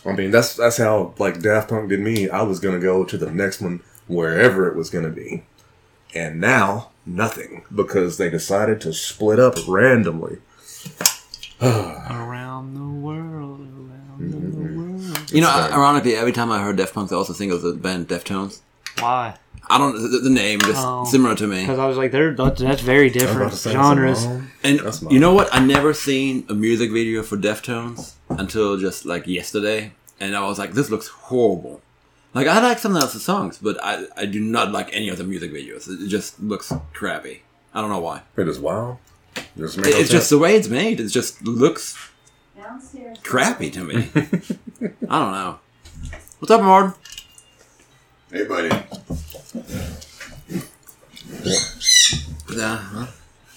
[SPEAKER 1] I mean, that's that's how like Daft Punk did me. I was gonna go to the next one wherever it was gonna be, and now nothing because they decided to split up randomly.
[SPEAKER 2] Around the world, around the world.
[SPEAKER 4] you know, ironically, every time I heard Def Punk, I also think of the band Deftones.
[SPEAKER 2] Why?
[SPEAKER 4] I don't the, the name just
[SPEAKER 2] Oh.
[SPEAKER 4] similar to me.
[SPEAKER 2] Because I was like, they're that- that's very
[SPEAKER 1] I was about
[SPEAKER 2] different
[SPEAKER 1] to say,
[SPEAKER 2] genres.
[SPEAKER 1] it's a long-
[SPEAKER 4] And
[SPEAKER 1] That's mine.
[SPEAKER 4] you know what? I never seen a music video for Deftones until just like yesterday, and I was like, "This looks horrible." Like I like some of the songs, but I I do not like any of the music videos. It just looks crappy. I don't know why.
[SPEAKER 1] It is wild. There's
[SPEAKER 4] It- it's just
[SPEAKER 1] a-
[SPEAKER 4] the way it's made. It just looks
[SPEAKER 5] Downstairs.
[SPEAKER 4] crappy to me. I don't know. What's up, Martin?
[SPEAKER 3] Hey, buddy.
[SPEAKER 4] Uh, huh?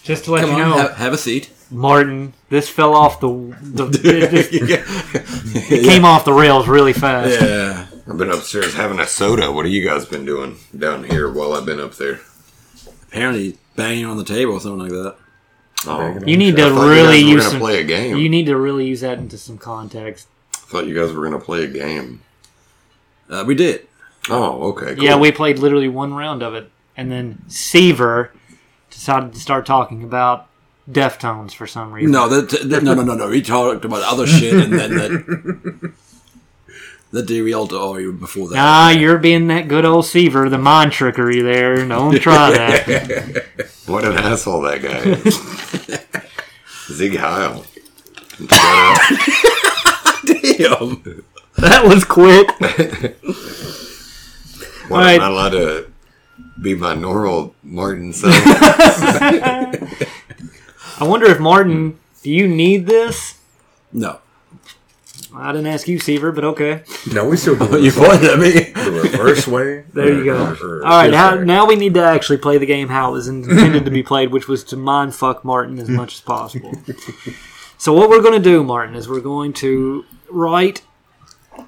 [SPEAKER 2] Just to let
[SPEAKER 4] come
[SPEAKER 2] you
[SPEAKER 4] on,
[SPEAKER 2] know,
[SPEAKER 4] have, have a seat.
[SPEAKER 2] (laughs) Martin, this fell off the. the it, it
[SPEAKER 4] (laughs) yeah.
[SPEAKER 2] came off the rails really fast.
[SPEAKER 4] yeah.
[SPEAKER 3] I've been upstairs having a soda. What have you guys been doing down here while I've been up there?
[SPEAKER 4] Apparently banging on the table or something like that.
[SPEAKER 3] Oh,
[SPEAKER 2] You need
[SPEAKER 3] I
[SPEAKER 2] to
[SPEAKER 3] thought
[SPEAKER 2] really
[SPEAKER 3] you guys were
[SPEAKER 2] use
[SPEAKER 3] gonna
[SPEAKER 2] some.
[SPEAKER 3] play a game.
[SPEAKER 2] You need to really use that into some context.
[SPEAKER 3] I thought you guys were gonna play a game.
[SPEAKER 4] Uh, we did.
[SPEAKER 3] Oh, okay. Cool.
[SPEAKER 2] Yeah, we played literally one round of it, and then Seaver decided to start talking about Deftones for some reason.
[SPEAKER 4] No, that, that- no, no, no, no. We talked about other shit, and then that that derailed all you before that.
[SPEAKER 2] Ah, you're being that good old Seaver, the mind trickery there. Don't try that.
[SPEAKER 3] What an asshole that guy
[SPEAKER 2] (laughs)
[SPEAKER 3] is. Zig Heil. Shut up.
[SPEAKER 4] (laughs) Damn.
[SPEAKER 2] that was quick.
[SPEAKER 3] Why am I
[SPEAKER 2] Alright.
[SPEAKER 3] allowed to be my normal Martin self?
[SPEAKER 2] I wonder if Martin, do you need this?
[SPEAKER 4] No,
[SPEAKER 2] I didn't ask you, Seaver, but okay.
[SPEAKER 1] No, we still do it
[SPEAKER 4] you pointed at me.
[SPEAKER 1] the reverse way.
[SPEAKER 2] There you go. All right, now, now we need to actually play the game how it was intended to be played, which was to mind fuck Martin as much as possible. so what we're going to do, Martin, is we're going to write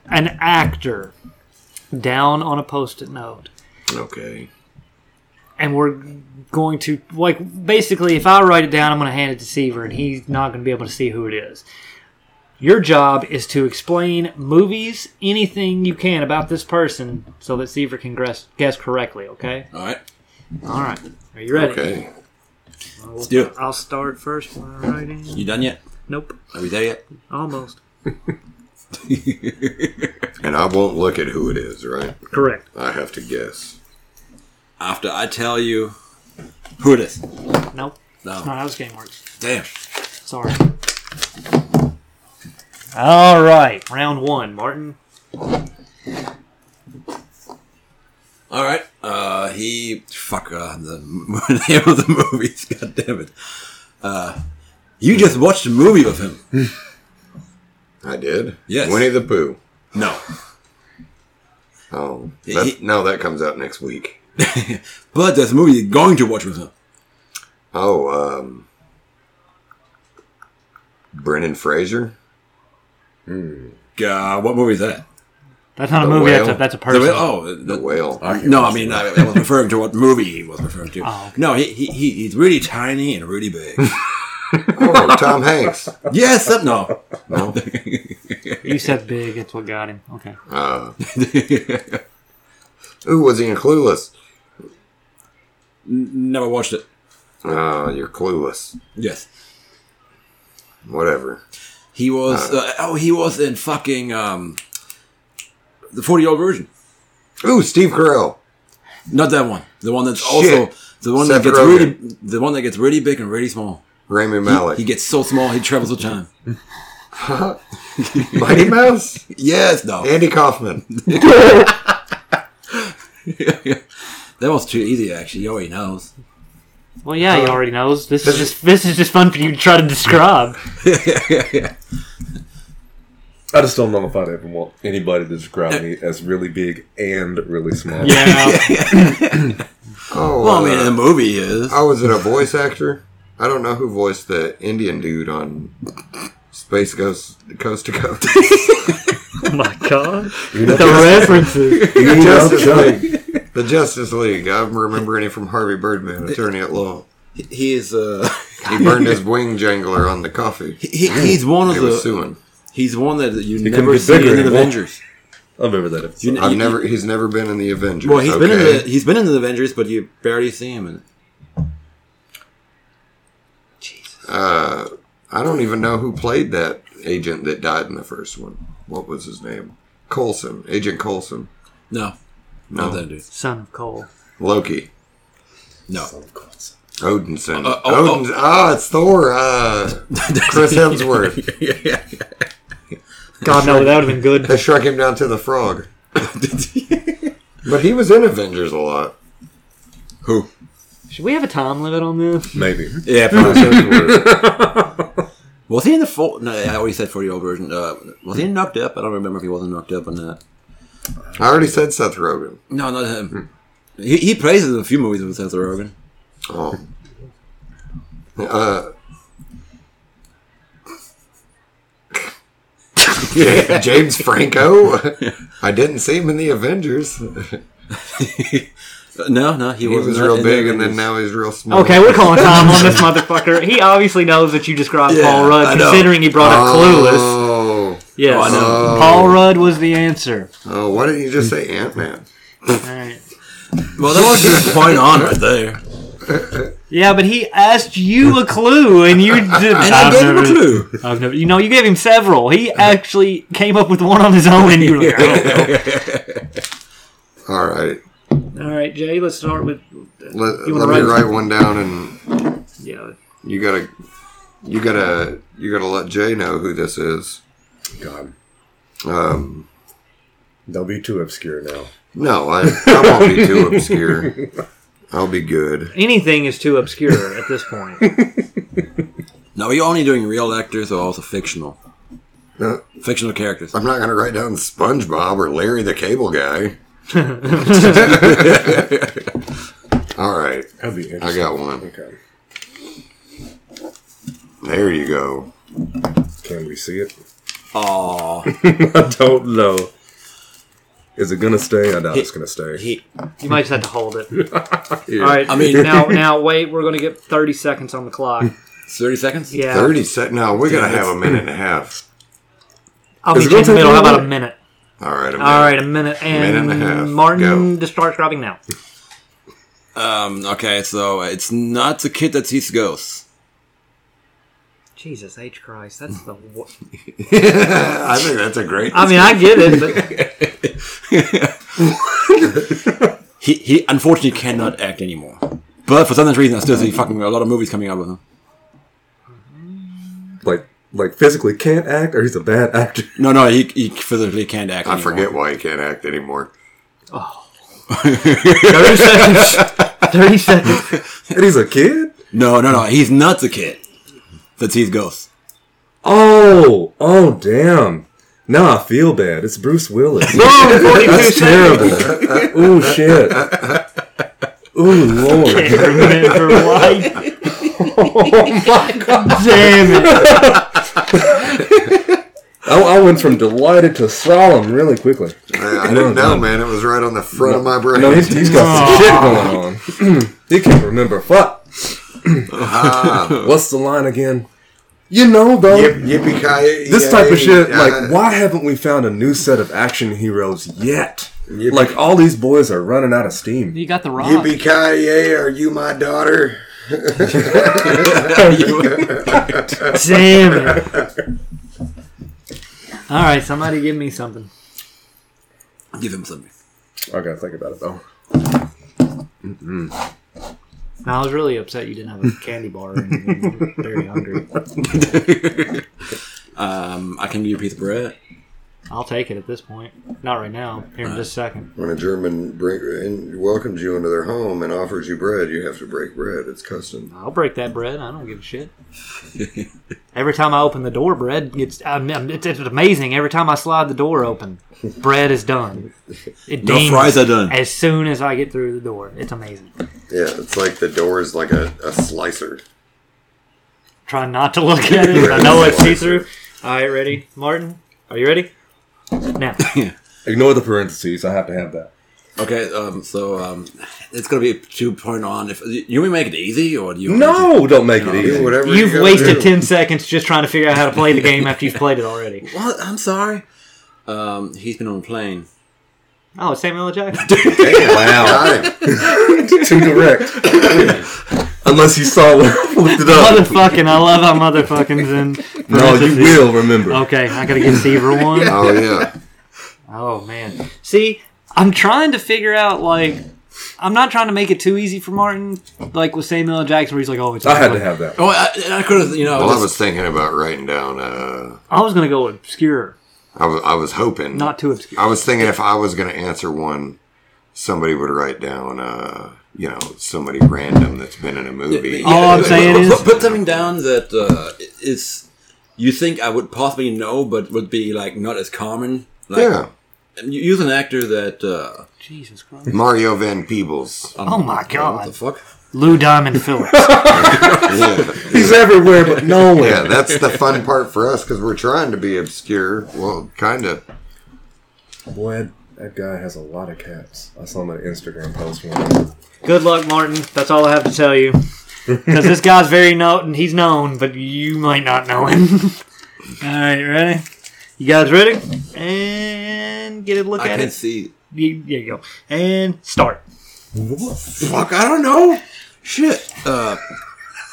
[SPEAKER 2] an actor down on a post-it note,
[SPEAKER 4] Okay.
[SPEAKER 2] and we're going to like basically, if I write it down, I'm going to hand it to Seaver, and he's not going to be able to see who it is. Your job is to explain movies, anything you can about this person, so that Seaver can guess, guess correctly. Okay.
[SPEAKER 4] All right.
[SPEAKER 2] All right. Are you ready?
[SPEAKER 3] Okay.
[SPEAKER 2] Let's
[SPEAKER 4] do it.
[SPEAKER 2] I'll start first by writing.
[SPEAKER 4] You done yet?
[SPEAKER 2] Nope.
[SPEAKER 4] Are we there yet?
[SPEAKER 2] Almost.
[SPEAKER 3] And I won't look at who it is, right?
[SPEAKER 2] Correct.
[SPEAKER 3] I have to guess.
[SPEAKER 4] After I tell you who it is.
[SPEAKER 2] Nope. That's not
[SPEAKER 4] No.
[SPEAKER 2] how this game works.
[SPEAKER 4] Damn.
[SPEAKER 2] Sorry. All right. Round one, Martin.
[SPEAKER 4] All right. Uh, he fuck uh, the (laughs) name of the movies. (laughs) God damn it. Uh, you just watched a movie with him.
[SPEAKER 3] I did.
[SPEAKER 4] Yes.
[SPEAKER 3] Winnie the Pooh.
[SPEAKER 4] No,
[SPEAKER 3] Oh,
[SPEAKER 4] He-
[SPEAKER 3] that, no, that comes out next week.
[SPEAKER 4] but there's a movie you're going to watch with him.
[SPEAKER 3] Oh, um, Brennan Fraser.
[SPEAKER 4] Uh, what movie is that?
[SPEAKER 2] That's not a
[SPEAKER 3] The
[SPEAKER 2] movie. That's a,
[SPEAKER 3] whale.
[SPEAKER 2] that's a
[SPEAKER 4] The
[SPEAKER 2] person.
[SPEAKER 4] whale. Oh, the,
[SPEAKER 3] The whale.
[SPEAKER 4] No, I mean I, I was referring to what movie he was referring to.
[SPEAKER 2] Oh, okay.
[SPEAKER 4] No, he, he he- he's really tiny and really big. (laughs)
[SPEAKER 3] Oh, Tom Hanks.
[SPEAKER 4] yes, that- no,
[SPEAKER 3] No.
[SPEAKER 2] You said big. That's what got him. Okay.
[SPEAKER 3] Uh, ooh, was he in Clueless?
[SPEAKER 4] (laughs) never watched it.
[SPEAKER 3] Oh, you're clueless.
[SPEAKER 4] Yes,
[SPEAKER 3] Whatever.
[SPEAKER 4] he was. Uh, oh, he was in fucking um, the forty-year-old version.
[SPEAKER 3] Ooh, Steve Carell.
[SPEAKER 4] Not that one. The one that's
[SPEAKER 3] Shit.
[SPEAKER 4] also the one
[SPEAKER 3] Seth
[SPEAKER 4] that gets
[SPEAKER 3] Rogen.
[SPEAKER 4] really the one that gets really big and really small.
[SPEAKER 3] Rami
[SPEAKER 4] He-
[SPEAKER 3] Malek.
[SPEAKER 4] He gets so small he travels with time. (laughs)
[SPEAKER 3] Mighty Mouse.
[SPEAKER 4] Yes, no.
[SPEAKER 3] Andy Kaufman.
[SPEAKER 4] (laughs) that was too easy actually. He already (laughs) knows.
[SPEAKER 2] Well, yeah, he already knows. This is just this is just fun for you to try to describe.
[SPEAKER 1] I just don't know if I'd ever want anybody to describe me as really big and really small.
[SPEAKER 2] Yeah.
[SPEAKER 3] Oh,
[SPEAKER 4] Well, I
[SPEAKER 3] uh,
[SPEAKER 4] mean, in the movie he is.
[SPEAKER 3] oh, was it a voice actor? I don't know who voiced the Indian dude on Space Ghost Coast to Coast. (laughs)
[SPEAKER 2] oh my god.
[SPEAKER 1] You know,
[SPEAKER 2] The references.
[SPEAKER 1] you know,
[SPEAKER 3] Justice
[SPEAKER 1] Chuck,
[SPEAKER 3] League. The Justice League. I'm remembering it from Harvey Birdman, Attorney at Law.
[SPEAKER 4] He is. Uh, (laughs)
[SPEAKER 3] He burned his wing jangler on the coffee.
[SPEAKER 4] he, he- he's one of
[SPEAKER 3] He was
[SPEAKER 4] the.
[SPEAKER 3] suing.
[SPEAKER 4] He's one that you
[SPEAKER 1] can
[SPEAKER 4] never
[SPEAKER 1] get
[SPEAKER 4] see
[SPEAKER 1] bigger
[SPEAKER 4] in the
[SPEAKER 1] and won't.
[SPEAKER 4] Avengers.
[SPEAKER 1] I remember that episode.
[SPEAKER 4] You-
[SPEAKER 3] I've never. He's never been in the Avengers.
[SPEAKER 4] Well, he's been in the
[SPEAKER 3] okay?
[SPEAKER 4] he's been in the Avengers, but you barely see him. In it.
[SPEAKER 3] Uh, I don't even know who played that agent that died in the first one. What was his name? Colson, Agent Colson.
[SPEAKER 4] No,
[SPEAKER 3] No,
[SPEAKER 4] not that dude.
[SPEAKER 2] Son of Cole.
[SPEAKER 3] Loki.
[SPEAKER 4] No,
[SPEAKER 3] Odinson.
[SPEAKER 4] Uh, oh, oh.
[SPEAKER 3] Odinson. Ah, it's Thor.
[SPEAKER 4] (laughs)
[SPEAKER 3] Uh, Chris Hemsworth.
[SPEAKER 4] yeah,
[SPEAKER 2] God no, that would have been good.
[SPEAKER 3] They shrunk him down to the
[SPEAKER 4] (laughs)
[SPEAKER 3] frog. But he was in Avengers a lot.
[SPEAKER 4] who?
[SPEAKER 2] Should we have a time limit on this?
[SPEAKER 1] Maybe.
[SPEAKER 4] Yeah,
[SPEAKER 1] (laughs)
[SPEAKER 4] probably.
[SPEAKER 1] Hemsworth.
[SPEAKER 4] was he in the full? No, I already said forty year old version. Uh, was he knocked up? I don't remember if he wasn't knocked up or not.
[SPEAKER 3] I already said Seth Rogen.
[SPEAKER 4] No, not him.
[SPEAKER 3] Hmm.
[SPEAKER 4] He, he plays in a few movies with Seth Rogen.
[SPEAKER 3] Oh. Uh. (laughs) Ja- James Franco. I didn't see him in the Avengers.
[SPEAKER 4] Uh, No, no, he,
[SPEAKER 3] He was
[SPEAKER 4] not
[SPEAKER 3] real
[SPEAKER 4] in
[SPEAKER 3] big,
[SPEAKER 4] the
[SPEAKER 3] and then
[SPEAKER 4] Avengers.
[SPEAKER 3] now he's real small.
[SPEAKER 2] Okay, we're
[SPEAKER 4] (laughs)
[SPEAKER 2] calling time on this motherfucker. He obviously knows that you described
[SPEAKER 4] Yeah,
[SPEAKER 2] Paul
[SPEAKER 4] I
[SPEAKER 2] Rudd,
[SPEAKER 4] know.
[SPEAKER 2] considering he brought up Clueless.
[SPEAKER 3] Oh,
[SPEAKER 2] Yes,
[SPEAKER 4] I know.
[SPEAKER 2] Paul Rudd was the answer.
[SPEAKER 3] oh, why didn't you just say Ant Man?
[SPEAKER 2] All right.
[SPEAKER 4] Well, that was just point on right
[SPEAKER 3] (laughs)
[SPEAKER 4] there.
[SPEAKER 2] Yeah, but he asked you a clue, and
[SPEAKER 4] (laughs)
[SPEAKER 2] you did.
[SPEAKER 4] And I gave him a clue.
[SPEAKER 2] I've never, you know, you gave him several. He actually came up with one on his own, and you were like, "Oh."
[SPEAKER 4] (laughs)
[SPEAKER 3] All right,
[SPEAKER 2] "All right, Jay, let's start with
[SPEAKER 3] let,
[SPEAKER 2] You wanna
[SPEAKER 3] let me
[SPEAKER 2] write-
[SPEAKER 3] write one down, and
[SPEAKER 2] yeah."
[SPEAKER 3] you gotta, you gotta, you gotta let Jay know who this is.
[SPEAKER 1] God.
[SPEAKER 3] Um,
[SPEAKER 1] Don't be too obscure now.
[SPEAKER 3] no, I, I won't be too obscure. I'll be good.
[SPEAKER 2] Anything is too obscure
[SPEAKER 4] (laughs)
[SPEAKER 2] at this point.
[SPEAKER 4] No, you're only doing real actors or also fictional.
[SPEAKER 3] No,
[SPEAKER 4] Fictional characters.
[SPEAKER 3] I'm not going to write down SpongeBob or Larry the Cable Guy. All right.
[SPEAKER 1] That'd be interesting.
[SPEAKER 3] I got one.
[SPEAKER 1] Okay.
[SPEAKER 3] There you go.
[SPEAKER 1] Can we see it?
[SPEAKER 4] Aw.
[SPEAKER 1] (laughs) I don't know. Is it gonna stay? I doubt it's gonna stay.
[SPEAKER 4] He-
[SPEAKER 2] You might just have to hold it.
[SPEAKER 1] Yeah.
[SPEAKER 2] All right.
[SPEAKER 4] I mean- (laughs)
[SPEAKER 2] now, now wait. We're going to get 30 seconds on the clock.
[SPEAKER 4] 30 seconds?
[SPEAKER 2] Yeah.
[SPEAKER 3] 30 seconds. No, we're going to
[SPEAKER 1] Yeah,
[SPEAKER 3] have a minute and a half.
[SPEAKER 2] I'll
[SPEAKER 1] Is it
[SPEAKER 2] meet you in
[SPEAKER 1] gonna take
[SPEAKER 2] the middle. How
[SPEAKER 1] that
[SPEAKER 2] about a
[SPEAKER 1] long?
[SPEAKER 2] minute?
[SPEAKER 3] All right. A minute.
[SPEAKER 2] All right, a minute and,
[SPEAKER 3] Minute and a half.
[SPEAKER 2] Martin to start grabbing now.
[SPEAKER 4] Um, okay, so it's not the kid that sees ghosts.
[SPEAKER 2] Jesus H Christ, that's the. Wor-
[SPEAKER 3] I think that's a great.
[SPEAKER 2] I mean, I get it, (laughs) but
[SPEAKER 4] He, he unfortunately cannot act anymore. But for some reason, I still see fucking a lot of movies coming out with him.
[SPEAKER 1] Like, like physically can't act, or he's a bad actor. (laughs)
[SPEAKER 4] No, no, he, he physically can't act.
[SPEAKER 3] I
[SPEAKER 4] anymore.
[SPEAKER 3] forget why he can't act anymore.
[SPEAKER 2] thirty seconds. Thirty seconds.
[SPEAKER 1] And he's a kid.
[SPEAKER 4] No, no, no. He's not the kid that sees ghosts. (laughs)
[SPEAKER 1] Oh, oh, damn. Now I feel bad. It's Bruce (laughs) Willis.
[SPEAKER 2] (laughs) Boom, forty-two
[SPEAKER 1] That's
[SPEAKER 2] seconds.
[SPEAKER 1] terrible. Ooh, shit. Ooh, lord.
[SPEAKER 2] Can't remember why. Oh my god! Damn it!
[SPEAKER 1] I, I went from delighted to solemn really quickly.
[SPEAKER 3] I, I didn't know, man. It was right on the front of my brain.
[SPEAKER 1] No, he's, he's got some shit going on. (clears throat) he can't remember. Fuck. (laughs) What's the line again? You know, though.
[SPEAKER 3] Yip, yippee ki
[SPEAKER 1] This type of shit, like, why haven't we found a new set of action heroes yet? Like, all these boys are running out of steam.
[SPEAKER 2] You got the rock.
[SPEAKER 3] Yippee ki yay! Are you my daughter?
[SPEAKER 2] Damn it! (laughs) All right, somebody give me something.
[SPEAKER 4] Give him something.
[SPEAKER 1] I gotta think about it, though.
[SPEAKER 2] Now I was really upset you didn't have a candy bar. Or anything. I'm very hungry.
[SPEAKER 4] Um, I can give you a piece of bread.
[SPEAKER 2] I'll take it at this point. Not right now. Here in just a second.
[SPEAKER 3] When a German bring, in, welcomes you into their home and offers you bread, you have to break bread. It's custom.
[SPEAKER 2] I'll break that bread. I don't give a shit. Every time I open the door, bread gets. I mean, it's, it's amazing. Every time I slide the door open, bread is done. It
[SPEAKER 4] No
[SPEAKER 2] dings
[SPEAKER 4] fries are done.
[SPEAKER 2] As soon as I get through the door, it's amazing.
[SPEAKER 3] Yeah, it's like the door is like a, a slicer.
[SPEAKER 2] Try not to look at it. but I know it's see through. All right, ready, Martin? Are you ready? Now,
[SPEAKER 1] Ignore the parentheses. I have to have that.
[SPEAKER 4] Okay, um, so um, it's gonna be two point on. If you want me to make it easy, or do you? want me
[SPEAKER 1] No, don't make it
[SPEAKER 3] Do
[SPEAKER 1] easy.
[SPEAKER 3] whatever you
[SPEAKER 2] you've
[SPEAKER 3] gotta
[SPEAKER 2] wasted
[SPEAKER 3] do.
[SPEAKER 2] ten seconds just trying to figure out how to play the game after you've played it already.
[SPEAKER 4] to- What? I'm sorry. Um, he's been on a plane.
[SPEAKER 2] Oh, it's Samuel L.
[SPEAKER 4] (laughs)
[SPEAKER 2] Jackson.
[SPEAKER 1] Wow.
[SPEAKER 3] Got
[SPEAKER 1] (laughs)
[SPEAKER 3] him.
[SPEAKER 1] Too direct. (laughs) Unless you saw what I looked it up.
[SPEAKER 2] motherfucking, I love how motherfucking's in.
[SPEAKER 1] No, you
[SPEAKER 2] parentheses.
[SPEAKER 1] will remember.
[SPEAKER 2] Okay, I gotta get Seaver one. (laughs)
[SPEAKER 3] Oh yeah.
[SPEAKER 2] Oh man. See, I'm trying to figure out like I'm not trying to make it too easy for Martin, like with Samuel L. Jackson, where he's like, "Oh, it's."
[SPEAKER 1] I had to have that.
[SPEAKER 4] Oh, I, I could have. You know,
[SPEAKER 3] Well, I
[SPEAKER 4] just-
[SPEAKER 3] was thinking about writing down. Uh,
[SPEAKER 2] I was gonna go obscure,
[SPEAKER 3] I was I was hoping
[SPEAKER 2] not too obscure.
[SPEAKER 3] I was thinking if I was going to answer one, somebody would write down, uh, you know, somebody random that's been in a movie.
[SPEAKER 2] All I'm saying
[SPEAKER 4] put,
[SPEAKER 2] is-
[SPEAKER 4] put something down that uh, is you think I would possibly know, but would be like not as common.
[SPEAKER 2] Oh.
[SPEAKER 4] Like,
[SPEAKER 3] yeah,
[SPEAKER 4] you Use an actor that. Uh,
[SPEAKER 2] Jesus Christ!
[SPEAKER 3] Mario Van
[SPEAKER 2] (laughs)
[SPEAKER 3] Peebles.
[SPEAKER 2] Oh my
[SPEAKER 4] what the
[SPEAKER 2] God!
[SPEAKER 4] fuck?
[SPEAKER 2] Lou Diamond Phillips.
[SPEAKER 3] Yeah.
[SPEAKER 1] (laughs) He's everywhere, but nowhere.
[SPEAKER 3] yeah, that's the fun part for us because we're trying to be obscure. Well, kind of.
[SPEAKER 1] Boy, that- that guy has a lot of cats. I saw him on an Instagram post one.
[SPEAKER 2] Good luck, Martin. That's all I have to tell you. Because this guy's very known. He's known, but you might not know him. (laughs) all right, ready? You guys ready? And get a look
[SPEAKER 4] I
[SPEAKER 2] at
[SPEAKER 4] can't
[SPEAKER 2] it.
[SPEAKER 4] see.
[SPEAKER 2] You, there you go. And start.
[SPEAKER 4] Fuck, I don't know. Shit. Uh,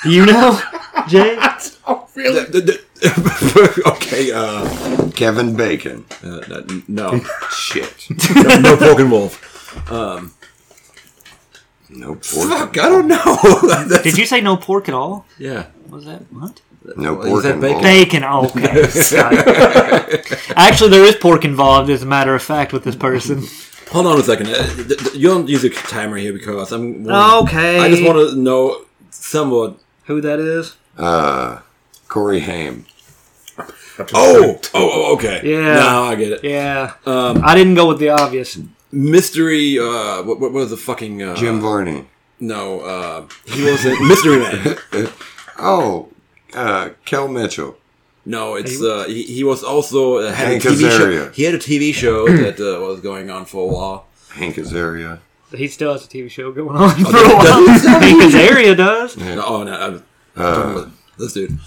[SPEAKER 2] Do you know, Jay?
[SPEAKER 1] (laughs)
[SPEAKER 4] the- the- the- (laughs) okay. Uh,
[SPEAKER 3] Kevin Bacon.
[SPEAKER 4] uh, that- no,
[SPEAKER 3] Shit.
[SPEAKER 4] (laughs) no poking wolf.
[SPEAKER 3] (laughs) No pork.
[SPEAKER 4] Fuck, I don't know. (laughs) That's-
[SPEAKER 2] Did you say no pork at all?
[SPEAKER 4] yeah.
[SPEAKER 2] What was that what?
[SPEAKER 3] No
[SPEAKER 4] Is
[SPEAKER 3] pork
[SPEAKER 4] that
[SPEAKER 3] involved.
[SPEAKER 2] Bacon. Oh,
[SPEAKER 4] (laughs)
[SPEAKER 2] okay. Actually, there is pork involved, as a matter of fact, with this person.
[SPEAKER 4] Hold on a second. Uh, th- th- you don't use a timer here because I'm.
[SPEAKER 2] Okay.
[SPEAKER 4] I just want to know somewhat.
[SPEAKER 2] who that is.
[SPEAKER 3] Uh, Corey Haim.
[SPEAKER 4] Oh, oh, oh, okay.
[SPEAKER 2] Yeah.
[SPEAKER 4] Now I get it.
[SPEAKER 2] Yeah,
[SPEAKER 4] Um,
[SPEAKER 2] I didn't go with the obvious.
[SPEAKER 4] mystery. Uh, what, what was the fucking uh,
[SPEAKER 3] Jim Varney.
[SPEAKER 4] No, uh, he wasn't
[SPEAKER 3] (laughs)
[SPEAKER 4] mystery man.
[SPEAKER 3] Oh, uh, Kel Mitchell.
[SPEAKER 4] No, it's uh, he, he was also uh, had
[SPEAKER 3] Hank
[SPEAKER 4] a TV show.
[SPEAKER 3] Azaria.
[SPEAKER 4] He had a TV
[SPEAKER 3] (clears throat)
[SPEAKER 4] show that uh, was going on for a while.
[SPEAKER 3] Hank Azaria.
[SPEAKER 2] He still has a TV show going on for a
[SPEAKER 4] Oh, does-
[SPEAKER 2] while. I think his area does.
[SPEAKER 4] No, oh no, I'm talking
[SPEAKER 3] Uh,
[SPEAKER 4] about this dude.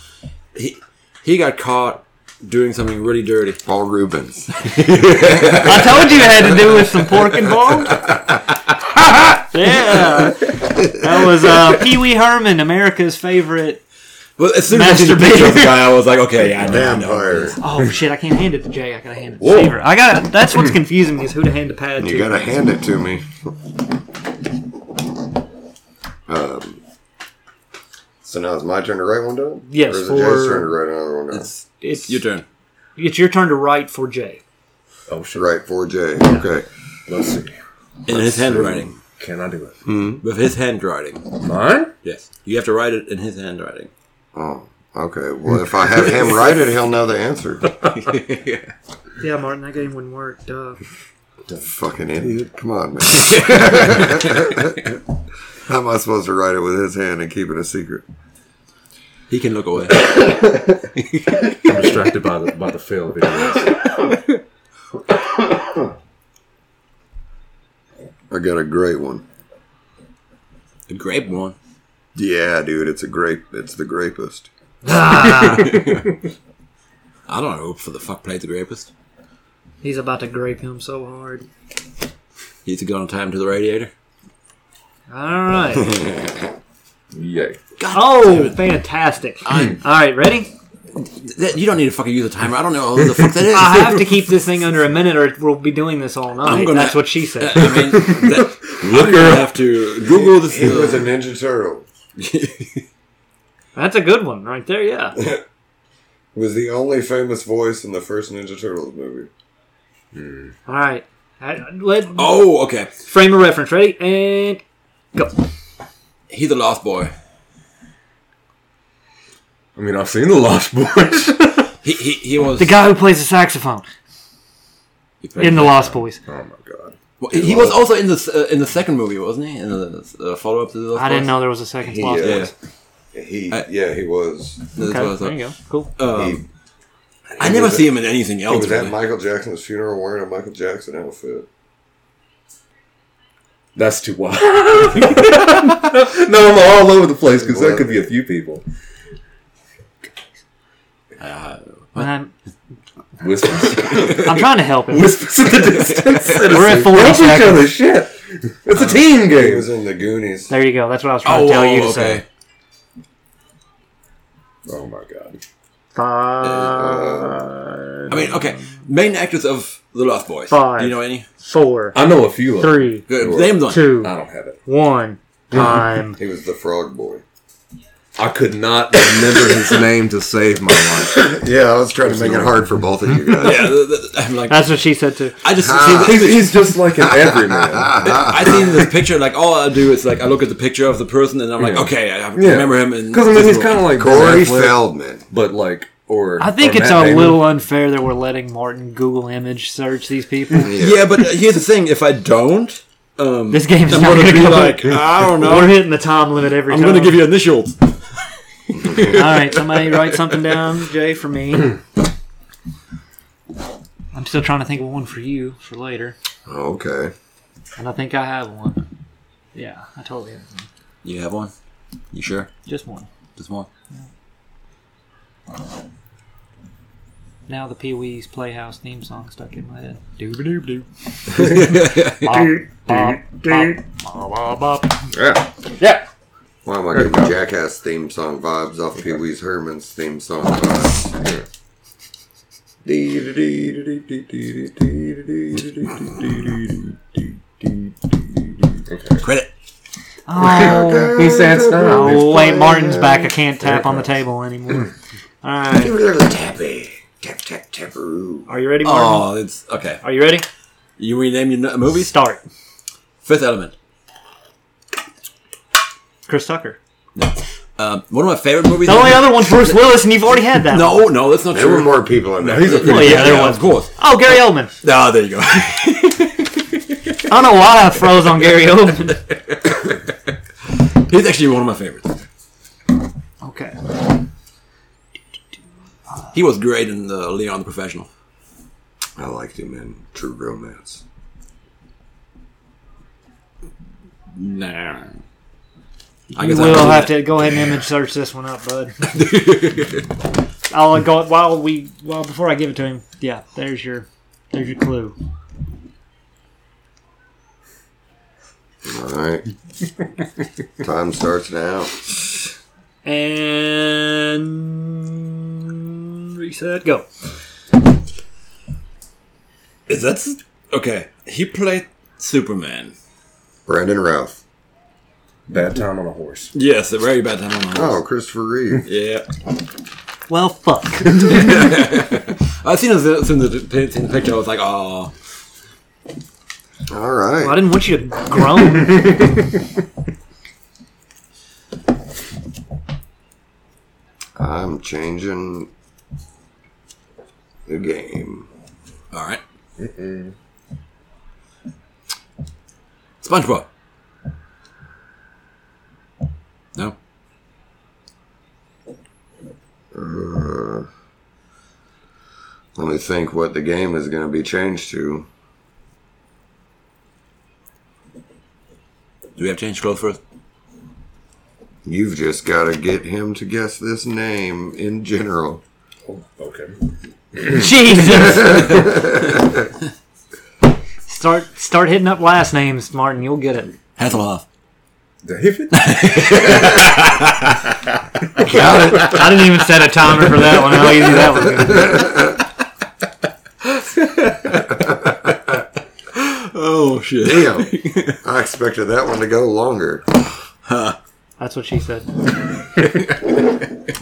[SPEAKER 4] He he got caught doing something really dirty.
[SPEAKER 3] Paul Rubens.
[SPEAKER 2] I told you it had to do with some pork
[SPEAKER 4] (laughs)
[SPEAKER 2] involved. yeah, that was uh, Pee Wee Herman, America's favorite.
[SPEAKER 4] But as soon as I seen the
[SPEAKER 2] Masturbator.
[SPEAKER 4] picture of the guy, I was like, okay, yeah, I know, I know.
[SPEAKER 3] Vampire.
[SPEAKER 2] Oh shit! I can't hand it to Jay. I gotta hand it to Seaver. I got. That's
[SPEAKER 4] (laughs)
[SPEAKER 2] what's confusing me is who to hand the pad to.
[SPEAKER 3] You gotta hand it to me. (laughs) Um, so now it's my turn to write one down?
[SPEAKER 2] Yes,
[SPEAKER 3] Or is it Jay's
[SPEAKER 2] for-
[SPEAKER 3] turn to write another one down?
[SPEAKER 4] It's
[SPEAKER 2] It's
[SPEAKER 4] your turn.
[SPEAKER 2] It's your turn to write for Jay.
[SPEAKER 1] Oh shit!
[SPEAKER 3] Right, for Jay. Okay.
[SPEAKER 1] Let's see.
[SPEAKER 4] In his handwriting,
[SPEAKER 1] Can I do it?
[SPEAKER 4] with his handwriting.
[SPEAKER 1] Mine?
[SPEAKER 4] Yes, you have to write it in his
[SPEAKER 3] (laughs)
[SPEAKER 4] handwriting.
[SPEAKER 3] Oh, okay. Well, if I have him write it, he'll know the answer.
[SPEAKER 2] Yeah, Martin, that game wouldn't work. Duh.
[SPEAKER 3] Fucking idiot. Come (laughs) on, man. How am I supposed to write it with his hand and keep it a secret?
[SPEAKER 4] He can look away.
[SPEAKER 1] I'm distracted by the by the failed videos.
[SPEAKER 3] I got a great one.
[SPEAKER 4] A grape one.
[SPEAKER 3] Yeah, dude, it's a grape. It's the grapest.
[SPEAKER 4] I don't know who for the fuck played the grapist.
[SPEAKER 2] He's about to grape him so hard.
[SPEAKER 4] He's gone time to the radiator.
[SPEAKER 2] All
[SPEAKER 4] (laughs)
[SPEAKER 2] right.
[SPEAKER 1] Yay!
[SPEAKER 2] Oh, fantastic. All right,
[SPEAKER 4] (laughs)
[SPEAKER 2] ready?
[SPEAKER 4] That- you don't need to fucking use a timer. I don't know who the fuck that is.
[SPEAKER 2] (laughs) I have to keep this thing under a minute or we'll be doing this all night.
[SPEAKER 4] gonna-
[SPEAKER 2] That's what she
[SPEAKER 4] (laughs)
[SPEAKER 2] said.
[SPEAKER 4] (laughs) I mean, that, look her have to Google this.
[SPEAKER 3] He was a Ninja Turtle.
[SPEAKER 2] That's a good one right there,
[SPEAKER 4] (laughs)
[SPEAKER 2] yeah.
[SPEAKER 3] Was the only famous voice in the first Ninja Turtles movie.
[SPEAKER 2] All right. I- Let,
[SPEAKER 4] oh, okay.
[SPEAKER 2] Frame of reference, ready? And go.
[SPEAKER 4] He's a lost boy.
[SPEAKER 1] I mean, I've seen the Lost Boys.
[SPEAKER 4] He he, he was
[SPEAKER 2] The guy who plays the saxophone
[SPEAKER 4] he played-
[SPEAKER 2] in The Lost Boys.
[SPEAKER 1] oh my god!
[SPEAKER 4] Well, he was also in the uh, in the second movie, wasn't he? In the uh, follow up to the Lost
[SPEAKER 2] I didn't
[SPEAKER 4] Boys?
[SPEAKER 2] know there was a second
[SPEAKER 3] He,
[SPEAKER 2] Lost
[SPEAKER 3] uh,
[SPEAKER 2] Boys.
[SPEAKER 4] Yeah,
[SPEAKER 3] He,
[SPEAKER 4] I-
[SPEAKER 3] yeah, he was.
[SPEAKER 4] that's what I
[SPEAKER 2] Okay,
[SPEAKER 4] was
[SPEAKER 2] there you
[SPEAKER 4] like.
[SPEAKER 2] go. Cool.
[SPEAKER 3] He,
[SPEAKER 4] Um,
[SPEAKER 3] he
[SPEAKER 4] I never
[SPEAKER 3] was
[SPEAKER 4] see him in anything else.
[SPEAKER 3] was at
[SPEAKER 4] Really.
[SPEAKER 3] Michael Jackson's funeral wearing a Michael Jackson outfit.
[SPEAKER 1] That's too (laughs) wild. no, I'm all over the place because that could be a few people.
[SPEAKER 4] Uh,
[SPEAKER 2] I'm,
[SPEAKER 1] Whispers,
[SPEAKER 2] I'm trying to help him.
[SPEAKER 1] whispers in
[SPEAKER 2] (laughs)
[SPEAKER 1] the distance.
[SPEAKER 2] We're at 40
[SPEAKER 1] Help each
[SPEAKER 2] seconds.
[SPEAKER 1] other, shit. It's Uh, a team
[SPEAKER 3] He
[SPEAKER 1] game.
[SPEAKER 3] was in the Goonies.
[SPEAKER 2] There you go. That's what I was trying
[SPEAKER 4] oh,
[SPEAKER 2] to tell you to
[SPEAKER 4] okay.
[SPEAKER 2] say.
[SPEAKER 1] Oh my god!
[SPEAKER 2] Five,
[SPEAKER 4] I mean, okay. Main actors of the Lost Boys.
[SPEAKER 2] Five.
[SPEAKER 4] Do you know any?
[SPEAKER 2] four,
[SPEAKER 1] I know a few. of them.
[SPEAKER 2] three,
[SPEAKER 4] Good. Uh, Name them.
[SPEAKER 2] two,
[SPEAKER 1] I don't have it.
[SPEAKER 2] one. Time.
[SPEAKER 3] He was the frog boy.
[SPEAKER 1] I could not remember his name to save my life.
[SPEAKER 3] (laughs) Yeah, I was trying to make it hard for both of you (laughs) guys.
[SPEAKER 4] Yeah, th- th- I'm like,
[SPEAKER 2] That's what she said too.
[SPEAKER 4] I just see
[SPEAKER 1] (laughs) He's, he's just like an (laughs) everyman.
[SPEAKER 4] I seen this picture. Like all I do is like I look at the picture of the person and I'm like,
[SPEAKER 1] Yeah.
[SPEAKER 4] okay, I I
[SPEAKER 1] Yeah.
[SPEAKER 4] remember him. And
[SPEAKER 1] Because I mean, he's kind of like
[SPEAKER 3] Corey
[SPEAKER 1] Ben Affleck,
[SPEAKER 3] Feldman.
[SPEAKER 1] but like, or
[SPEAKER 2] I think
[SPEAKER 4] Oh,
[SPEAKER 1] or
[SPEAKER 2] it's
[SPEAKER 1] Matt
[SPEAKER 2] a
[SPEAKER 1] Damon.
[SPEAKER 2] little unfair that we're letting Martin Google image search these
[SPEAKER 4] (laughs)
[SPEAKER 2] people.
[SPEAKER 4] yeah. but uh, here's the thing: if I don't, um,
[SPEAKER 2] This game's
[SPEAKER 4] I'm
[SPEAKER 2] not
[SPEAKER 4] gonna,
[SPEAKER 2] gonna
[SPEAKER 4] be
[SPEAKER 2] go.
[SPEAKER 4] like, I don't know.
[SPEAKER 2] We're hitting the time limit every
[SPEAKER 4] I'm
[SPEAKER 2] time.
[SPEAKER 4] gonna give you initials.
[SPEAKER 2] All right, somebody write something
[SPEAKER 4] (laughs)
[SPEAKER 2] down, Jay, for me. I'm still trying to think of one for you for later,
[SPEAKER 3] Oh, Okay.
[SPEAKER 2] and I think I have one. Yeah, I totally have one.
[SPEAKER 4] You have one? You sure?
[SPEAKER 2] Just one.
[SPEAKER 4] Just one.
[SPEAKER 2] Now the Pee Wee's Playhouse theme song stuck in my head. Doob doob doo.
[SPEAKER 1] Yeah.
[SPEAKER 2] Yeah.
[SPEAKER 3] Why am I getting Jackass theme song vibes off Pee Wee's Herman's theme song vibes?
[SPEAKER 4] Credit.
[SPEAKER 2] Oh,
[SPEAKER 1] He said stop.
[SPEAKER 2] oh wait, Martin's back. I can't tap on the table (laughs) anymore. All right.
[SPEAKER 3] Give it a little tappy. Tap, tap, taparoo.
[SPEAKER 2] Are you ready, Martin?
[SPEAKER 4] Oh, it's okay.
[SPEAKER 2] Are you ready?
[SPEAKER 4] You rename your n-
[SPEAKER 2] We
[SPEAKER 4] movies?
[SPEAKER 2] start.
[SPEAKER 4] Fifth Element.
[SPEAKER 2] Chris Tucker.
[SPEAKER 4] Uh, Uh, one of my favorite movies.
[SPEAKER 2] The only other one's Bruce Willis, and you've already had that. one.
[SPEAKER 4] No, no, that's not
[SPEAKER 3] There
[SPEAKER 4] true.
[SPEAKER 3] were more people in there.
[SPEAKER 1] He's a
[SPEAKER 2] Oh,
[SPEAKER 1] pretty
[SPEAKER 2] yeah, there
[SPEAKER 4] Yeah,
[SPEAKER 2] was.
[SPEAKER 4] of course.
[SPEAKER 2] Oh, Gary Oldman.
[SPEAKER 4] Ah, there you go. (laughs)
[SPEAKER 2] I don't know why I froze on Gary Oldman.
[SPEAKER 4] He's actually one of my favorites.
[SPEAKER 2] Okay.
[SPEAKER 4] He was great in the Leon the Professional.
[SPEAKER 3] I liked him in True Romance.
[SPEAKER 4] Nah. I guess I
[SPEAKER 2] We'll
[SPEAKER 4] believe
[SPEAKER 2] have
[SPEAKER 4] it.
[SPEAKER 2] to go ahead and image search this one up, bud. I'll go while we well before I give it to him. Yeah, there's your there's your clue.
[SPEAKER 3] All right. Time starts now.
[SPEAKER 2] And reset. Go.
[SPEAKER 4] Is that okay? He played Superman.
[SPEAKER 3] Brandon Routh.
[SPEAKER 1] bad time on a horse.
[SPEAKER 4] Yes, a very bad time on
[SPEAKER 3] Oh, Christopher Reeve.
[SPEAKER 4] Yeah, (laughs)
[SPEAKER 2] Well, fuck.
[SPEAKER 4] I've seen the, seen the, seen the picture. I was like, oh,
[SPEAKER 3] All
[SPEAKER 2] I
[SPEAKER 3] right.
[SPEAKER 2] didn't want you to groan.
[SPEAKER 3] I'm changing the game.
[SPEAKER 4] all right.
[SPEAKER 1] Mm.
[SPEAKER 4] SpongeBob. No.
[SPEAKER 3] Let me think what the game is going to be changed to.
[SPEAKER 4] Do we have to change clothes first?
[SPEAKER 3] You've just got to get him to guess this name in general. (laughs)
[SPEAKER 1] Oh, okay.
[SPEAKER 2] Jesus. start start hitting up last names, Martin. You'll get it.
[SPEAKER 4] Hasselhoff.
[SPEAKER 1] (laughs) David?
[SPEAKER 2] I didn't even set a timer for that one. How easy that was. gonna be.
[SPEAKER 4] Oh shit!
[SPEAKER 3] Damn. I expected that one to go longer.
[SPEAKER 2] That's what she said.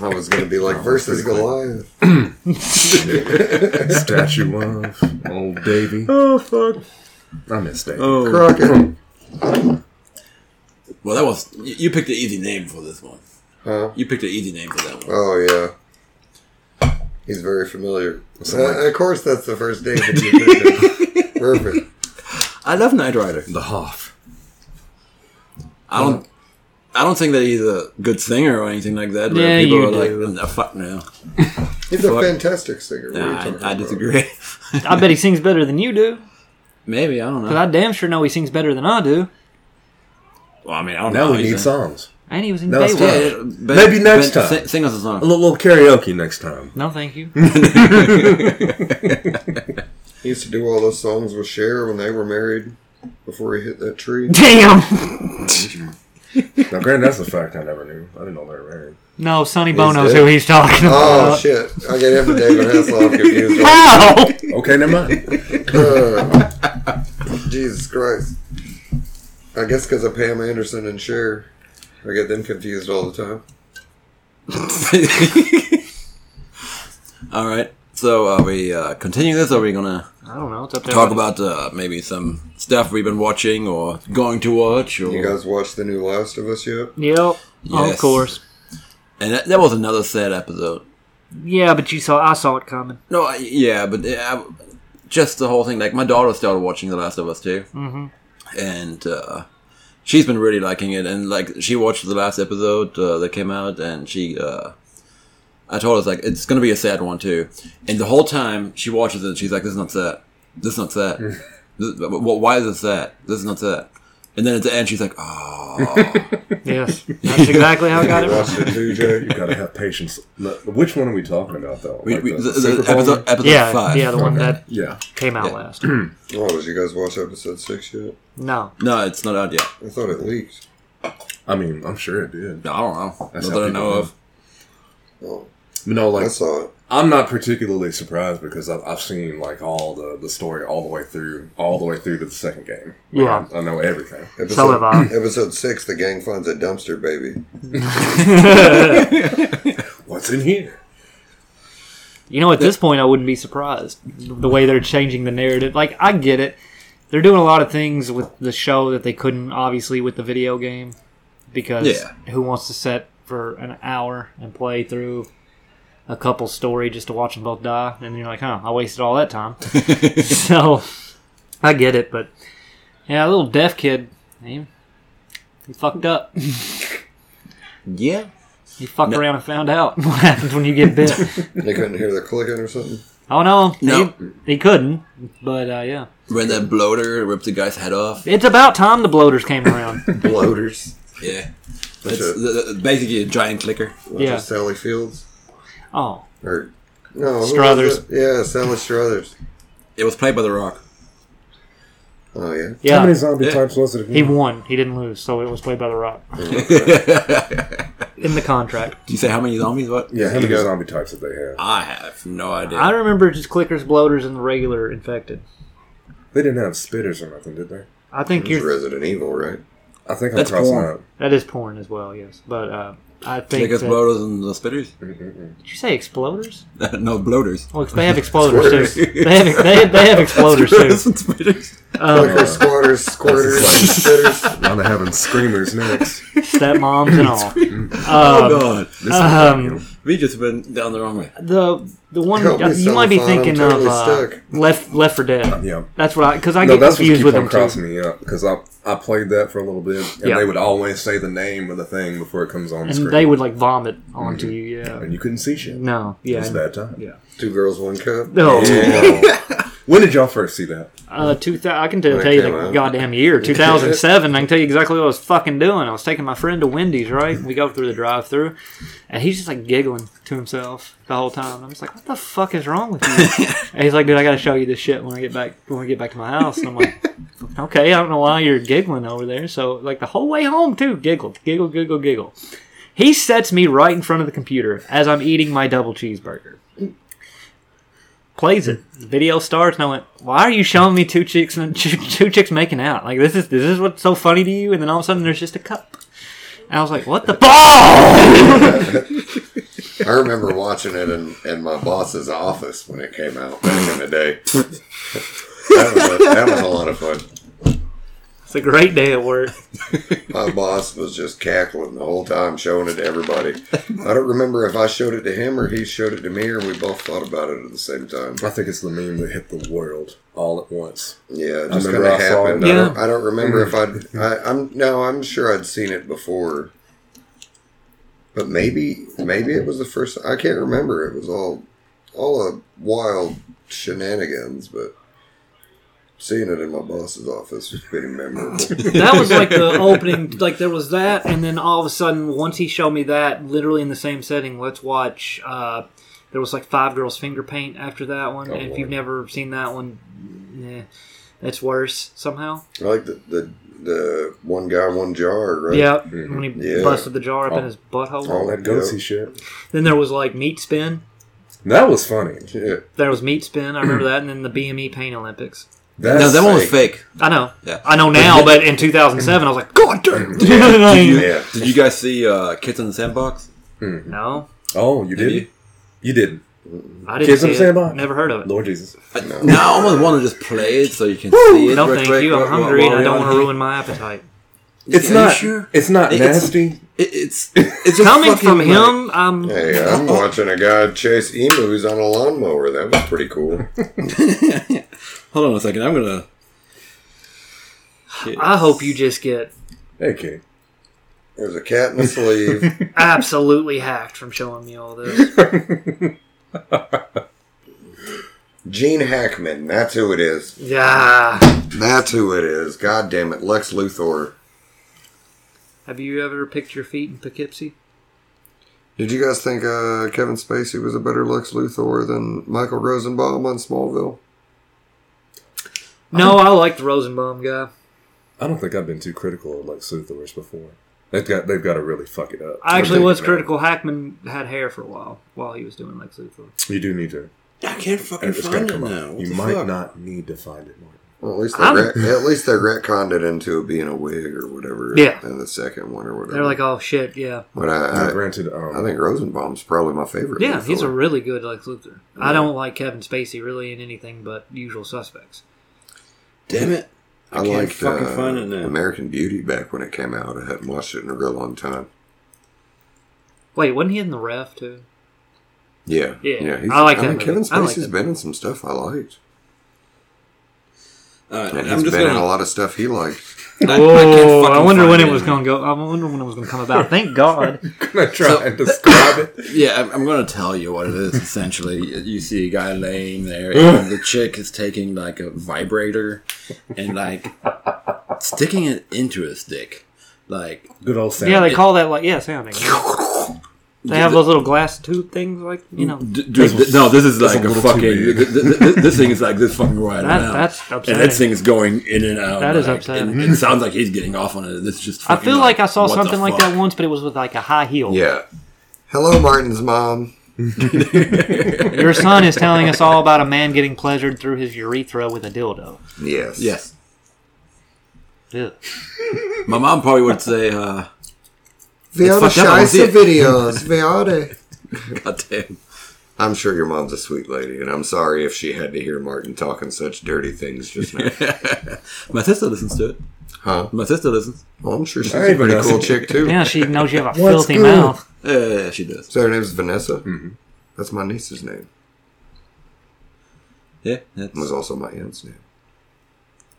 [SPEAKER 3] I was going to be like versus Goliath.
[SPEAKER 1] Statue of Old Davy.
[SPEAKER 4] Oh fuck!
[SPEAKER 1] I miss Davy.
[SPEAKER 4] Oh.
[SPEAKER 3] Crockett.
[SPEAKER 4] Well, that was you you picked an easy name for this one.
[SPEAKER 3] Huh?
[SPEAKER 4] You picked an easy name for that one.
[SPEAKER 3] Oh, yeah. He's very familiar. Uh, of course, that's the first name that you
[SPEAKER 4] (laughs)
[SPEAKER 3] picked. Perfect.
[SPEAKER 4] I love Knight Rider.
[SPEAKER 1] The Hoff.
[SPEAKER 4] I don't. I don't think that he's a good singer or anything like that. where
[SPEAKER 2] Yeah,
[SPEAKER 4] people
[SPEAKER 2] you
[SPEAKER 4] are like,
[SPEAKER 2] do.
[SPEAKER 4] "Nah, fuck no.
[SPEAKER 3] He's a fantastic singer. What are you
[SPEAKER 4] Nah,
[SPEAKER 3] talking
[SPEAKER 4] I, I
[SPEAKER 3] about?
[SPEAKER 4] disagree. (laughs)
[SPEAKER 2] I bet he sings better than you do,
[SPEAKER 4] Maybe I don't
[SPEAKER 2] but
[SPEAKER 4] know.
[SPEAKER 2] I damn sure know he sings better than I do.
[SPEAKER 4] well, I mean, I don't
[SPEAKER 1] Now
[SPEAKER 4] know.
[SPEAKER 1] we
[SPEAKER 4] he's
[SPEAKER 1] need
[SPEAKER 4] a-
[SPEAKER 1] songs.
[SPEAKER 2] And he was in
[SPEAKER 1] No, it's
[SPEAKER 2] Baywatch.
[SPEAKER 4] Yeah, yeah, Ben-
[SPEAKER 1] Maybe next
[SPEAKER 4] Ben,
[SPEAKER 1] time.
[SPEAKER 4] Sing, sing us a
[SPEAKER 1] A
[SPEAKER 4] song.
[SPEAKER 1] little, little karaoke next time.
[SPEAKER 2] No, thank you.
[SPEAKER 3] He used to do all those songs with Cher when they were married before he hit that
[SPEAKER 2] (laughs)
[SPEAKER 3] tree.
[SPEAKER 2] Damn.
[SPEAKER 1] Now, granted, that's a fact I never knew. I didn't know they were married.
[SPEAKER 2] No, Sonny Bono's
[SPEAKER 3] dead.
[SPEAKER 2] who he's talking
[SPEAKER 3] Oh,
[SPEAKER 2] about.
[SPEAKER 3] shit. I got him and David
[SPEAKER 2] (laughs)
[SPEAKER 3] Hasselhoff confused.
[SPEAKER 2] How?
[SPEAKER 1] Okay, never mind.
[SPEAKER 3] Uh, Jesus Christ. I guess because of Pam Anderson and Cher. I get them confused all the time.
[SPEAKER 4] (laughs) All right. So are we uh, continuing this? Or are we gonna
[SPEAKER 2] I don't know. It's up to
[SPEAKER 4] talk
[SPEAKER 2] everybody.
[SPEAKER 4] about uh, maybe some stuff we've been watching or going to watch? Or
[SPEAKER 3] You guys watched the new Last of Us yet?
[SPEAKER 2] Yep. Oh, of
[SPEAKER 4] Yes.
[SPEAKER 2] course.
[SPEAKER 4] and that, that was another sad episode.
[SPEAKER 2] Yeah, but you saw. I saw it coming.
[SPEAKER 4] No, I, yeah, but uh, I- just the whole thing. Like my daughter started watching The Last of Us too, mm-hmm. and uh, she's been really liking it. And like she watched the last episode uh, that came out, and she, uh, I told her like it's gonna be a sad one too. And the whole time she watches it, and she's like, "This is not sad. This is not sad. this, wh- wh- why is it sad? This is not sad." And then at the end, she's like, "Oh,
[SPEAKER 2] Yes, that's exactly how I got it.
[SPEAKER 3] (laughs)
[SPEAKER 2] wrong.
[SPEAKER 3] Watched it
[SPEAKER 2] (laughs)
[SPEAKER 3] too, Jay?
[SPEAKER 1] You gotta have patience. No, Which one are we talking about, though?
[SPEAKER 4] we,
[SPEAKER 1] Like
[SPEAKER 4] we,
[SPEAKER 1] the
[SPEAKER 4] the, the
[SPEAKER 1] Super Bowl
[SPEAKER 4] episode,
[SPEAKER 1] one?
[SPEAKER 4] episode
[SPEAKER 2] Yeah,
[SPEAKER 4] five.
[SPEAKER 2] yeah, the one that
[SPEAKER 1] Yeah.
[SPEAKER 2] came out
[SPEAKER 4] Yeah.
[SPEAKER 2] last.
[SPEAKER 3] Oh, did you guys watch episode six yet?
[SPEAKER 2] No,
[SPEAKER 4] No, it's not out yet.
[SPEAKER 3] I thought it leaked.
[SPEAKER 1] I mean, I'm sure it did.
[SPEAKER 4] No, I don't know.
[SPEAKER 1] That's
[SPEAKER 4] not
[SPEAKER 1] how
[SPEAKER 4] that I
[SPEAKER 1] people
[SPEAKER 4] know
[SPEAKER 1] do.
[SPEAKER 4] of.
[SPEAKER 3] Oh,
[SPEAKER 1] No,
[SPEAKER 3] I
[SPEAKER 1] like,
[SPEAKER 3] saw it.
[SPEAKER 1] I'm not particularly surprised because I've, I've seen, like, all the, the story all the way through, all the way through to the second game. Like,
[SPEAKER 2] Yeah.
[SPEAKER 1] I, I know everything.
[SPEAKER 3] Episode,
[SPEAKER 2] so have I.
[SPEAKER 3] (laughs) Episode six, the gang finds a dumpster baby.
[SPEAKER 1] What's in here?
[SPEAKER 2] You know, at this point, I wouldn't be surprised the way they're changing the narrative. Like, I get it. They're doing a lot of things with the show that they couldn't, obviously, with the video game because
[SPEAKER 4] Yeah.
[SPEAKER 2] who wants to set for an hour and play through a couple's story just to watch them both die, and you're like, huh, I wasted all that
[SPEAKER 4] (laughs)
[SPEAKER 2] time. so I get it, but yeah, little deaf kid, he, he fucked up.
[SPEAKER 4] Yeah.
[SPEAKER 2] He fucked around and found out (laughs) what happens when you get
[SPEAKER 4] (laughs)
[SPEAKER 2] bit.
[SPEAKER 3] They couldn't hear the clicking or something.
[SPEAKER 2] oh no,
[SPEAKER 4] No.
[SPEAKER 2] he, he couldn't. But uh, yeah,
[SPEAKER 4] When that bloater ripped the guy's head off.
[SPEAKER 2] it's about time the bloaters (laughs) came around.
[SPEAKER 3] Bloaters.
[SPEAKER 4] Yeah.
[SPEAKER 3] That's
[SPEAKER 4] That's
[SPEAKER 3] a-
[SPEAKER 4] the, basically a giant clicker.
[SPEAKER 3] Not
[SPEAKER 2] Yeah.
[SPEAKER 3] just Sally Fields
[SPEAKER 2] oh,
[SPEAKER 3] or no who was
[SPEAKER 2] Struthers.
[SPEAKER 3] it? Yeah, Sally Struthers.
[SPEAKER 4] It was played by
[SPEAKER 1] (laughs)
[SPEAKER 4] The Rock.
[SPEAKER 3] Oh yeah.
[SPEAKER 2] yeah.
[SPEAKER 5] How many zombie
[SPEAKER 4] Yeah.
[SPEAKER 5] types was it?
[SPEAKER 2] He won. He didn't lose, so it was played by The Rock in the contract.
[SPEAKER 4] Do you say how many zombies? What?
[SPEAKER 1] Yeah, how
[SPEAKER 3] You
[SPEAKER 1] many
[SPEAKER 3] got-
[SPEAKER 1] zombie types that they have?
[SPEAKER 4] I have no idea.
[SPEAKER 2] I remember just clickers, bloaters, and the regular infected.
[SPEAKER 1] They didn't have spitters or nothing, did they?
[SPEAKER 2] I think
[SPEAKER 3] It was
[SPEAKER 2] you're
[SPEAKER 3] Resident Evil, right?
[SPEAKER 1] I think I'm
[SPEAKER 4] That's
[SPEAKER 1] crossing
[SPEAKER 4] porn.
[SPEAKER 1] out.
[SPEAKER 2] that is porn as well, yes. But uh, I think
[SPEAKER 4] Clickers,
[SPEAKER 2] that-
[SPEAKER 4] bloaters, and the spitters? (laughs)
[SPEAKER 2] did you say exploders?
[SPEAKER 1] (laughs)
[SPEAKER 4] no, bloaters.
[SPEAKER 2] Well, they have exploders too. They have they, they have
[SPEAKER 1] (laughs)
[SPEAKER 2] exploders too.
[SPEAKER 4] and spitters.
[SPEAKER 2] Um,
[SPEAKER 3] Clickers,
[SPEAKER 2] (laughs)
[SPEAKER 3] squatters, squirters, spitters.
[SPEAKER 1] Now they're having screamers next.
[SPEAKER 2] stepmoms and all.
[SPEAKER 4] Oh,
[SPEAKER 2] Um,
[SPEAKER 4] God.
[SPEAKER 1] This
[SPEAKER 2] Um,
[SPEAKER 1] is
[SPEAKER 4] We just went down the wrong way.
[SPEAKER 2] the the one
[SPEAKER 3] Help me,
[SPEAKER 2] you might be
[SPEAKER 3] Cellophane, I'm
[SPEAKER 2] thinking
[SPEAKER 3] totally
[SPEAKER 2] of uh,
[SPEAKER 3] stuck.
[SPEAKER 2] Left Left for Dead.
[SPEAKER 1] yeah.
[SPEAKER 2] That's what I because I
[SPEAKER 1] No,
[SPEAKER 2] get
[SPEAKER 1] that's what
[SPEAKER 2] confused
[SPEAKER 1] keep
[SPEAKER 2] with
[SPEAKER 1] on
[SPEAKER 2] them too.
[SPEAKER 1] crossing me up because I I played that for a little bit and
[SPEAKER 2] Yeah.
[SPEAKER 1] they would always say the name of the thing before it comes on
[SPEAKER 2] and
[SPEAKER 1] screen Mm-hmm.
[SPEAKER 2] they would like vomit onto you. Yeah.
[SPEAKER 1] and you couldn't see shit.
[SPEAKER 2] No.
[SPEAKER 1] it
[SPEAKER 2] Yeah.
[SPEAKER 1] was a bad time.
[SPEAKER 2] Yeah.
[SPEAKER 3] Two girls, one cup.
[SPEAKER 2] No.
[SPEAKER 1] Yeah. when did y'all first see that?
[SPEAKER 2] Uh, two thou- I can tell,
[SPEAKER 3] When it
[SPEAKER 2] tell you
[SPEAKER 3] came
[SPEAKER 2] the
[SPEAKER 3] out.
[SPEAKER 2] goddamn year, 2007. I can tell you exactly what I was fucking doing. I was taking my friend to Wendy's, right? We go through the drive through and he's just like giggling to himself the whole time. And I'm just like, what the fuck is wrong with you? and he's like, dude, I got to show you this shit when I get back when we get back to my house. And I'm like, okay, I don't know why you're giggling over there. So like the whole way home too, giggle, giggle, giggle, giggle. He sets me right in front of the computer as I'm eating my double cheeseburger plays it. Video starts, and I went, "Why are you showing me two chicks and (laughs) two, two chicks making out? Like this is this is what's so funny to you?" And then all of a sudden, there's just a cup. And I was like, (laughs) "What the ball?"
[SPEAKER 3] I remember watching it in, in my boss's office when it came out back in the day. that, was a, that was a lot of fun.
[SPEAKER 2] It's a great day at work.
[SPEAKER 3] My boss was just cackling the whole time, showing it to everybody. I don't remember if I showed it to him or he showed it to me, or we both thought about it at the same time.
[SPEAKER 1] I think it's the meme that hit the world all at once.
[SPEAKER 3] Yeah, it just kind
[SPEAKER 1] remember
[SPEAKER 3] of
[SPEAKER 1] I saw it. Mm-hmm.
[SPEAKER 3] happened. I,
[SPEAKER 2] Yeah.
[SPEAKER 3] don't, I don't remember if I'd, I. I'm no, I'm sure I'd seen it before, but maybe maybe it was the first. I can't remember. It was all all a wild shenanigans, but seeing it in my boss's office was pretty
[SPEAKER 2] (laughs)
[SPEAKER 3] memorable.
[SPEAKER 2] (laughs) That was like (laughs) the opening. Like there was that, and then all of a sudden, once he showed me that, literally in the same setting, let's watch. Uh, there was like five girls finger paint after that one.
[SPEAKER 1] Oh,
[SPEAKER 2] and if
[SPEAKER 1] Lord.
[SPEAKER 2] you've never seen that one, yeah, that's worse somehow.
[SPEAKER 3] I like the, the the one guy, one jar, right?
[SPEAKER 2] Mm-hmm. Yeah, when he
[SPEAKER 3] Yeah.
[SPEAKER 2] busted the jar up in
[SPEAKER 1] Oh.
[SPEAKER 2] his butthole.
[SPEAKER 1] All that goatsy
[SPEAKER 3] Yeah.
[SPEAKER 1] shit.
[SPEAKER 2] Then there was like meat spin.
[SPEAKER 1] That was funny.
[SPEAKER 3] Yeah.
[SPEAKER 2] There was meat spin.
[SPEAKER 1] (clears throat)
[SPEAKER 2] I remember that, and then the BME Pain Olympics.
[SPEAKER 1] That's
[SPEAKER 4] No, that one was
[SPEAKER 1] fake.
[SPEAKER 4] fake.
[SPEAKER 2] I know.
[SPEAKER 4] Yeah.
[SPEAKER 2] I know now, but in 2007, I was like, God
[SPEAKER 1] (laughs)
[SPEAKER 2] damn. (laughs)
[SPEAKER 3] Yeah.
[SPEAKER 4] Did you guys see uh, Kids in the Sandbox?
[SPEAKER 2] no,
[SPEAKER 1] Oh, you didn't?
[SPEAKER 4] you?
[SPEAKER 1] You didn't.
[SPEAKER 2] I didn't.
[SPEAKER 1] Kids
[SPEAKER 2] see
[SPEAKER 1] in
[SPEAKER 2] it.
[SPEAKER 1] the Sandbox?
[SPEAKER 2] Never heard of it.
[SPEAKER 1] Lord Jesus.
[SPEAKER 4] I, Now I almost want to just play it so you can see it.
[SPEAKER 2] No,
[SPEAKER 4] real
[SPEAKER 2] thank
[SPEAKER 4] quick
[SPEAKER 2] you. I'm
[SPEAKER 4] while- while
[SPEAKER 2] hungry, and I
[SPEAKER 4] we're
[SPEAKER 2] don't
[SPEAKER 4] on
[SPEAKER 2] want to
[SPEAKER 4] here.
[SPEAKER 2] ruin my appetite.
[SPEAKER 1] It's
[SPEAKER 4] Are you
[SPEAKER 1] not
[SPEAKER 4] sure?
[SPEAKER 1] it's not
[SPEAKER 4] It- it's-
[SPEAKER 1] nasty.
[SPEAKER 4] It,
[SPEAKER 1] (laughs)
[SPEAKER 4] it's it's just
[SPEAKER 2] Coming
[SPEAKER 4] fucking
[SPEAKER 2] from
[SPEAKER 4] like-
[SPEAKER 2] him, um, I'm.
[SPEAKER 3] Hey, I'm watching a guy chase emus on a lawnmower. That was pretty cool.
[SPEAKER 4] (laughs) Hold on a second. I'm gonna.
[SPEAKER 2] I hope you just get
[SPEAKER 1] Hey kid.
[SPEAKER 3] There's a cat in a sleeve.
[SPEAKER 2] absolutely hacked from showing me all this. (laughs)
[SPEAKER 3] Gene Hackman. That's who it is.
[SPEAKER 2] Yeah.
[SPEAKER 3] That's who it is. God damn it. Lex Luthor.
[SPEAKER 2] Have you ever picked your feet in Poughkeepsie?
[SPEAKER 3] Did you guys think uh, Kevin Spacey was a better Lex Luthor than Michael Rosenbaum on Smallville?
[SPEAKER 2] No, I like the Rosenbaum guy.
[SPEAKER 1] I don't think I've been too critical of like Luthor's before. They've got they've got to really fuck it up.
[SPEAKER 2] I actually
[SPEAKER 1] They're
[SPEAKER 2] was
[SPEAKER 1] taking it
[SPEAKER 2] critical. Hackman had hair for a while while he was doing Lex Luthor.
[SPEAKER 1] out. You do need to.
[SPEAKER 4] I can't fucking
[SPEAKER 1] and It's gonna
[SPEAKER 4] find it
[SPEAKER 1] come
[SPEAKER 4] now.
[SPEAKER 1] up.
[SPEAKER 4] What
[SPEAKER 1] You
[SPEAKER 4] the
[SPEAKER 1] might
[SPEAKER 4] fuck?
[SPEAKER 1] not need to find it, Martin.
[SPEAKER 3] Well, at least they
[SPEAKER 2] I'm-
[SPEAKER 3] ret- at least they retconned it into it being a wig or whatever.
[SPEAKER 2] Yeah.
[SPEAKER 3] In the second one or whatever.
[SPEAKER 2] They're like, oh shit, yeah,
[SPEAKER 3] but I,
[SPEAKER 1] Now,
[SPEAKER 3] I,
[SPEAKER 1] granted, um,
[SPEAKER 3] Uh, I think Rosenbaum's probably my favorite.
[SPEAKER 2] yeah. He's a
[SPEAKER 3] Luthor.
[SPEAKER 2] really good Lex Luthor. I don't like Kevin Spacey really in anything but Usual Suspects.
[SPEAKER 4] Damn it! I,
[SPEAKER 3] I
[SPEAKER 4] can't
[SPEAKER 3] liked
[SPEAKER 4] fucking
[SPEAKER 3] uh,
[SPEAKER 4] find it now.
[SPEAKER 3] American Beauty back when it came out. I hadn't watched it in a real long time.
[SPEAKER 2] Wait, wasn't he in the ref too?
[SPEAKER 3] Yeah,
[SPEAKER 2] Yeah.
[SPEAKER 3] He's,
[SPEAKER 2] I like that
[SPEAKER 3] mean,
[SPEAKER 2] movie.
[SPEAKER 3] Kevin
[SPEAKER 2] I like
[SPEAKER 3] Spacey's
[SPEAKER 2] that
[SPEAKER 3] been in some stuff I liked,
[SPEAKER 4] All right,
[SPEAKER 3] and
[SPEAKER 4] I'm
[SPEAKER 3] he's
[SPEAKER 4] just
[SPEAKER 3] been in
[SPEAKER 4] gonna.
[SPEAKER 3] a lot of stuff he liked.
[SPEAKER 4] I,
[SPEAKER 2] Oh, I,
[SPEAKER 4] fucking
[SPEAKER 2] wonder
[SPEAKER 4] find
[SPEAKER 2] when it was going to go. I wonder when it was going to come about. (laughs) Thank God.
[SPEAKER 1] (laughs) Can I try and describe it?
[SPEAKER 4] Yeah, I'm, I'm going to tell you what it is. Essentially, you see a guy laying there, and the chick is taking like a vibrator and like sticking it into his dick, like
[SPEAKER 5] Good old Sam.
[SPEAKER 2] Yeah, they call that like yeah,
[SPEAKER 4] (laughs)
[SPEAKER 2] sounding. They have those little glass tube things, like you know.
[SPEAKER 4] D- dude, th- no, this is like
[SPEAKER 5] a
[SPEAKER 4] a,
[SPEAKER 5] little too
[SPEAKER 4] fucking.
[SPEAKER 5] big.
[SPEAKER 4] th- th- th- this thing is like this fucking right
[SPEAKER 2] That-
[SPEAKER 4] now.
[SPEAKER 2] that's
[SPEAKER 4] And this
[SPEAKER 2] upsetting.
[SPEAKER 4] thing is going in and out.
[SPEAKER 2] That is
[SPEAKER 4] like,
[SPEAKER 2] upsetting.
[SPEAKER 4] and It sounds like he's getting off on it. This is just.
[SPEAKER 2] I
[SPEAKER 4] fucking
[SPEAKER 2] feel like I saw
[SPEAKER 4] what the
[SPEAKER 2] something like
[SPEAKER 4] fuck?
[SPEAKER 2] that once, but it was with like a high heel.
[SPEAKER 3] Yeah. Hello, Martin's mom.
[SPEAKER 2] Your son is telling us all
[SPEAKER 4] (laughs)
[SPEAKER 2] about a man getting pleasured through his urethra with a dildo.
[SPEAKER 3] Yes.
[SPEAKER 4] Yes, (laughs)
[SPEAKER 2] Ugh.
[SPEAKER 4] my mom probably would say, uh, (laughs)
[SPEAKER 3] We
[SPEAKER 4] It's
[SPEAKER 3] are the
[SPEAKER 4] fucked up, I don't see
[SPEAKER 3] Scheiße
[SPEAKER 4] it. (laughs)
[SPEAKER 3] videos. We are the-
[SPEAKER 4] "God damn."
[SPEAKER 3] I'm sure your mom's a sweet lady, and I'm sorry if she had to hear Martin talking such dirty things just
[SPEAKER 4] (laughs)
[SPEAKER 3] now.
[SPEAKER 4] (laughs) My sister listens to it.
[SPEAKER 3] huh?
[SPEAKER 4] My sister listens.
[SPEAKER 3] Well, I'm sure she's
[SPEAKER 1] I
[SPEAKER 3] a pretty
[SPEAKER 1] know.
[SPEAKER 3] cool chick, too.
[SPEAKER 2] Yeah, she knows you have a
[SPEAKER 5] What's
[SPEAKER 2] filthy
[SPEAKER 5] good?
[SPEAKER 2] mouth.
[SPEAKER 4] Yeah, yeah, yeah, she does.
[SPEAKER 3] So her name's Vanessa? Mm-hmm. That's my niece's name.
[SPEAKER 4] Yeah, that's,
[SPEAKER 3] It was also my aunt's name.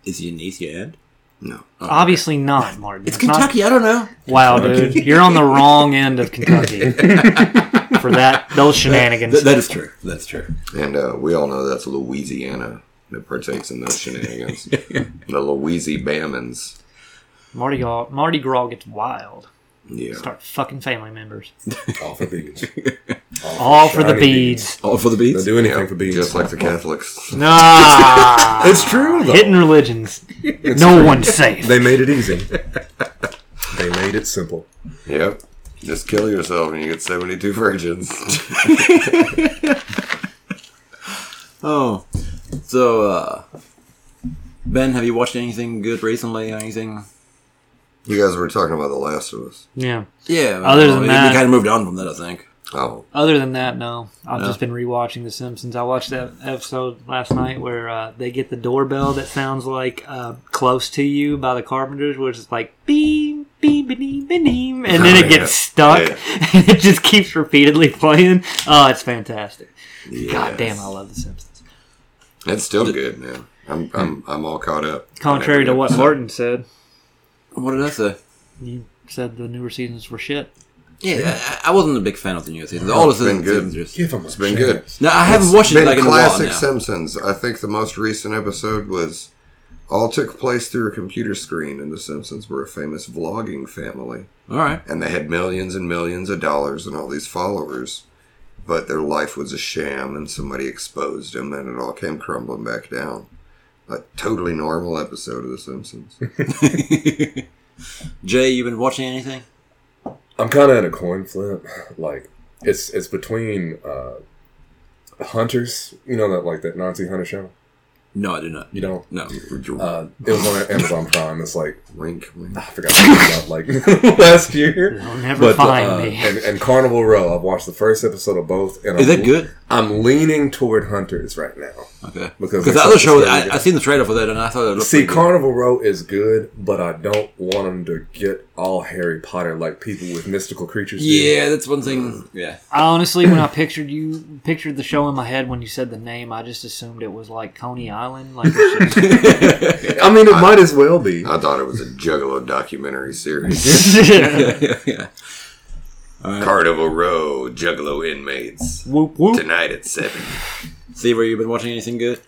[SPEAKER 4] is your niece your aunt?
[SPEAKER 3] No.
[SPEAKER 2] Obviously not, Martin.
[SPEAKER 4] It's Kentucky. I don't know.
[SPEAKER 2] Not, wow, dude, you're on the wrong end of Kentucky for that. Those shenanigans.
[SPEAKER 4] Th- that is true. That's true.
[SPEAKER 3] And uh, we all know that's Louisiana that partakes in those
[SPEAKER 4] (laughs)
[SPEAKER 3] shenanigans. the Louisiana Bammons.
[SPEAKER 2] Mardi Gras, Mardi Gras gets wild.
[SPEAKER 3] Yeah.
[SPEAKER 2] Start fucking family members.
[SPEAKER 1] All for
[SPEAKER 3] (laughs)
[SPEAKER 1] beans.
[SPEAKER 2] All for the
[SPEAKER 1] shiny
[SPEAKER 2] beads.
[SPEAKER 4] All Oh, for the
[SPEAKER 1] They'll
[SPEAKER 4] beats.
[SPEAKER 1] do anything
[SPEAKER 3] Yeah,
[SPEAKER 1] for beans.
[SPEAKER 3] just
[SPEAKER 1] (laughs)
[SPEAKER 3] like the Catholics.
[SPEAKER 2] Nah.
[SPEAKER 1] it's true though.
[SPEAKER 2] Hidden religions. no one's safe.
[SPEAKER 1] They made it
[SPEAKER 3] (laughs)
[SPEAKER 1] easy. they made it simple.
[SPEAKER 3] Yep. Just kill yourself and you get 72 virgins. (laughs)
[SPEAKER 4] Oh, so uh, Ben, have you watched anything good recently? Or anything?
[SPEAKER 3] you guys were talking about The Last of Us.
[SPEAKER 2] Yeah.
[SPEAKER 4] Yeah.
[SPEAKER 2] Other than
[SPEAKER 4] we,
[SPEAKER 2] that-
[SPEAKER 4] we kind of moved on from that. I think.
[SPEAKER 3] Oh.
[SPEAKER 2] Other than that, no. I've just been rewatching The Simpsons. I watched that episode last night where uh, they get the doorbell that sounds like uh, "Close to You" by the Carpenters, which is like beep beep beep beep, and then
[SPEAKER 3] Oh,
[SPEAKER 2] it
[SPEAKER 3] (laughs) yeah.
[SPEAKER 2] gets stuck,
[SPEAKER 3] Yeah.
[SPEAKER 2] (laughs) and it just keeps repeatedly playing. Oh, it's fantastic! God
[SPEAKER 3] yes.
[SPEAKER 2] damn, I love The Simpsons.
[SPEAKER 3] It's still good now. I'm, I'm, I'm all caught up.
[SPEAKER 2] Contrary to what Martin said,
[SPEAKER 4] What did I say?
[SPEAKER 2] you said the newer seasons were shit.
[SPEAKER 4] Yeah, I, I wasn't a big fan of the new season. All of
[SPEAKER 3] it's
[SPEAKER 4] the
[SPEAKER 3] been good.
[SPEAKER 4] seasons. are just-
[SPEAKER 5] Give him a
[SPEAKER 3] It's been good.
[SPEAKER 4] No, I haven't watched it
[SPEAKER 3] Been
[SPEAKER 4] like in a while
[SPEAKER 3] classic
[SPEAKER 4] now.
[SPEAKER 3] Simpsons. I think the most recent episode was all took place through a computer screen, and the Simpsons were a famous vlogging family,
[SPEAKER 4] All right.
[SPEAKER 3] (laughs) and they had millions and millions of dollars and all these followers, but their life was a sham, and somebody exposed them, and it all came crumbling back down. A totally normal episode of The Simpsons.
[SPEAKER 4] Jay, you been watching anything?
[SPEAKER 1] I'm kind of at a coin flip. Like it's it's between uh, hunters. You know that like that Nazi hunter show.
[SPEAKER 4] No, I do not.
[SPEAKER 1] You know,
[SPEAKER 4] No.
[SPEAKER 1] uh, it was on Amazon Prime. It's like
[SPEAKER 3] wink, wink.
[SPEAKER 1] I forgot what it was about like (laughs) last year.
[SPEAKER 2] They'll never
[SPEAKER 1] But the,
[SPEAKER 2] find
[SPEAKER 1] uh,
[SPEAKER 2] me.
[SPEAKER 1] and, and Carnival Row. I've watched the first episode of both. And
[SPEAKER 4] Is
[SPEAKER 1] I'm,
[SPEAKER 4] that good?
[SPEAKER 1] I'm leaning toward hunters right now.
[SPEAKER 4] Okay.
[SPEAKER 1] Because
[SPEAKER 4] Because
[SPEAKER 1] there's
[SPEAKER 4] the
[SPEAKER 1] something
[SPEAKER 4] other show,
[SPEAKER 1] scary
[SPEAKER 4] I, I seen the trailer for that, and I thought it looked
[SPEAKER 1] See,
[SPEAKER 4] pretty good.
[SPEAKER 1] Carnival Row is good, but I don't want them to get all Harry Potter like people with mystical creatures. do.
[SPEAKER 4] Yeah, that's one thing. Yeah.
[SPEAKER 2] I honestly, when I pictured you, pictured the show in my head when you said the name, I just assumed it was like Coney Island. Like, it's just-
[SPEAKER 1] I mean, it might as well be.
[SPEAKER 3] I thought it was a Juggalo documentary series.
[SPEAKER 4] yeah, (laughs) yeah.
[SPEAKER 3] Carnival Row, Juggalo (laughs) inmates.
[SPEAKER 2] whoop whoop.
[SPEAKER 3] Tonight at 7.
[SPEAKER 4] See, where you been watching anything good?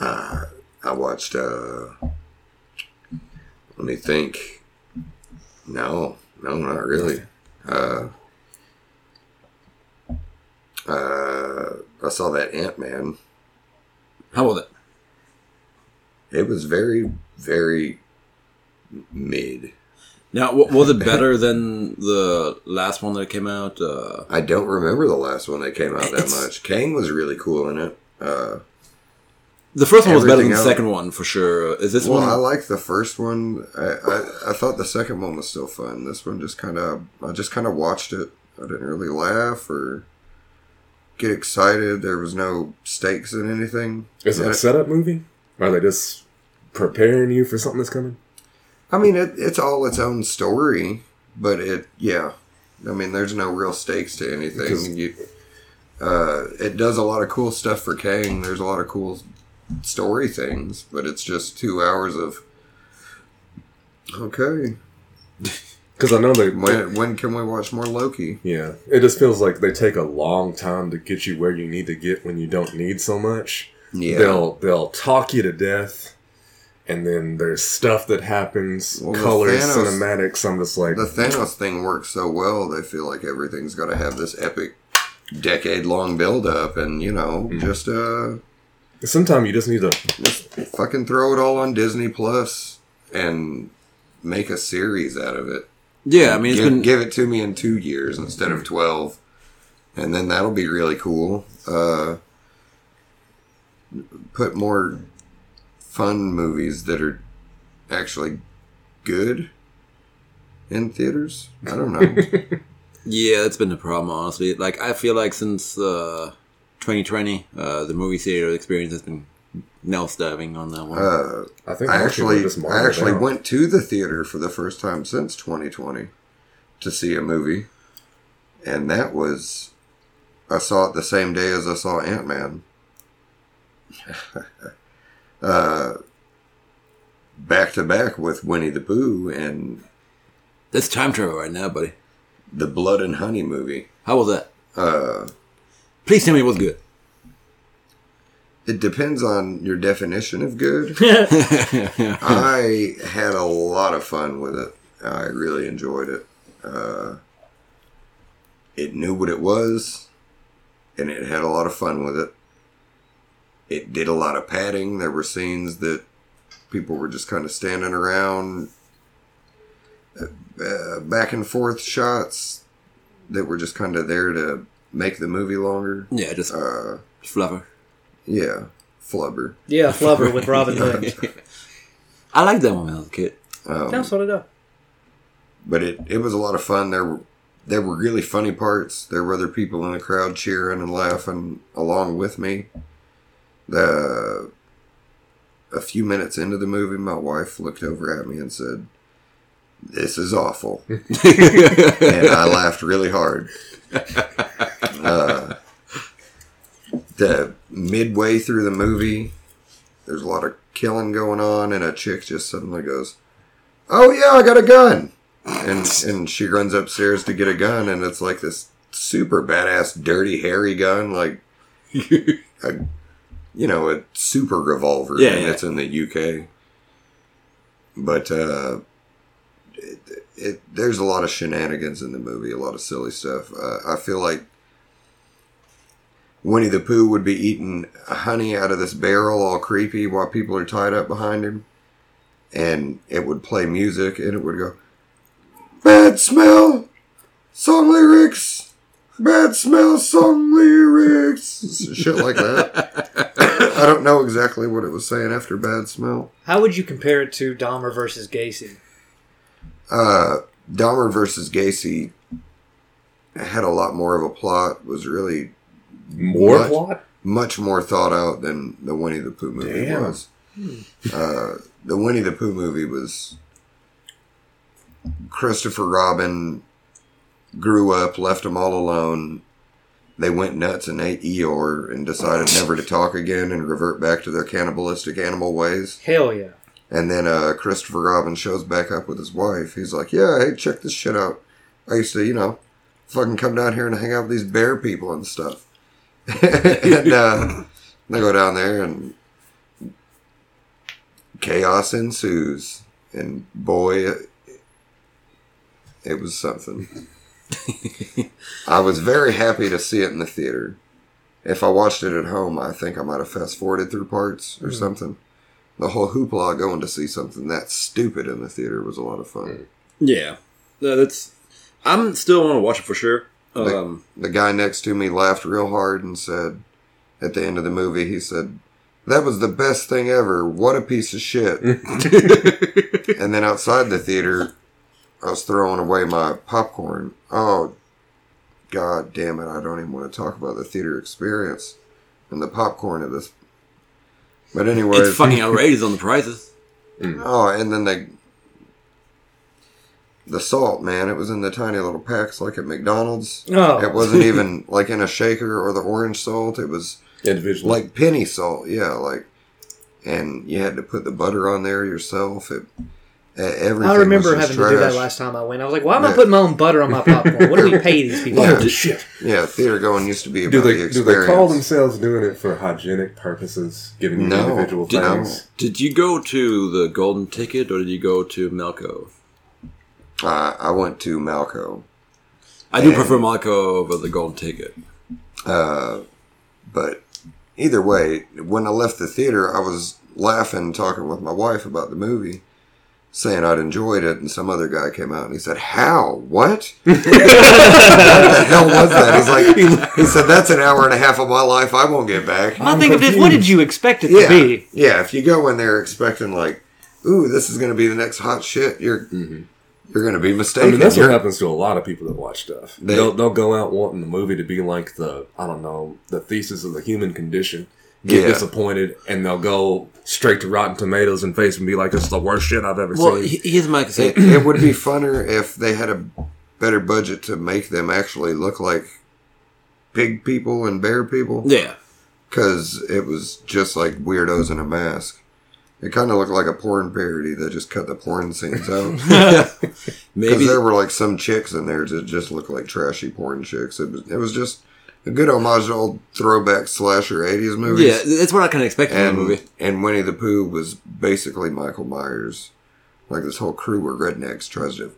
[SPEAKER 3] I watched uh let me think. No, no, not really. Uh uh I saw that Ant Man.
[SPEAKER 4] How was it?
[SPEAKER 3] It was very, very mid.
[SPEAKER 4] Now, w-
[SPEAKER 3] (laughs)
[SPEAKER 4] was it better than the last one that came out? Uh,
[SPEAKER 3] I don't remember the last one that came out that
[SPEAKER 4] It's-
[SPEAKER 3] much. Kang was really cool in it. Uh
[SPEAKER 4] the first one was better
[SPEAKER 3] Everything
[SPEAKER 4] than the
[SPEAKER 3] else.
[SPEAKER 4] second one for sure. Is this
[SPEAKER 3] well,
[SPEAKER 4] one?
[SPEAKER 3] I liked the first one. I, I I thought the second one was still fun. This one just kind of I just kind of watched it. I didn't really laugh or get excited. There was no stakes in anything.
[SPEAKER 1] Is it a setup movie? Are they just preparing you for something that's coming?
[SPEAKER 3] I mean, it, it's all its own story, but it yeah, I mean, there's no real stakes to
[SPEAKER 1] Because-
[SPEAKER 3] anything. You, uh, it does a lot of cool stuff for Kang. There's a lot of cool story things, but it's just two hours of. Okay,
[SPEAKER 1] Because I know they.
[SPEAKER 3] when when can we watch more Loki?
[SPEAKER 1] yeah, it just feels like they take a long time to get you where you need to get when you don't need so much.
[SPEAKER 3] Yeah,
[SPEAKER 1] They'll they'll talk you to death, and then there's stuff that happens,
[SPEAKER 3] Well, the
[SPEAKER 1] colors,
[SPEAKER 3] Thanos-
[SPEAKER 1] cinematics. I'm just like,
[SPEAKER 3] the Thanos thing works so well. They feel like everything's got to have this epic, decade-long build-up, and you know, just uh,
[SPEAKER 1] sometimes you just need to
[SPEAKER 3] just fucking throw it all on Disney Plus and make a series out of it.
[SPEAKER 4] Yeah, I mean, it's
[SPEAKER 3] give,
[SPEAKER 4] been
[SPEAKER 3] give it to me in two years instead of twelve, and then that'll be really cool. Uh, put more fun movies that are actually good in theaters. I don't know.
[SPEAKER 4] (laughs) yeah, that's been the problem, honestly. Like, I feel like since uh, 2020, uh, the movie theater experience has been nose diving on that one.
[SPEAKER 3] Uh,
[SPEAKER 1] I think
[SPEAKER 3] I
[SPEAKER 1] most people
[SPEAKER 3] actually,
[SPEAKER 1] just marvel
[SPEAKER 3] I actually
[SPEAKER 1] out.
[SPEAKER 3] went to the theater for the first time since 2020 to see a movie, and that was I saw it the same day as I saw Ant Man. (laughs) uh, back to back with Winnie the Pooh and
[SPEAKER 4] that's time travel right now, buddy.
[SPEAKER 3] the Blood and Honey movie.
[SPEAKER 4] How was that?
[SPEAKER 3] Uh,
[SPEAKER 4] Please tell me it was good.
[SPEAKER 3] it depends on your definition of good.
[SPEAKER 4] yeah,
[SPEAKER 3] Uh.
[SPEAKER 4] (laughs)
[SPEAKER 3] I had a lot of fun with it. I really enjoyed it. Uh, it knew what it was, and it had a lot of fun with it. It did a lot of padding. There were scenes that people were just kind of standing around, uh, back and forth shots that were just kind of there to make the movie longer.
[SPEAKER 4] just
[SPEAKER 3] Uh,
[SPEAKER 4] fluffer.
[SPEAKER 3] yeah, flubber.
[SPEAKER 2] Yeah, Flubber with
[SPEAKER 4] (laughs)
[SPEAKER 2] Robin Hood.
[SPEAKER 4] I liked that one when I was a kid. (laughs)
[SPEAKER 3] Um,
[SPEAKER 2] That's what it does.
[SPEAKER 3] but it, it was a lot of fun. There were there were really funny parts. There were other people in the crowd cheering and laughing along with me. The a few minutes into the movie, my wife looked over at me and said, "This is awful," and I laughed really hard. Uh, the midway through the movie, there's a lot of killing going on, and a chick just suddenly goes, "Oh yeah, I got a gun." and and she runs upstairs to get a gun, and it's like this super badass, dirty, hairy gun,
[SPEAKER 4] (laughs)
[SPEAKER 3] like a, you know, a super revolver.
[SPEAKER 4] Yeah,
[SPEAKER 3] and
[SPEAKER 4] yeah.
[SPEAKER 3] it's in the UK. But uh, it, it, there's a lot of shenanigans in the movie, a lot of silly stuff. Uh, I feel like Winnie the Pooh would be eating honey out of this barrel, all creepy, while people are tied up behind him. And it would play music, and it would go, Bad smell, song lyrics. Bad smell, song lyrics. Shit like that. I don't know exactly what it was saying after bad smell.
[SPEAKER 2] How would you compare it to Dahmer versus Gacy?
[SPEAKER 3] Uh, Dahmer versus Gacy had a lot more of a plot. Was really
[SPEAKER 1] more
[SPEAKER 3] What?
[SPEAKER 1] plot.
[SPEAKER 3] much more thought out than the Winnie the Pooh movie
[SPEAKER 1] Damn.
[SPEAKER 3] was. Uh, the Winnie the Pooh movie was Christopher Robin grew up, left them all alone. They went nuts and ate Eeyore and decided never to talk again and revert back to their cannibalistic animal ways.
[SPEAKER 2] Hell yeah.
[SPEAKER 3] And then uh, Christopher Robin shows back up with his wife. He's like, "Yeah, hey, check this shit out. I used to, you know, fucking come down here and hang out with these bear people and stuff." (laughs) and uh, they go down there, and chaos ensues. And boy, it, it was something. I was very happy to see it in the theater. If I watched it at home, I think I might have fast forwarded through parts or something. The whole hoopla going to see something that stupid in the theater was a lot of fun.
[SPEAKER 4] Yeah, No, that's. I'm still want to watch it for sure. Um,
[SPEAKER 3] The guy next to me laughed real hard and said, at the end of the movie, he said, That was the best thing ever. What a piece of shit. and then outside the theater, I was throwing away my popcorn. Oh, god damn it. I don't even want to talk about the theater experience and the popcorn of this. But, anyways.
[SPEAKER 4] it's fucking outrageous on the prices.
[SPEAKER 3] Oh, and then they the salt, man. It was in the tiny little packs, like at McDonald's.
[SPEAKER 2] Oh.
[SPEAKER 3] It
[SPEAKER 2] (laughs)
[SPEAKER 3] wasn't even like in a shaker or the orange salt. It was
[SPEAKER 1] Individually.
[SPEAKER 3] like penny salt, yeah. Like, and you had to put the butter on there yourself. It, e- everything.
[SPEAKER 2] I remember
[SPEAKER 3] was just
[SPEAKER 2] having to do that
[SPEAKER 3] trash.
[SPEAKER 2] last time I went. I was like, why am I
[SPEAKER 3] Yeah.
[SPEAKER 2] putting my own butter on my popcorn? What do we pay these people?
[SPEAKER 3] Yeah.
[SPEAKER 1] shit.
[SPEAKER 3] Yeah, theater going used to be about
[SPEAKER 1] Do
[SPEAKER 3] the
[SPEAKER 1] they do
[SPEAKER 3] experience.
[SPEAKER 1] they call themselves doing it for hygienic purposes, giving you
[SPEAKER 3] No. um,
[SPEAKER 1] individual
[SPEAKER 3] Did-
[SPEAKER 1] things?
[SPEAKER 4] Did you go to the Golden Ticket or did you go to Melco?
[SPEAKER 3] uh, I went to Malco,
[SPEAKER 4] I do
[SPEAKER 3] And-
[SPEAKER 4] prefer Melco over the Golden Ticket.
[SPEAKER 3] (laughs)
[SPEAKER 4] (laughs)
[SPEAKER 3] uh, but either way, when I left the theater, I was laughing, talking with my wife about the movie. Saying I'd enjoyed it, and some other guy came out and he said, "How? What? (laughs) what the hell was that?" He's like, he said, "That's an hour and a half of my life I won't get
[SPEAKER 2] (laughs)
[SPEAKER 3] back."
[SPEAKER 2] My thing of this, what did you expect it to be?
[SPEAKER 3] Yeah, if you go in there expecting like, ooh, this is going to be the next hot shit, you're you're going to be
[SPEAKER 1] Mm-hmm. I
[SPEAKER 3] mistaken.
[SPEAKER 1] mean, that's what
[SPEAKER 3] You're-
[SPEAKER 1] happens to a lot of people that watch stuff.
[SPEAKER 3] They-
[SPEAKER 1] They, will they'll go out wanting the movie to be like the I don't know the thesis of the human condition. Get
[SPEAKER 3] Yeah.
[SPEAKER 1] disappointed, and they'll go straight to Rotten Tomatoes and face and be like, "This is the worst shit I've ever
[SPEAKER 4] Well,
[SPEAKER 1] seen."
[SPEAKER 4] he- here's my thing. (clears throat)
[SPEAKER 3] it, it would be funner if they had a better budget to make them actually look like pig people and bear people,
[SPEAKER 4] Yeah.
[SPEAKER 3] because it was just like weirdos in a mask. It kind of looked like a porn parody. They just cut the porn scenes
[SPEAKER 4] (laughs)
[SPEAKER 3] out.
[SPEAKER 4] Maybe
[SPEAKER 3] Because there were like some chicks in there that just looked like trashy porn chicks. It was, it was just a good homage to old throwback slasher 80s movies.
[SPEAKER 4] Yeah, that's what I kind of expected
[SPEAKER 3] And,
[SPEAKER 4] from the movie.
[SPEAKER 3] and Winnie the Pooh was basically Michael Myers. Like this whole crew were rednecks tries to.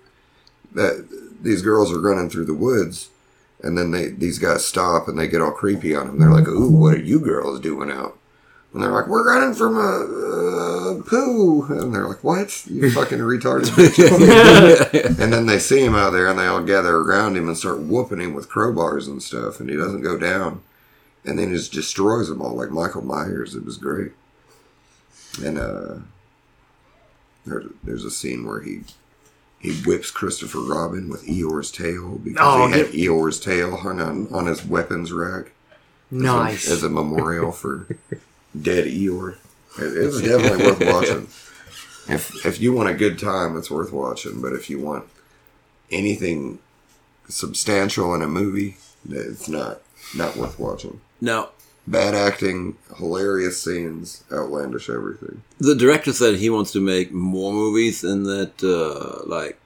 [SPEAKER 3] That, these girls are running through the woods, and then they these guys stop and they get all creepy on them. They're like, "Ooh, what are you girls doing out?" And they're like, "We're running from a uh, poo," and they're like, "What?
[SPEAKER 4] (laughs)
[SPEAKER 3] You fucking retarded!" bitch." (laughs) And then they see him out there and they all gather around him and start whooping him with crowbars and stuff, and he doesn't go down. And then he just destroys them all like Michael Myers. It was great. And uh, there, there's a scene where he he whips Christopher Robin with Eeyore's tail because
[SPEAKER 2] Oh,
[SPEAKER 3] he had Eeyore's tail hung on, on his weapons rack
[SPEAKER 2] Nice.
[SPEAKER 3] as a memorial (laughs) for dead Eeyore. It, it's definitely worth watching. If if you want a good time, it's worth watching. But if you want anything substantial in a movie, it's not not worth watching.
[SPEAKER 4] Now,
[SPEAKER 3] Bad acting, hilarious scenes, outlandish everything.
[SPEAKER 4] the director said he wants to make more movies, and that uh, like,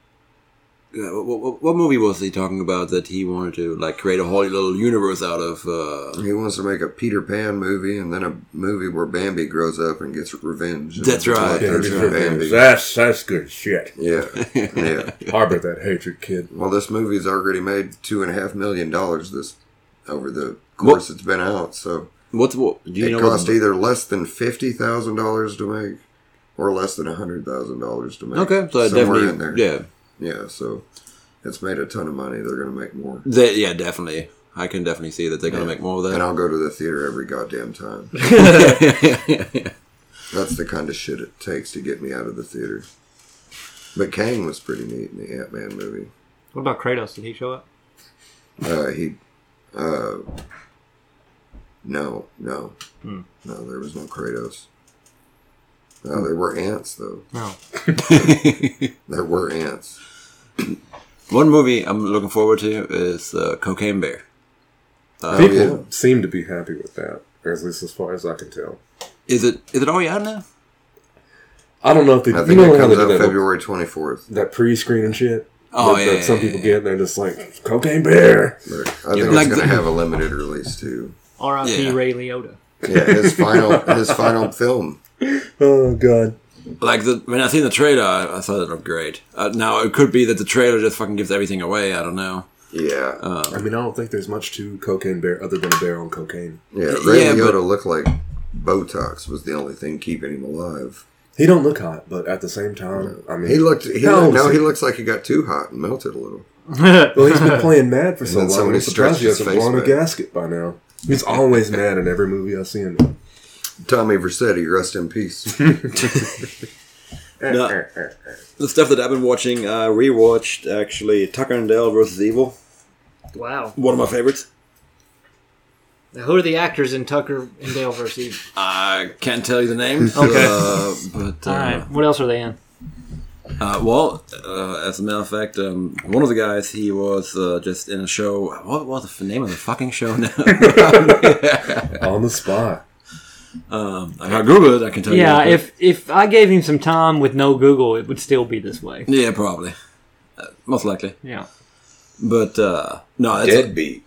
[SPEAKER 4] uh, what, what, what movie was he talking about that he wanted to like create a whole little universe out of? Uh,
[SPEAKER 3] He wants to make a Peter Pan movie and then a movie where Bambi grows up and gets revenge.
[SPEAKER 4] That's right,
[SPEAKER 3] Like,
[SPEAKER 4] that's
[SPEAKER 3] there's
[SPEAKER 4] right.
[SPEAKER 3] Bambi.
[SPEAKER 1] That's that's good
[SPEAKER 3] (laughs)
[SPEAKER 1] shit.
[SPEAKER 3] Yeah,
[SPEAKER 4] (laughs)
[SPEAKER 3] yeah.
[SPEAKER 1] Harbor that hatred, kid.
[SPEAKER 3] Well, this movie's already made two and a half million dollars this over the course it's been out. So
[SPEAKER 4] what's what? Do you
[SPEAKER 3] it
[SPEAKER 4] know?
[SPEAKER 3] cost
[SPEAKER 4] what,
[SPEAKER 3] either less than fifty thousand dollars to make, or less than hundred thousand dollars to make.
[SPEAKER 4] okay, so
[SPEAKER 3] somewhere in there.
[SPEAKER 4] definitely, yeah,
[SPEAKER 3] yeah. So it's made a ton of money. They're gonna make more.
[SPEAKER 4] That- yeah, definitely. I can definitely see that they're gonna
[SPEAKER 3] Yeah.
[SPEAKER 4] make more of
[SPEAKER 3] And
[SPEAKER 4] that.
[SPEAKER 3] I'll go to the theater every goddamn time. (laughs)
[SPEAKER 4] (laughs)
[SPEAKER 3] That's the kind of shit it takes to get me out of the theater. But Kang was pretty neat in the Ant Man movie.
[SPEAKER 2] What about Kratos? Did he show up?
[SPEAKER 3] Uh, he, uh, no, no, no. There was no Kratos. No, there were ants though.
[SPEAKER 2] No.
[SPEAKER 4] (laughs)
[SPEAKER 3] (laughs) There were ants.
[SPEAKER 4] One movie I'm looking forward to is uh, Cocaine Bear. Uh,
[SPEAKER 1] People
[SPEAKER 3] Oh, yeah.
[SPEAKER 1] seem to be happy with that, or at least as far as I can tell.
[SPEAKER 4] Is it is it already out now?
[SPEAKER 1] I don't know if they,
[SPEAKER 3] I
[SPEAKER 1] you
[SPEAKER 3] think
[SPEAKER 1] know
[SPEAKER 3] it
[SPEAKER 1] how
[SPEAKER 3] comes
[SPEAKER 1] they do
[SPEAKER 3] out
[SPEAKER 1] that,
[SPEAKER 3] February twenty fourth.
[SPEAKER 1] that pre-screen and shit.
[SPEAKER 4] Oh,
[SPEAKER 1] that,
[SPEAKER 4] yeah,
[SPEAKER 1] that uh, some
[SPEAKER 4] yeah,
[SPEAKER 1] people get and they're just like cocaine bear.
[SPEAKER 3] I think it's
[SPEAKER 4] like
[SPEAKER 3] going to
[SPEAKER 4] the-
[SPEAKER 3] have a limited release too.
[SPEAKER 2] R.I.P.
[SPEAKER 4] Yeah.
[SPEAKER 2] Ray Liotta.
[SPEAKER 3] Yeah, his final his final film.
[SPEAKER 1] Oh god.
[SPEAKER 4] Like the, when I seen the trailer, I, I thought it looked great. Uh, now it could be that the trailer just fucking gives everything away. I don't know.
[SPEAKER 3] Yeah,
[SPEAKER 1] I mean, I don't think there's much to cocaine bear other than a bear on cocaine.
[SPEAKER 3] yeah. Ray
[SPEAKER 4] yeah, but-
[SPEAKER 3] Liotta looked like Botox was the only thing keeping him alive.
[SPEAKER 1] He don't look hot, but at the same time, I mean,
[SPEAKER 3] He looked. He
[SPEAKER 1] How
[SPEAKER 3] looked-
[SPEAKER 1] old is
[SPEAKER 3] no, he
[SPEAKER 1] he?
[SPEAKER 3] looks like he got too hot and melted a little.
[SPEAKER 1] well,
[SPEAKER 2] (laughs)
[SPEAKER 1] he's
[SPEAKER 3] (laughs)
[SPEAKER 1] been playing mad for so
[SPEAKER 3] then
[SPEAKER 1] long.
[SPEAKER 3] somebody
[SPEAKER 1] I'm surprised he
[SPEAKER 3] stretched his
[SPEAKER 1] hasn't blown a
[SPEAKER 3] face back.
[SPEAKER 1] gasket by now. He's always mad in every movie I see him. in.
[SPEAKER 3] Tommy Vercetti, rest in peace.
[SPEAKER 4] No. The stuff that I've been watching, I rewatched actually Tucker and Dale versus Evil.
[SPEAKER 2] Wow.
[SPEAKER 4] One of my favorites.
[SPEAKER 2] Now, who are the actors in Tucker and Dale versus?
[SPEAKER 1] (laughs)
[SPEAKER 4] I can't tell you the names.
[SPEAKER 2] Okay.
[SPEAKER 4] Uh, but uh,
[SPEAKER 2] All right. What else are they in?
[SPEAKER 4] Uh, well, uh, as a matter of fact, um, one of the guys he was uh, just in a show. What was the name of the fucking show
[SPEAKER 1] (laughs)
[SPEAKER 4] now? (laughs)
[SPEAKER 1] on the spot.
[SPEAKER 4] um, I got Google it. I can tell you.
[SPEAKER 2] Yeah,
[SPEAKER 4] real quick.
[SPEAKER 2] if if I gave him some time with no Google, it would still be this way.
[SPEAKER 4] yeah, probably, uh, most likely.
[SPEAKER 2] Yeah.
[SPEAKER 4] But uh, no, it's,
[SPEAKER 3] Deadbeat.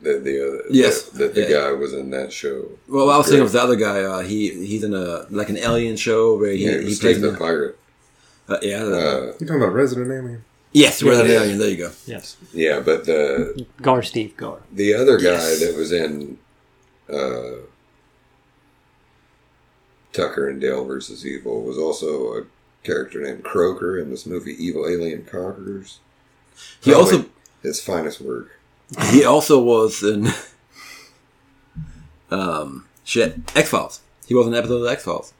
[SPEAKER 3] The, the other,
[SPEAKER 4] Yes.
[SPEAKER 3] that the
[SPEAKER 4] Yeah.
[SPEAKER 3] guy was in that show.
[SPEAKER 4] Well, I was thinking of the other guy. Uh, he he's in a like an alien show where he,
[SPEAKER 3] Yeah,
[SPEAKER 4] he
[SPEAKER 3] he
[SPEAKER 4] plays
[SPEAKER 3] played
[SPEAKER 4] the,
[SPEAKER 3] the pirate.
[SPEAKER 4] uh, yeah the-
[SPEAKER 3] Uh,
[SPEAKER 1] You're talking about Resident Alien.
[SPEAKER 4] yes Resident
[SPEAKER 3] yeah.
[SPEAKER 4] Alien. There you go.
[SPEAKER 2] Yes.
[SPEAKER 3] (laughs) yeah, but the
[SPEAKER 2] Gar Steve Gar.
[SPEAKER 3] The other guy
[SPEAKER 4] Yes.
[SPEAKER 3] that was in uh, Tucker and Dale versus Evil was also a character named Croker in this movie Evil Alien Conquerors.
[SPEAKER 4] He
[SPEAKER 3] Probably
[SPEAKER 4] also
[SPEAKER 3] his finest work.
[SPEAKER 4] he also was in (laughs) um shit X Files. He was in an episode of X Files.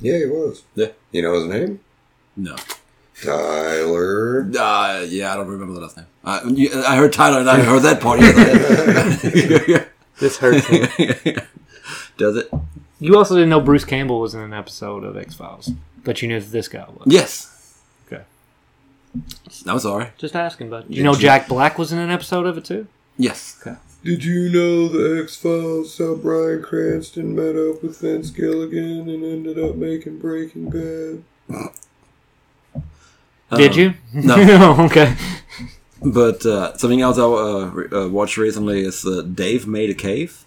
[SPEAKER 3] Yeah, he was.
[SPEAKER 4] Yeah.
[SPEAKER 3] You know his name?
[SPEAKER 4] No.
[SPEAKER 3] Tyler.
[SPEAKER 4] Uh, yeah, I don't remember the last name. I, you, I heard Tyler and I heard that part. Yeah.
[SPEAKER 2] This hurts him.
[SPEAKER 4] (laughs) Does it?
[SPEAKER 2] you also didn't know Bruce Campbell was in an episode of X Files, but you knew that this guy was.
[SPEAKER 4] Yes.
[SPEAKER 2] Okay.
[SPEAKER 4] I'm sorry.
[SPEAKER 2] Just asking, but you know Jack Black was in an episode of it too.
[SPEAKER 4] Yes. Okay.
[SPEAKER 3] Did you know the X Files how Brian Cranston met up with Vince Gilligan and ended up making Breaking Bad?
[SPEAKER 2] Did you?
[SPEAKER 4] Uh,
[SPEAKER 2] (laughs) Oh,
[SPEAKER 4] no.
[SPEAKER 2] okay.
[SPEAKER 4] Um, But uh, something else I uh, re- uh, watched recently is uh, Dave made a cave.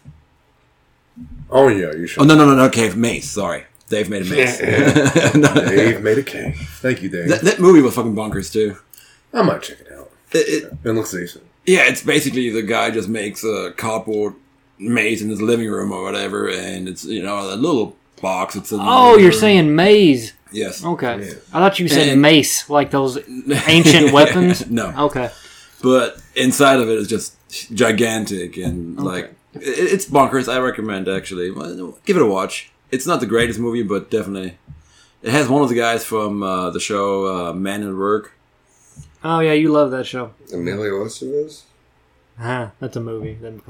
[SPEAKER 1] Oh yeah, you
[SPEAKER 4] Oh (laughs)
[SPEAKER 1] should.
[SPEAKER 4] no no no no cave maze. Sorry, Dave made a maze. (laughs) No.
[SPEAKER 1] Dave made a cake. Thank you, Dave.
[SPEAKER 4] That, that movie was fucking bonkers too.
[SPEAKER 1] I might check it out.
[SPEAKER 4] It, it,
[SPEAKER 1] It looks decent.
[SPEAKER 4] yeah, it's basically the guy just makes a cardboard maze in his living room or whatever, and it's you know a little box. It's in the
[SPEAKER 2] Oh,
[SPEAKER 4] living
[SPEAKER 2] you're
[SPEAKER 4] room.
[SPEAKER 2] saying maze?
[SPEAKER 4] yes,
[SPEAKER 2] Okay. I thought you said
[SPEAKER 4] And-
[SPEAKER 2] mace, like those (laughs)
[SPEAKER 4] (laughs)
[SPEAKER 2] ancient weapons.
[SPEAKER 4] No,
[SPEAKER 2] Okay.
[SPEAKER 4] but inside of it is just gigantic and like i- i- it's bonkers. I recommend actually Well, give it a watch. It's not the greatest movie, but definitely it has one of the guys from uh, the show uh, Man at Work. (laughs)
[SPEAKER 2] Oh yeah, you love that show.
[SPEAKER 3] Emilio Estevez?
[SPEAKER 2] Huh, that's a movie. Then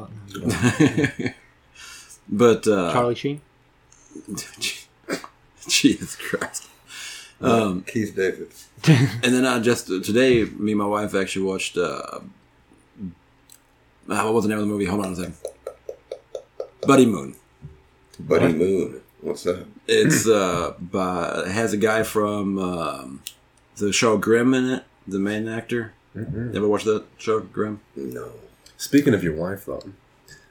[SPEAKER 4] but uh,
[SPEAKER 2] Charlie Sheen.
[SPEAKER 4] (laughs) Jesus Christ. Um,
[SPEAKER 3] Keith David.
[SPEAKER 4] and then I just today, me and my wife actually watched. Uh, uh, what was the name of the movie? Hold on a second. Buddy Moon.
[SPEAKER 3] Buddy Moon. What's that?
[SPEAKER 4] It's uh, by, it has a guy from um, the show Grimm in it, the main actor. You ever watch that show Grimm?
[SPEAKER 3] No.
[SPEAKER 1] Speaking of your wife, though,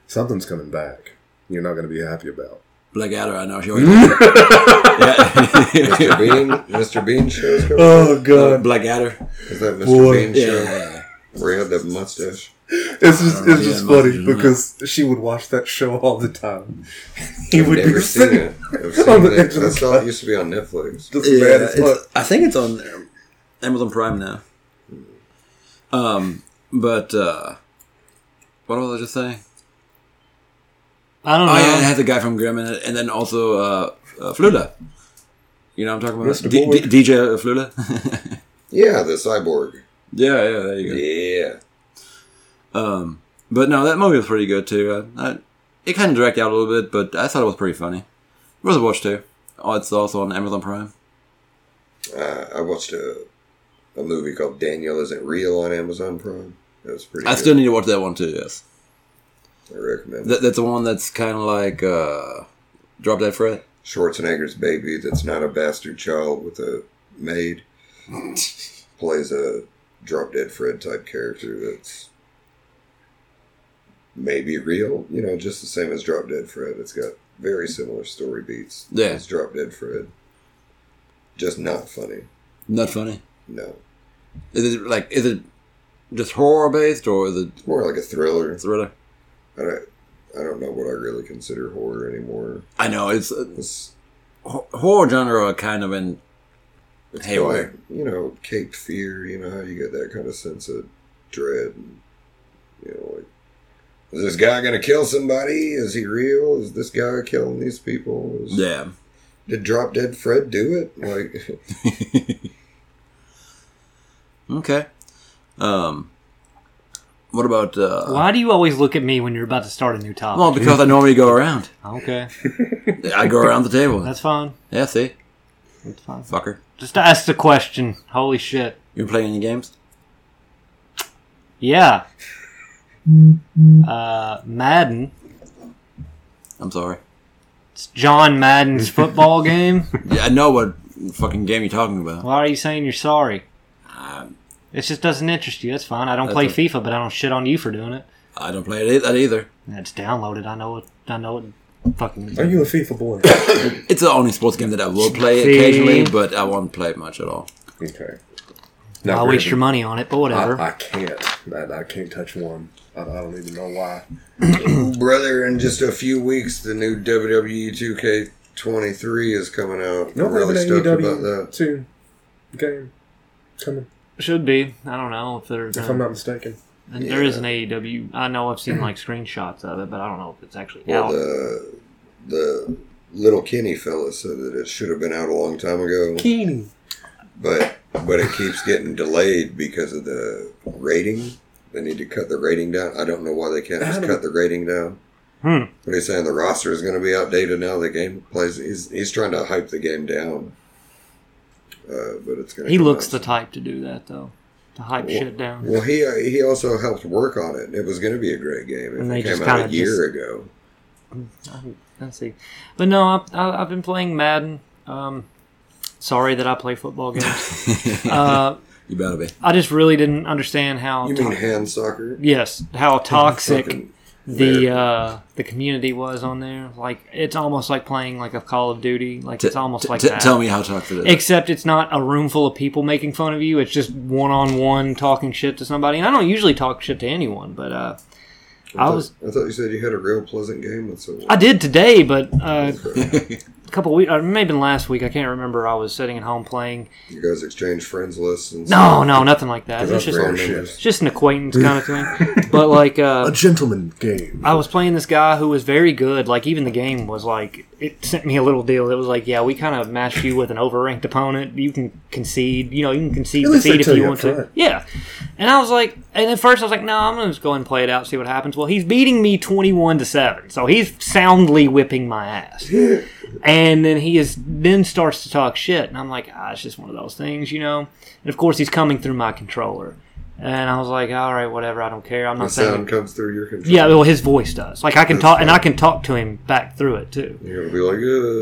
[SPEAKER 1] something's coming back. You're not going to be happy about.
[SPEAKER 4] Blackadder. I know she always. (laughs) yeah.
[SPEAKER 3] Mr. Bean, Mr. Bean show's coming.
[SPEAKER 1] Oh
[SPEAKER 4] (laughs)
[SPEAKER 1] God,
[SPEAKER 4] Blackadder.
[SPEAKER 3] Is that Mr.
[SPEAKER 1] Boy.
[SPEAKER 3] Bean
[SPEAKER 4] Yeah,
[SPEAKER 3] show?
[SPEAKER 4] yeah, yeah.
[SPEAKER 3] Where he had
[SPEAKER 1] (laughs)
[SPEAKER 3] that mustache.
[SPEAKER 1] it's just
[SPEAKER 4] yeah,
[SPEAKER 1] it's just
[SPEAKER 4] must
[SPEAKER 1] funny
[SPEAKER 4] be, yeah.
[SPEAKER 1] because she would watch that show all the time. (laughs) He
[SPEAKER 3] I've
[SPEAKER 1] would
[SPEAKER 3] never
[SPEAKER 1] be
[SPEAKER 3] seen
[SPEAKER 1] sitting
[SPEAKER 3] it. I've
[SPEAKER 1] (laughs)
[SPEAKER 3] seen
[SPEAKER 1] on the
[SPEAKER 3] it.
[SPEAKER 1] edge of the
[SPEAKER 3] That's all it
[SPEAKER 1] couch.
[SPEAKER 3] used to be on Netflix.
[SPEAKER 1] just
[SPEAKER 4] Yeah,
[SPEAKER 1] mad as
[SPEAKER 4] it's-
[SPEAKER 1] fuck.
[SPEAKER 4] I think it's on um, Amazon Prime now. Um, but uh, what was I just saying?
[SPEAKER 2] I don't know.
[SPEAKER 4] Oh yeah, it has a guy from Grimm in it, and then also uh, uh, Fluda. You know what I'm talking about?
[SPEAKER 1] Mr.
[SPEAKER 4] D-
[SPEAKER 1] Boyd.
[SPEAKER 4] D- DJ Fluda.
[SPEAKER 3] Yeah, the cyborg.
[SPEAKER 4] (laughs) yeah, yeah, there you go.
[SPEAKER 3] Yeah.
[SPEAKER 4] Um, but no, that movie was pretty good too. Uh, I, I, it kind of dragged out a little bit, but I thought it was pretty funny. Worth a watch too. Oh, it's also on Amazon Prime.
[SPEAKER 3] Uh, I watched a, a movie called Daniel Isn't Real on Amazon Prime. That was pretty
[SPEAKER 4] I
[SPEAKER 3] good.
[SPEAKER 4] still need to watch that one too. Yes,
[SPEAKER 3] I recommend it.
[SPEAKER 4] that, that's the one that's kind of like uh, Drop Dead Fred.
[SPEAKER 3] Schwarzenegger's baby that's not a bastard child with a maid plays a drop dead Fred type character that's maybe real, you know, just the same as Drop Dead Fred. It's got very similar story beats.
[SPEAKER 4] Yeah.
[SPEAKER 3] It's Drop Dead Fred. Just not funny.
[SPEAKER 4] Not funny.
[SPEAKER 3] No.
[SPEAKER 4] Is it like is it just horror based or is it
[SPEAKER 3] It's more like a thriller.
[SPEAKER 4] thriller?
[SPEAKER 3] I don't, I don't know what I really consider horror anymore.
[SPEAKER 4] I know it's uh,
[SPEAKER 3] It's,
[SPEAKER 4] hor- horror genre kind of in
[SPEAKER 3] it's
[SPEAKER 4] haywire.
[SPEAKER 3] like, you know, Cape Fear, you know, how you get that kind of sense of dread and, you know, like, is this guy going to kill somebody? Is he real? Is this guy killing these people? Is,
[SPEAKER 4] Yeah.
[SPEAKER 3] Did Drop Dead Fred do it? Like, (clears throat)
[SPEAKER 4] Okay. Um. What about uh?
[SPEAKER 2] Why do you always look at me when you're about to start a new topic? (laughs)
[SPEAKER 4] Well, because I normally go around.
[SPEAKER 2] okay,
[SPEAKER 4] I go around the table.
[SPEAKER 2] that's fine.
[SPEAKER 4] Yeah, see?
[SPEAKER 2] It's fine.
[SPEAKER 4] Fucker.
[SPEAKER 2] Just ask the question. Holy shit.
[SPEAKER 4] You been playing any games?
[SPEAKER 2] Yeah. Uh, Madden.
[SPEAKER 4] I'm sorry.
[SPEAKER 2] It's John Madden's football game.
[SPEAKER 4] Yeah, I know what fucking game you're talking about.
[SPEAKER 2] Why are you saying you're sorry?
[SPEAKER 4] Um,
[SPEAKER 2] It just doesn't interest you. That's fine. I don't
[SPEAKER 4] That's
[SPEAKER 2] play
[SPEAKER 4] a-
[SPEAKER 2] FIFA, but I don't shit on you for doing it.
[SPEAKER 4] I don't play it that either.
[SPEAKER 2] And It's downloaded. I know it. I know it. Fucking.
[SPEAKER 1] Are you a FIFA boy?
[SPEAKER 4] It's the only sports game that I will play
[SPEAKER 2] See?
[SPEAKER 4] occasionally, but I won't play it much at all. (laughs)
[SPEAKER 1] okay.
[SPEAKER 2] I'll
[SPEAKER 1] Not
[SPEAKER 2] waste
[SPEAKER 1] really.
[SPEAKER 2] your money on it, but whatever.
[SPEAKER 1] I, I can't. I, I can't touch one. I, I don't even know why.
[SPEAKER 3] Brother, in just a few weeks, the new E WWE 2K23 is coming out. I'm really stoked about that.
[SPEAKER 1] E two game coming,
[SPEAKER 2] Should be. I don't know if there's.
[SPEAKER 1] if I'm not mistaken.
[SPEAKER 2] There is an AEW. I know I've seen like screenshots of it, but I don't know if it's actually
[SPEAKER 3] Well,
[SPEAKER 2] out.
[SPEAKER 3] the, the little Kenny fella said that it should have been out a long time ago,
[SPEAKER 1] Keeney.
[SPEAKER 3] but but it keeps getting delayed because of the rating. They need to cut the rating down. I don't know why they can't just
[SPEAKER 1] Adam-
[SPEAKER 3] cut the rating down.
[SPEAKER 2] Hmm.
[SPEAKER 3] What he's saying, the roster is going to be outdated now. The game plays. He's, he's trying to hype the game down. Uh, but it's going.
[SPEAKER 2] he looks the type to do that though, to hype
[SPEAKER 3] Well-
[SPEAKER 2] shit down.
[SPEAKER 3] Well, he uh, he also helped work on it. It was going to be a great game. If
[SPEAKER 2] And they
[SPEAKER 3] it
[SPEAKER 2] just
[SPEAKER 3] came out a
[SPEAKER 2] kinda
[SPEAKER 3] year
[SPEAKER 2] just-
[SPEAKER 3] ago.
[SPEAKER 2] Let's see. But no, I, I, I've been playing Madden. Um, sorry that I play football
[SPEAKER 4] (laughs)
[SPEAKER 2] games. uh,
[SPEAKER 4] You better be.
[SPEAKER 2] I just really didn't understand how.
[SPEAKER 3] You mean
[SPEAKER 2] to-
[SPEAKER 3] hand soccer?
[SPEAKER 2] yes, how toxic
[SPEAKER 3] Fucking
[SPEAKER 2] the
[SPEAKER 3] America.
[SPEAKER 2] uh, the community was on there. Like it's almost like playing like a Call of Duty. Like it's almost
[SPEAKER 4] T-
[SPEAKER 2] like
[SPEAKER 4] t-
[SPEAKER 2] that.
[SPEAKER 4] Tell me how toxic it is.
[SPEAKER 2] Except it's not a room full of people making fun of you. It's just one on one talking shit to somebody. And I don't usually talk shit to anyone, but uh, I
[SPEAKER 3] thought-
[SPEAKER 2] was
[SPEAKER 3] I thought you said you had a real pleasant game with someone.
[SPEAKER 2] I did today, but uh, a couple weeks, or maybe last week, I can't remember. I was sitting at home playing.
[SPEAKER 3] You guys exchanged friends lists and
[SPEAKER 2] No, no, nothing like that. It's
[SPEAKER 1] That's
[SPEAKER 2] just
[SPEAKER 1] very
[SPEAKER 3] Grand
[SPEAKER 1] shit.
[SPEAKER 3] members.
[SPEAKER 2] it's just an acquaintance kind of thing. But like,
[SPEAKER 1] A (laughs)
[SPEAKER 2] uh,
[SPEAKER 1] gentleman game.
[SPEAKER 2] I was playing this guy who was very good. Like even the game was like it sent me a little deal. It was like, yeah, we kind of matched you with an overranked opponent. You can concede. You know, you can concede
[SPEAKER 1] At least they
[SPEAKER 2] defeat if
[SPEAKER 1] tell
[SPEAKER 2] you
[SPEAKER 1] you
[SPEAKER 2] want
[SPEAKER 1] up
[SPEAKER 2] to.
[SPEAKER 1] front.
[SPEAKER 2] Yeah. And I was like, and at first I was like, no, I'm gonna just go ahead and play it out, see what happens. Well, he's beating me 21 to seven, so he's soundly whipping
[SPEAKER 1] (laughs)
[SPEAKER 2] my ass. and then he is then starts to talk shit, and I'm like, ah, it's just one of those things, you know. And of course, he's coming through my controller. And I was like, all right, whatever, I don't care. I'm
[SPEAKER 3] the
[SPEAKER 2] not saying
[SPEAKER 3] sound comes through your control.
[SPEAKER 2] yeah, well, his voice does. Like I can talk, and I can talk to him back through it too.
[SPEAKER 3] You're gonna be like,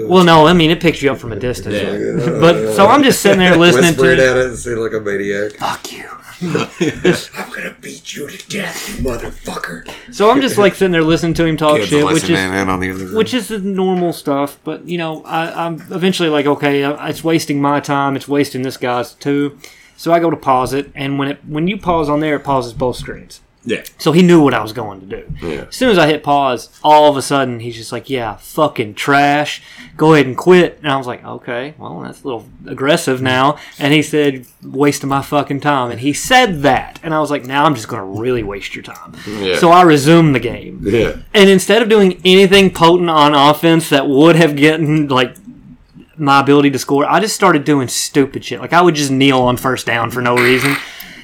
[SPEAKER 3] uh,
[SPEAKER 2] Well, no, I mean it picks you up from a distance.
[SPEAKER 4] Yeah.
[SPEAKER 3] uh,
[SPEAKER 2] But so I'm just sitting there listening
[SPEAKER 3] (laughs) whispered
[SPEAKER 2] to.
[SPEAKER 3] at it and say like a maniac.
[SPEAKER 2] Fuck you.
[SPEAKER 3] I'm gonna beat you to death, you motherfucker.
[SPEAKER 2] So I'm just like sitting there listening to him talk shit, which is
[SPEAKER 3] in on the other
[SPEAKER 2] which is the normal stuff. But you know, I, I'm eventually like, okay, I- it's wasting my time. It's wasting this guy's too. So I go to pause it, and when it when you pause on there, it pauses both screens.
[SPEAKER 4] Yeah.
[SPEAKER 2] So he knew what I was going to do. As soon as I hit pause, all of a sudden he's just like, "Yeah, fucking trash. Go ahead and quit." And I was like, "Okay, well that's a little aggressive now." And he said, "Wasting my fucking time." And he said that, and I was like, "Now I'm just gonna really waste your time."
[SPEAKER 3] Yeah.
[SPEAKER 2] So I resumed the game.
[SPEAKER 3] (laughs) yeah.
[SPEAKER 2] And instead of doing anything potent on offense that would have gotten like my ability to score, I just started doing stupid shit. Like I would just kneel on first down for no reason,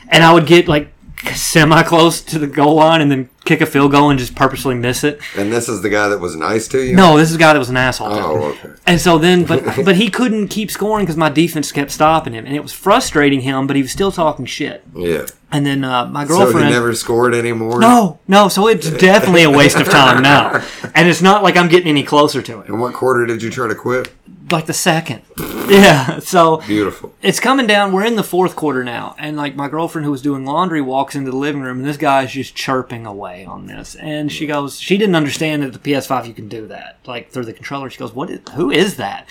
[SPEAKER 2] and I would get like semi close to the goal line and then kick a field goal and just purposely miss it.
[SPEAKER 3] And this is the guy that was nice to you.
[SPEAKER 2] No, this is a guy that was an asshole.
[SPEAKER 3] Oh, okay.
[SPEAKER 2] And so then, but but he couldn't keep scoring because my defense kept stopping him, and it was frustrating him. But he was still talking shit.
[SPEAKER 3] Yeah.
[SPEAKER 2] And then uh, my
[SPEAKER 3] So
[SPEAKER 2] girlfriend
[SPEAKER 3] he never scored anymore.
[SPEAKER 2] no, no. So it's definitely a waste of time now, and it's not like I'm getting any closer to it.
[SPEAKER 3] In what quarter did you try to quit?
[SPEAKER 2] Like the second, (laughs) yeah. So
[SPEAKER 3] Beautiful.
[SPEAKER 2] it's coming down. We're in the fourth quarter now, and like my girlfriend who was doing laundry walks into the living room, and this guy's just chirping away on this. And she goes, she didn't understand that the PS5 you can do that, like through the controller. She goes, what? Is, who is that?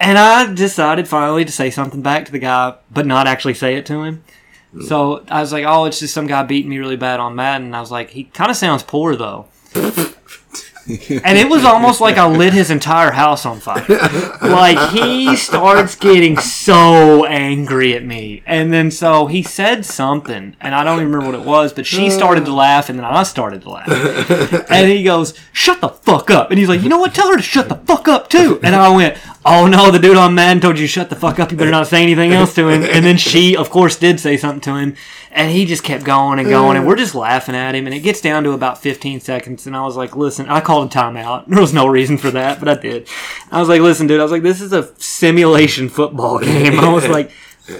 [SPEAKER 2] And I decided finally to say something back to the guy, but not actually say it to him. So I was like, oh, it's just some guy beating me really bad on Madden. And I was like, he kind of sounds poor though. and it was almost like I lit his entire house on fire. Like he starts getting so angry at me. And then so he said something, and I don't even remember what it was, but she started to laugh, and then I started to laugh. And he goes, Shut the fuck up. And he's like, You know what? Tell her to shut the fuck up too. And I went, oh no, the dude on Madden told you shut the fuck up. You better not say anything else to him. And then she, of course, did say something to him, and he just kept going and going, and we're just laughing at him. And it gets down to about 15 seconds, and I was like, listen, I called a timeout. There was no reason for that, but I did. I was like, listen, dude, I was like, this is a simulation football (laughs) game. I was like.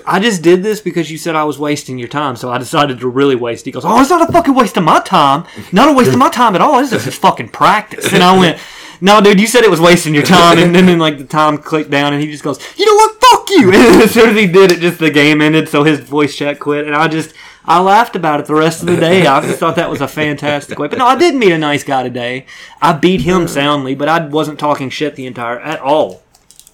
[SPEAKER 2] I just did this because you said I was wasting your time, so I decided to really waste. He goes, "Oh, it's not a fucking waste of my time. Not a waste of my time at all. This is just fucking practice." And I went, "No, dude, you said it was wasting your time." And then, then like the time clicked down, and he just goes, "You know what? Fuck you!" (laughs) And as soon as he did it, just the game ended. So his voice chat quit, and I just I laughed about it the rest of the day. I just thought that was a fantastic way. But no, I did meet a nice guy today. I beat him soundly, but I wasn't talking shit the entire at all.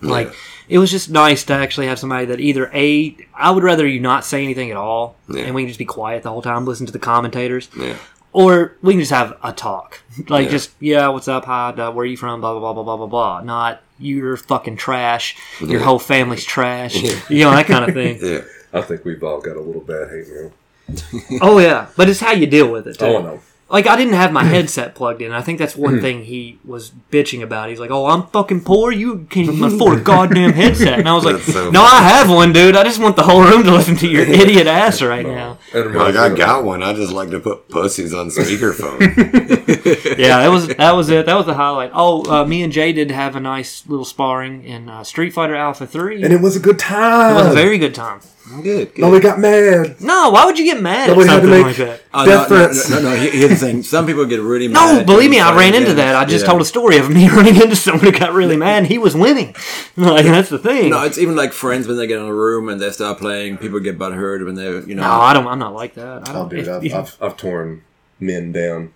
[SPEAKER 2] Like it was just nice to actually have somebody that either a I would rather you not say anything at all,
[SPEAKER 3] Yeah.
[SPEAKER 2] and we can just be quiet the whole time, listen to the commentators,
[SPEAKER 3] Yeah.
[SPEAKER 2] or we can just have a talk, (laughs) like just yeah, what's up, hi, uh, where are you from, blah blah blah blah blah blah blah. Not you're fucking trash, your whole family's trash, you know that kind of
[SPEAKER 3] (laughs)
[SPEAKER 2] thing.
[SPEAKER 3] Yeah.
[SPEAKER 1] I think we've all got a little bad hate mail.
[SPEAKER 2] oh yeah, but it's how you deal with it. Too.
[SPEAKER 1] Oh no,
[SPEAKER 2] like I didn't have my headset plugged in. I think that's one thing he was bitching about. He's like, "Oh, I'm fucking poor. You can't even afford a goddamn headset." And I was like,
[SPEAKER 3] That's so
[SPEAKER 2] "No, I have one, dude. I just want the whole room to listen to your idiot ass right now."
[SPEAKER 1] That
[SPEAKER 3] Like
[SPEAKER 1] reminds
[SPEAKER 3] I
[SPEAKER 1] me of-
[SPEAKER 3] got one. I just like to put pussies
[SPEAKER 2] (laughs)
[SPEAKER 3] on speakerphone.
[SPEAKER 2] Yeah, that was that was it. That was the highlight. Oh, uh, me and Jay did have a nice little sparring in uh, Street Fighter Alpha Three.
[SPEAKER 1] and
[SPEAKER 2] It
[SPEAKER 1] it was a good time.
[SPEAKER 2] was a very good time.
[SPEAKER 3] good. good.
[SPEAKER 1] Nobody got mad.
[SPEAKER 2] No, why would you get mad at
[SPEAKER 1] Nobody had to
[SPEAKER 2] something
[SPEAKER 1] make
[SPEAKER 2] like that?
[SPEAKER 4] Oh, no, no,
[SPEAKER 1] difference.
[SPEAKER 4] no, no, no, here- Here's the thing. Some people get really mad.
[SPEAKER 2] No,
[SPEAKER 4] at
[SPEAKER 2] believe me,
[SPEAKER 4] you
[SPEAKER 2] I
[SPEAKER 4] for
[SPEAKER 2] ran into
[SPEAKER 4] games.
[SPEAKER 2] that. I just
[SPEAKER 4] Yeah.
[SPEAKER 2] told a story of me (laughs) running into someone who got really mad. and He was winning. (laughs) Like that's the thing.
[SPEAKER 4] No, it's even like friends when they get in a room and they start playing. People get butthurt when they, you know.
[SPEAKER 2] No, I don't. I'm not like that. I
[SPEAKER 1] Oh,
[SPEAKER 2] don't.
[SPEAKER 1] dude,
[SPEAKER 2] if-
[SPEAKER 1] I've,
[SPEAKER 2] (laughs) if-
[SPEAKER 1] I've, I've torn men down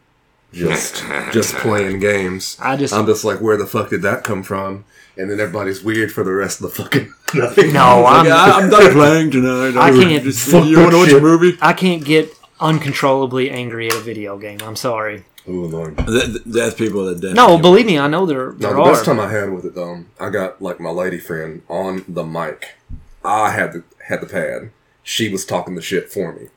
[SPEAKER 1] just just playing games.
[SPEAKER 2] I just-
[SPEAKER 1] I'm just like, where the fuck did that come from? And then everybody's weird for the rest of the fucking (laughs) nothing.
[SPEAKER 2] (laughs) no, I'm.
[SPEAKER 4] yeah, I- I'm not playing tonight.
[SPEAKER 2] I can't-
[SPEAKER 4] Just,
[SPEAKER 1] Fuck
[SPEAKER 4] you want
[SPEAKER 1] that
[SPEAKER 4] to watch a
[SPEAKER 1] shit.
[SPEAKER 4] movie?
[SPEAKER 2] I can't get uncontrollably angry at a video game. I'm sorry.
[SPEAKER 1] Ooh, Lord.
[SPEAKER 4] Th- th- There's people that definitely.
[SPEAKER 2] No, believe me, I know there
[SPEAKER 1] No,
[SPEAKER 2] there
[SPEAKER 1] the
[SPEAKER 2] are.
[SPEAKER 1] best time I had with it though, I got like my lady friend on the mic. I had the had the pad. She was talking the shit for me.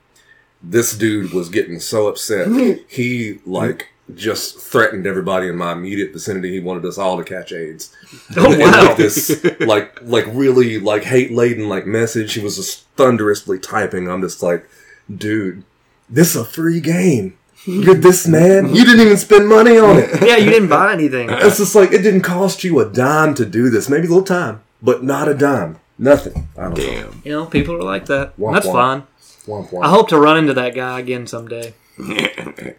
[SPEAKER 1] This dude was getting so
[SPEAKER 2] (laughs)
[SPEAKER 1] upset. He like just threatened everybody in my immediate vicinity. He wanted us all to catch AIDS.
[SPEAKER 2] (laughs) Oh,
[SPEAKER 1] And, like
[SPEAKER 2] wow.
[SPEAKER 1] this like like really like hate laden like message. He was just thunderously typing. I'm just like, dude, this is a free game. You're this mad. You didn't even spend money on it.
[SPEAKER 2] yeah,
[SPEAKER 1] (laughs)
[SPEAKER 2] you didn't buy anything.
[SPEAKER 1] It's just like it didn't cost you a dime to do this. Maybe a little time, but not a dime. Nothing. I don't know.
[SPEAKER 3] Damn.
[SPEAKER 2] You know, people are like that.
[SPEAKER 1] Womp
[SPEAKER 2] That's
[SPEAKER 1] womp.
[SPEAKER 2] fine.
[SPEAKER 1] Womp
[SPEAKER 2] I
[SPEAKER 1] womp.
[SPEAKER 2] hope to run into that guy again someday.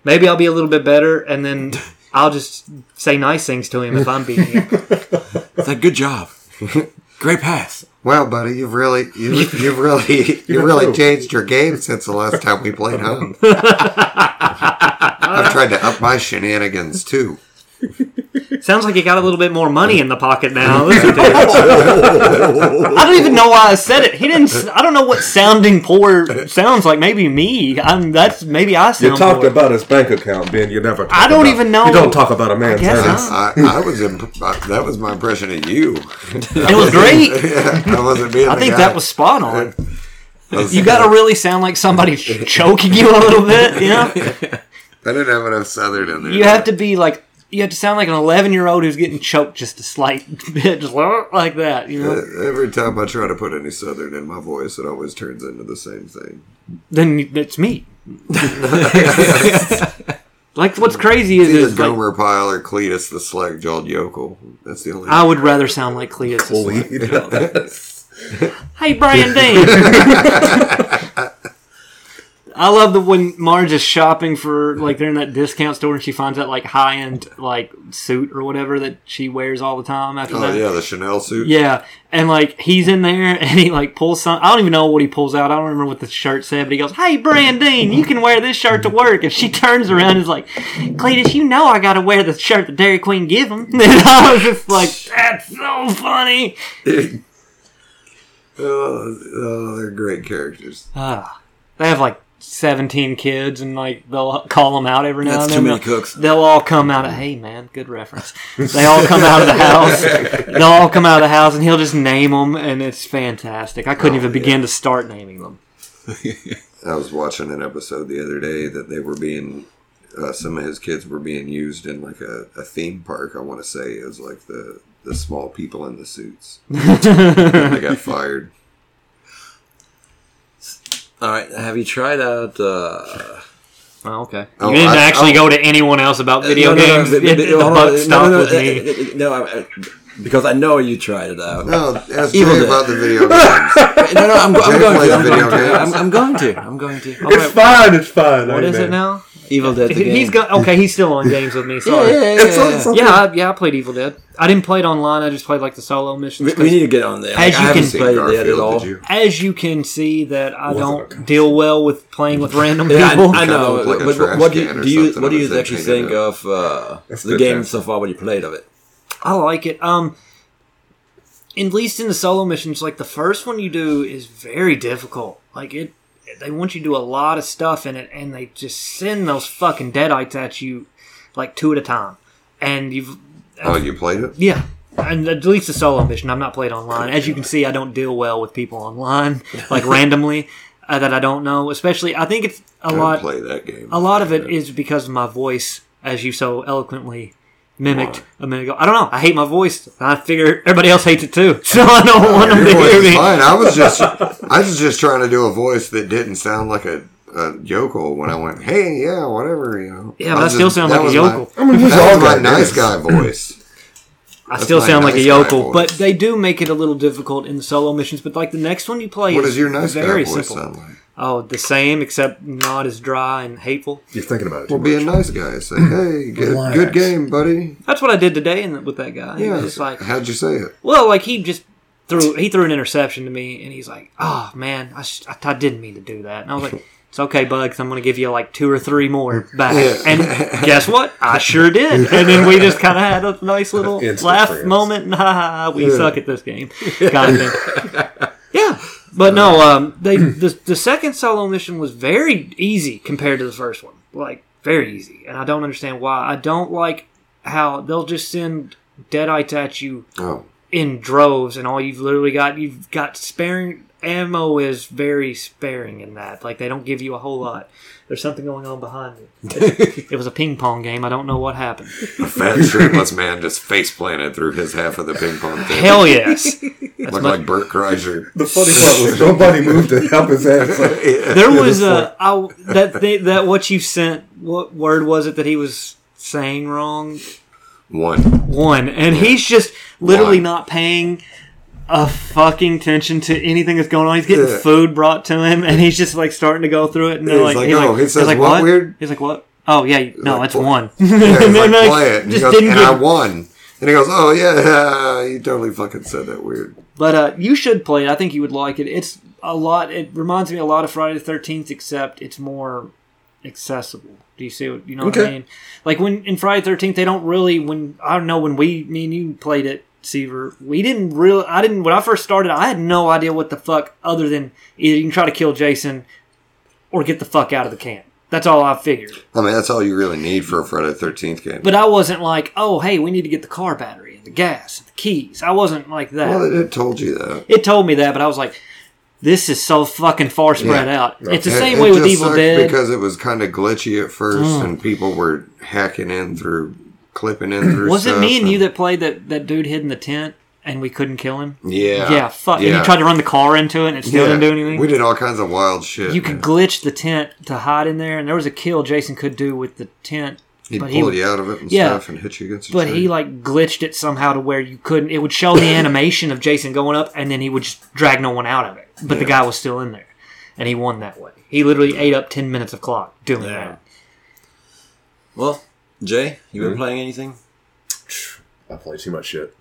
[SPEAKER 2] Maybe I'll be a little bit better, and then I'll just say nice things to him if I'm
[SPEAKER 1] (laughs)
[SPEAKER 2] beating him.
[SPEAKER 4] It's like, good job. Great pass.
[SPEAKER 3] Wow, buddy, you've really, you've, you've really, (laughs) you really
[SPEAKER 1] improved.
[SPEAKER 3] changed your game since the last time we
[SPEAKER 2] (laughs)
[SPEAKER 3] played home. I've tried to up my shenanigans (laughs) too.
[SPEAKER 2] Sounds like you got a little bit more money in the pocket
[SPEAKER 1] (laughs)
[SPEAKER 2] now. Listen to it. I don't even know why I said it. He didn't. s- I don't know what sounding poor sounds like. Maybe me. I'm. That's maybe I
[SPEAKER 1] You
[SPEAKER 2] sound.
[SPEAKER 1] talked
[SPEAKER 2] poor.
[SPEAKER 1] about his bank account, Ben. You never. Talk
[SPEAKER 2] I don't
[SPEAKER 1] about-
[SPEAKER 2] even know.
[SPEAKER 1] You don't talk about a man's
[SPEAKER 2] guess
[SPEAKER 1] earnings.
[SPEAKER 3] I, I was, imp- I, that was my impression of you.
[SPEAKER 2] It was great.
[SPEAKER 3] I wasn't being.
[SPEAKER 2] I think that was spot on.
[SPEAKER 3] was
[SPEAKER 2] You got to really sound like somebody's choking you a little bit. You know,
[SPEAKER 3] I didn't have enough southern in there.
[SPEAKER 2] you have to be like. You have to sound like an 11 year old who's getting choked just a slight bit, just like that. You know,
[SPEAKER 3] Every time I try to put any southern in my voice, it always turns into the same thing.
[SPEAKER 2] then it's (laughs) me. like what's crazy is,
[SPEAKER 3] Either
[SPEAKER 2] is like,
[SPEAKER 3] Gomer Pyle or Cletus the slack jawed yokel. That's the only.
[SPEAKER 2] I
[SPEAKER 3] (laughs)
[SPEAKER 2] would rather sound like Cletus. (laughs) Hey, Brian Dean. (laughs) I love the when Marge is shopping for like they're in that discount store and she finds that like high end like suit or whatever that she wears all the time after
[SPEAKER 3] oh
[SPEAKER 2] that.
[SPEAKER 3] yeah, the Chanel suit.
[SPEAKER 2] Yeah, and like he's in there, (laughs) and he like pulls some. I don't even know what he pulls out. I don't remember what the shirt said, but he goes, "Hey, Brandine, you can wear this shirt to work." And she turns around and is like, "Cletus, you know I got to wear the shirt that Dairy Queen give him." (laughs) And I was just like, "That's so funny."
[SPEAKER 3] Oh, oh, they're great characters.
[SPEAKER 2] Ah, they have like seventeen kids, and like they'll call them out every now
[SPEAKER 4] That's
[SPEAKER 2] and
[SPEAKER 4] too
[SPEAKER 2] then.
[SPEAKER 4] many
[SPEAKER 2] They'll-
[SPEAKER 4] cooks.
[SPEAKER 2] They'll all come out of hey man, good reference. They all come out of the house.
[SPEAKER 4] (laughs)
[SPEAKER 2] They'll all come out of the house, and he'll just name them, and it's fantastic. I
[SPEAKER 4] Oh,
[SPEAKER 2] couldn't even begin to start naming them.
[SPEAKER 3] I was watching an episode the other day that they were being, uh, some of his kids were being used in like a, a theme park. I want to say is like the the small people in
[SPEAKER 2] (laughs)
[SPEAKER 3] the suits. they got fired.
[SPEAKER 4] All right, have you tried out? Uh,
[SPEAKER 2] Oh, okay.
[SPEAKER 3] Oh,
[SPEAKER 2] you didn't
[SPEAKER 3] I-
[SPEAKER 2] actually go
[SPEAKER 3] oh.
[SPEAKER 2] to anyone else about video
[SPEAKER 4] Uh, no, no, no,
[SPEAKER 2] games.
[SPEAKER 4] no,
[SPEAKER 2] It-
[SPEAKER 4] no,
[SPEAKER 2] it- (laughs) the
[SPEAKER 4] no, no,
[SPEAKER 2] buck
[SPEAKER 4] no,
[SPEAKER 2] stopped
[SPEAKER 4] no, uh, no,
[SPEAKER 2] with me.
[SPEAKER 4] no, no, no, I- I- because I know you tried it out. No,
[SPEAKER 3] No, ask Jay
[SPEAKER 4] Evil Dead.
[SPEAKER 3] about the video games.
[SPEAKER 4] no, I'm, go- I'm
[SPEAKER 3] Jay
[SPEAKER 4] going
[SPEAKER 3] plays
[SPEAKER 4] to. I'm
[SPEAKER 3] video
[SPEAKER 4] going to.
[SPEAKER 3] games.
[SPEAKER 4] I'm, I'm going to. I'm going to.
[SPEAKER 1] It's fine. It's fine.
[SPEAKER 2] What is it now?
[SPEAKER 4] Evil Dead. The
[SPEAKER 2] He-
[SPEAKER 4] game.
[SPEAKER 2] He's got okay. He's still on games with me.
[SPEAKER 4] (laughs) Yeah,
[SPEAKER 2] Sorry.
[SPEAKER 4] yeah, yeah,
[SPEAKER 1] It's
[SPEAKER 4] yeah,
[SPEAKER 1] on-
[SPEAKER 4] yeah.
[SPEAKER 1] it's on-
[SPEAKER 2] Yeah, I, yeah, I played Evil Dead. I didn't play it online. I just played like the solo missions.
[SPEAKER 4] We,
[SPEAKER 2] 'cause
[SPEAKER 4] we need to get on there.
[SPEAKER 2] As
[SPEAKER 4] Like,
[SPEAKER 2] you
[SPEAKER 4] I haven't
[SPEAKER 2] can-
[SPEAKER 4] played it yet at all.
[SPEAKER 3] did you?
[SPEAKER 2] as you can see, that I
[SPEAKER 1] Wasn't a
[SPEAKER 2] don't deal well with playing with random
[SPEAKER 4] Yeah, I,
[SPEAKER 2] people.
[SPEAKER 4] I know.
[SPEAKER 3] Kinda look like a
[SPEAKER 4] but
[SPEAKER 3] trash
[SPEAKER 4] what do you
[SPEAKER 3] can or
[SPEAKER 4] do? You,
[SPEAKER 3] something
[SPEAKER 4] what do
[SPEAKER 3] with
[SPEAKER 4] you
[SPEAKER 3] that
[SPEAKER 4] actually
[SPEAKER 3] thing in
[SPEAKER 4] think
[SPEAKER 3] it.
[SPEAKER 4] of uh,
[SPEAKER 1] That's
[SPEAKER 4] the
[SPEAKER 1] good,
[SPEAKER 4] game
[SPEAKER 1] thanks.
[SPEAKER 4] so far? What you played of it?
[SPEAKER 2] (laughs) I like it. Um, at least in the solo missions, like the first one you do is very difficult. Like it, they want you to do a lot of stuff in it, and they just send those fucking deadites at you, like two at a time. And you've,
[SPEAKER 3] (laughs) Oh, you played it?
[SPEAKER 2] yeah. And at least the solo mission. I'm not played online. As you can see, I don't deal well with people online, like (laughs) randomly, uh, that I don't know. Especially, I think it's a
[SPEAKER 3] I
[SPEAKER 2] lot.
[SPEAKER 3] don't play that game.
[SPEAKER 2] A lot of it is because of my voice, as you so eloquently mimicked a minute ago. I don't know. I hate my voice. I figure everybody else hates it too, (laughs) so I don't want them
[SPEAKER 3] Your
[SPEAKER 2] to
[SPEAKER 3] voice
[SPEAKER 2] hear
[SPEAKER 3] is
[SPEAKER 2] (laughs) me.
[SPEAKER 3] fine. I was just, I was just trying to do a voice that didn't sound like a, a yokel when I went, hey, yeah, whatever, you know.
[SPEAKER 2] Yeah,
[SPEAKER 3] I
[SPEAKER 2] but I
[SPEAKER 3] was
[SPEAKER 2] still
[SPEAKER 3] just-
[SPEAKER 2] sound
[SPEAKER 3] that
[SPEAKER 2] like a
[SPEAKER 3] was
[SPEAKER 2] yokel.
[SPEAKER 1] I mean,
[SPEAKER 3] My,
[SPEAKER 1] we've
[SPEAKER 3] that
[SPEAKER 1] all
[SPEAKER 3] was my
[SPEAKER 1] got
[SPEAKER 3] nice
[SPEAKER 1] this.
[SPEAKER 2] (laughs)
[SPEAKER 3] guy voice.
[SPEAKER 2] I still
[SPEAKER 3] my
[SPEAKER 2] sound like a
[SPEAKER 3] nice guy
[SPEAKER 2] yokel,
[SPEAKER 3] voice.
[SPEAKER 2] but they do make it a little difficult in the solo missions. But like the next one you play
[SPEAKER 3] What
[SPEAKER 2] is
[SPEAKER 3] does your nice guy
[SPEAKER 2] very
[SPEAKER 3] voice
[SPEAKER 2] simple.
[SPEAKER 3] sound like?
[SPEAKER 2] Oh, the same except not as dry and hateful.
[SPEAKER 1] You're thinking about it. Too
[SPEAKER 3] Well, be a nice guy. Say, (clears throat) hey, good,
[SPEAKER 1] Relax.
[SPEAKER 3] good game, buddy.
[SPEAKER 2] That's what I did today in, with that guy. He was
[SPEAKER 3] Yeah.
[SPEAKER 2] just like
[SPEAKER 3] How'd you say it?
[SPEAKER 2] Well, like he just threw he threw an interception to me, and he's like, "Oh man, I, sh- I, I didn't mean to do that." And I was like, "It's okay, bud, 'cause I'm going to give you like two or
[SPEAKER 1] (laughs)
[SPEAKER 2] three more back."
[SPEAKER 3] Yeah.
[SPEAKER 2] And guess what? I sure did. And then we just kind of had a nice little
[SPEAKER 1] Instant
[SPEAKER 2] laugh
[SPEAKER 1] friends.
[SPEAKER 2] moment. (laughs) and, "Ha, ha, ha, we suck at this game, kind of thing.
[SPEAKER 1] (laughs)
[SPEAKER 2] Yeah, but no, um, they the the second solo mission was very easy compared to the first one, like very easy, and I don't understand why. I don't like how they'll just send deadite at you
[SPEAKER 3] Oh,
[SPEAKER 2] in droves and all you've literally got you've got sparing ammo is very sparing in that like they don't give you a whole lot there's something going on behind me it, was a ping pong game i don't know what happened
[SPEAKER 3] fat shirtless man just face planted through his half of the ping pong table.
[SPEAKER 2] hell yes
[SPEAKER 3] Looked like
[SPEAKER 2] (laughs)
[SPEAKER 3] Burt Kreischer.
[SPEAKER 1] The funny part (laughs) was nobody moved to help his ass. Like,
[SPEAKER 2] there was a I, that thing that what you sent what word was it that he was saying wrong (laughs)
[SPEAKER 3] One.
[SPEAKER 2] one and he's just literally
[SPEAKER 3] One.
[SPEAKER 2] not paying a fucking attention to anything that's going on he's getting
[SPEAKER 3] Yeah.
[SPEAKER 2] food brought to him and he's just like starting to go through it and they're
[SPEAKER 3] He's
[SPEAKER 2] like,
[SPEAKER 3] like,
[SPEAKER 2] he's
[SPEAKER 3] "Oh,
[SPEAKER 2] like,
[SPEAKER 3] it
[SPEAKER 2] he's
[SPEAKER 3] says
[SPEAKER 2] like,
[SPEAKER 3] what
[SPEAKER 2] what
[SPEAKER 3] weird?"
[SPEAKER 2] he's like what oh yeah no
[SPEAKER 3] like,
[SPEAKER 2] it's
[SPEAKER 3] "What?"
[SPEAKER 2] one (laughs)
[SPEAKER 3] Yeah,
[SPEAKER 2] And
[SPEAKER 3] he's
[SPEAKER 2] then,
[SPEAKER 3] like,
[SPEAKER 2] like,
[SPEAKER 3] play it. And, he
[SPEAKER 2] just
[SPEAKER 3] goes,
[SPEAKER 2] didn't
[SPEAKER 3] and
[SPEAKER 2] get-
[SPEAKER 3] I won. And he goes, oh, yeah, (laughs) you totally fucking said that weird.
[SPEAKER 2] but uh you should play it i think you would like it it's a lot it reminds me a lot of friday the 13th except it's more accessible do you see what you know what i
[SPEAKER 1] Okay.
[SPEAKER 2] mean like when in friday the 13th they don't really when i don't know when we me and you played it Seaver, we didn't really. I didn't. When I first started, I had no idea what the fuck, other than either you can try to kill Jason or get the fuck out of the camp. That's all I figured.
[SPEAKER 3] I mean, that's all you really need for a Friday the 13th game.
[SPEAKER 2] But I wasn't like, oh, hey, we need to get the car battery and the gas and the keys. I wasn't like that.
[SPEAKER 3] well, it, it told you that.
[SPEAKER 2] it told me that, but I was like, this is so fucking far spread
[SPEAKER 3] Yeah.
[SPEAKER 2] out. It's the
[SPEAKER 3] It-
[SPEAKER 2] same
[SPEAKER 3] it
[SPEAKER 2] way with
[SPEAKER 3] just
[SPEAKER 2] Evil
[SPEAKER 3] sucked
[SPEAKER 2] Dead. Mm.
[SPEAKER 3] Because it was kind of glitchy at first, and people were hacking in through, clipping in through
[SPEAKER 2] Was it
[SPEAKER 3] stuff
[SPEAKER 2] me and you that played that, that dude hid in the tent and we couldn't kill him?
[SPEAKER 3] Yeah.
[SPEAKER 2] Yeah, fuck. And you tried to run the car into it and it still
[SPEAKER 3] Yeah.
[SPEAKER 2] didn't do anything?
[SPEAKER 3] We did all kinds of wild shit.
[SPEAKER 2] you could
[SPEAKER 3] man.
[SPEAKER 2] glitch the tent to hide in there, and there was a kill Jason could do with the tent.
[SPEAKER 3] He'd
[SPEAKER 2] but
[SPEAKER 3] pull
[SPEAKER 2] he would-
[SPEAKER 3] you out of it and
[SPEAKER 2] Yeah.
[SPEAKER 3] stuff and hit you against a
[SPEAKER 2] But
[SPEAKER 3] tree.
[SPEAKER 2] he like glitched it somehow to where you couldn't. It would show
[SPEAKER 3] (coughs)
[SPEAKER 2] the animation of Jason going up, and then he would just drag no one out of it. But the guy was still in there, and he won that way. He literally ate up ten minutes of clock doing that.
[SPEAKER 4] Well, Jay, you
[SPEAKER 1] Hmm?
[SPEAKER 4] been playing anything?
[SPEAKER 1] I play too much shit.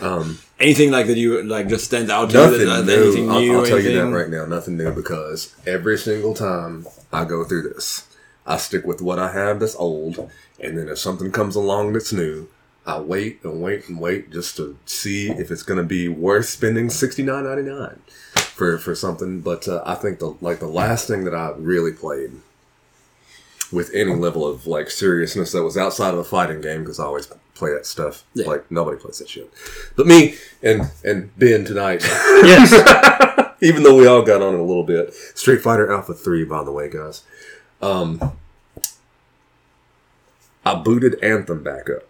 [SPEAKER 1] Um,
[SPEAKER 4] Anything like that you like just stands out to you?
[SPEAKER 1] nothing
[SPEAKER 4] that- that-
[SPEAKER 1] new.
[SPEAKER 4] Anything
[SPEAKER 1] I'll,
[SPEAKER 4] new?
[SPEAKER 1] I'll tell you that
[SPEAKER 4] anything?
[SPEAKER 1] right now. Nothing new because every single time I go through this, I stick with what I have that's old, and then if something comes along that's new. I wait and wait and wait just to see if it's going to be worth spending sixty nine ninety nine for for something. But uh, I think the like the last thing that I really played with any level of like seriousness that was outside of a fighting game because I always play that stuff.
[SPEAKER 4] Yeah.
[SPEAKER 1] Like nobody plays that shit, but me and and Ben tonight. (laughs)
[SPEAKER 2] Yes,
[SPEAKER 1] Even though we all got on it a little bit. Street Fighter Alpha Three, by the way, guys. Um, I booted Anthem back up.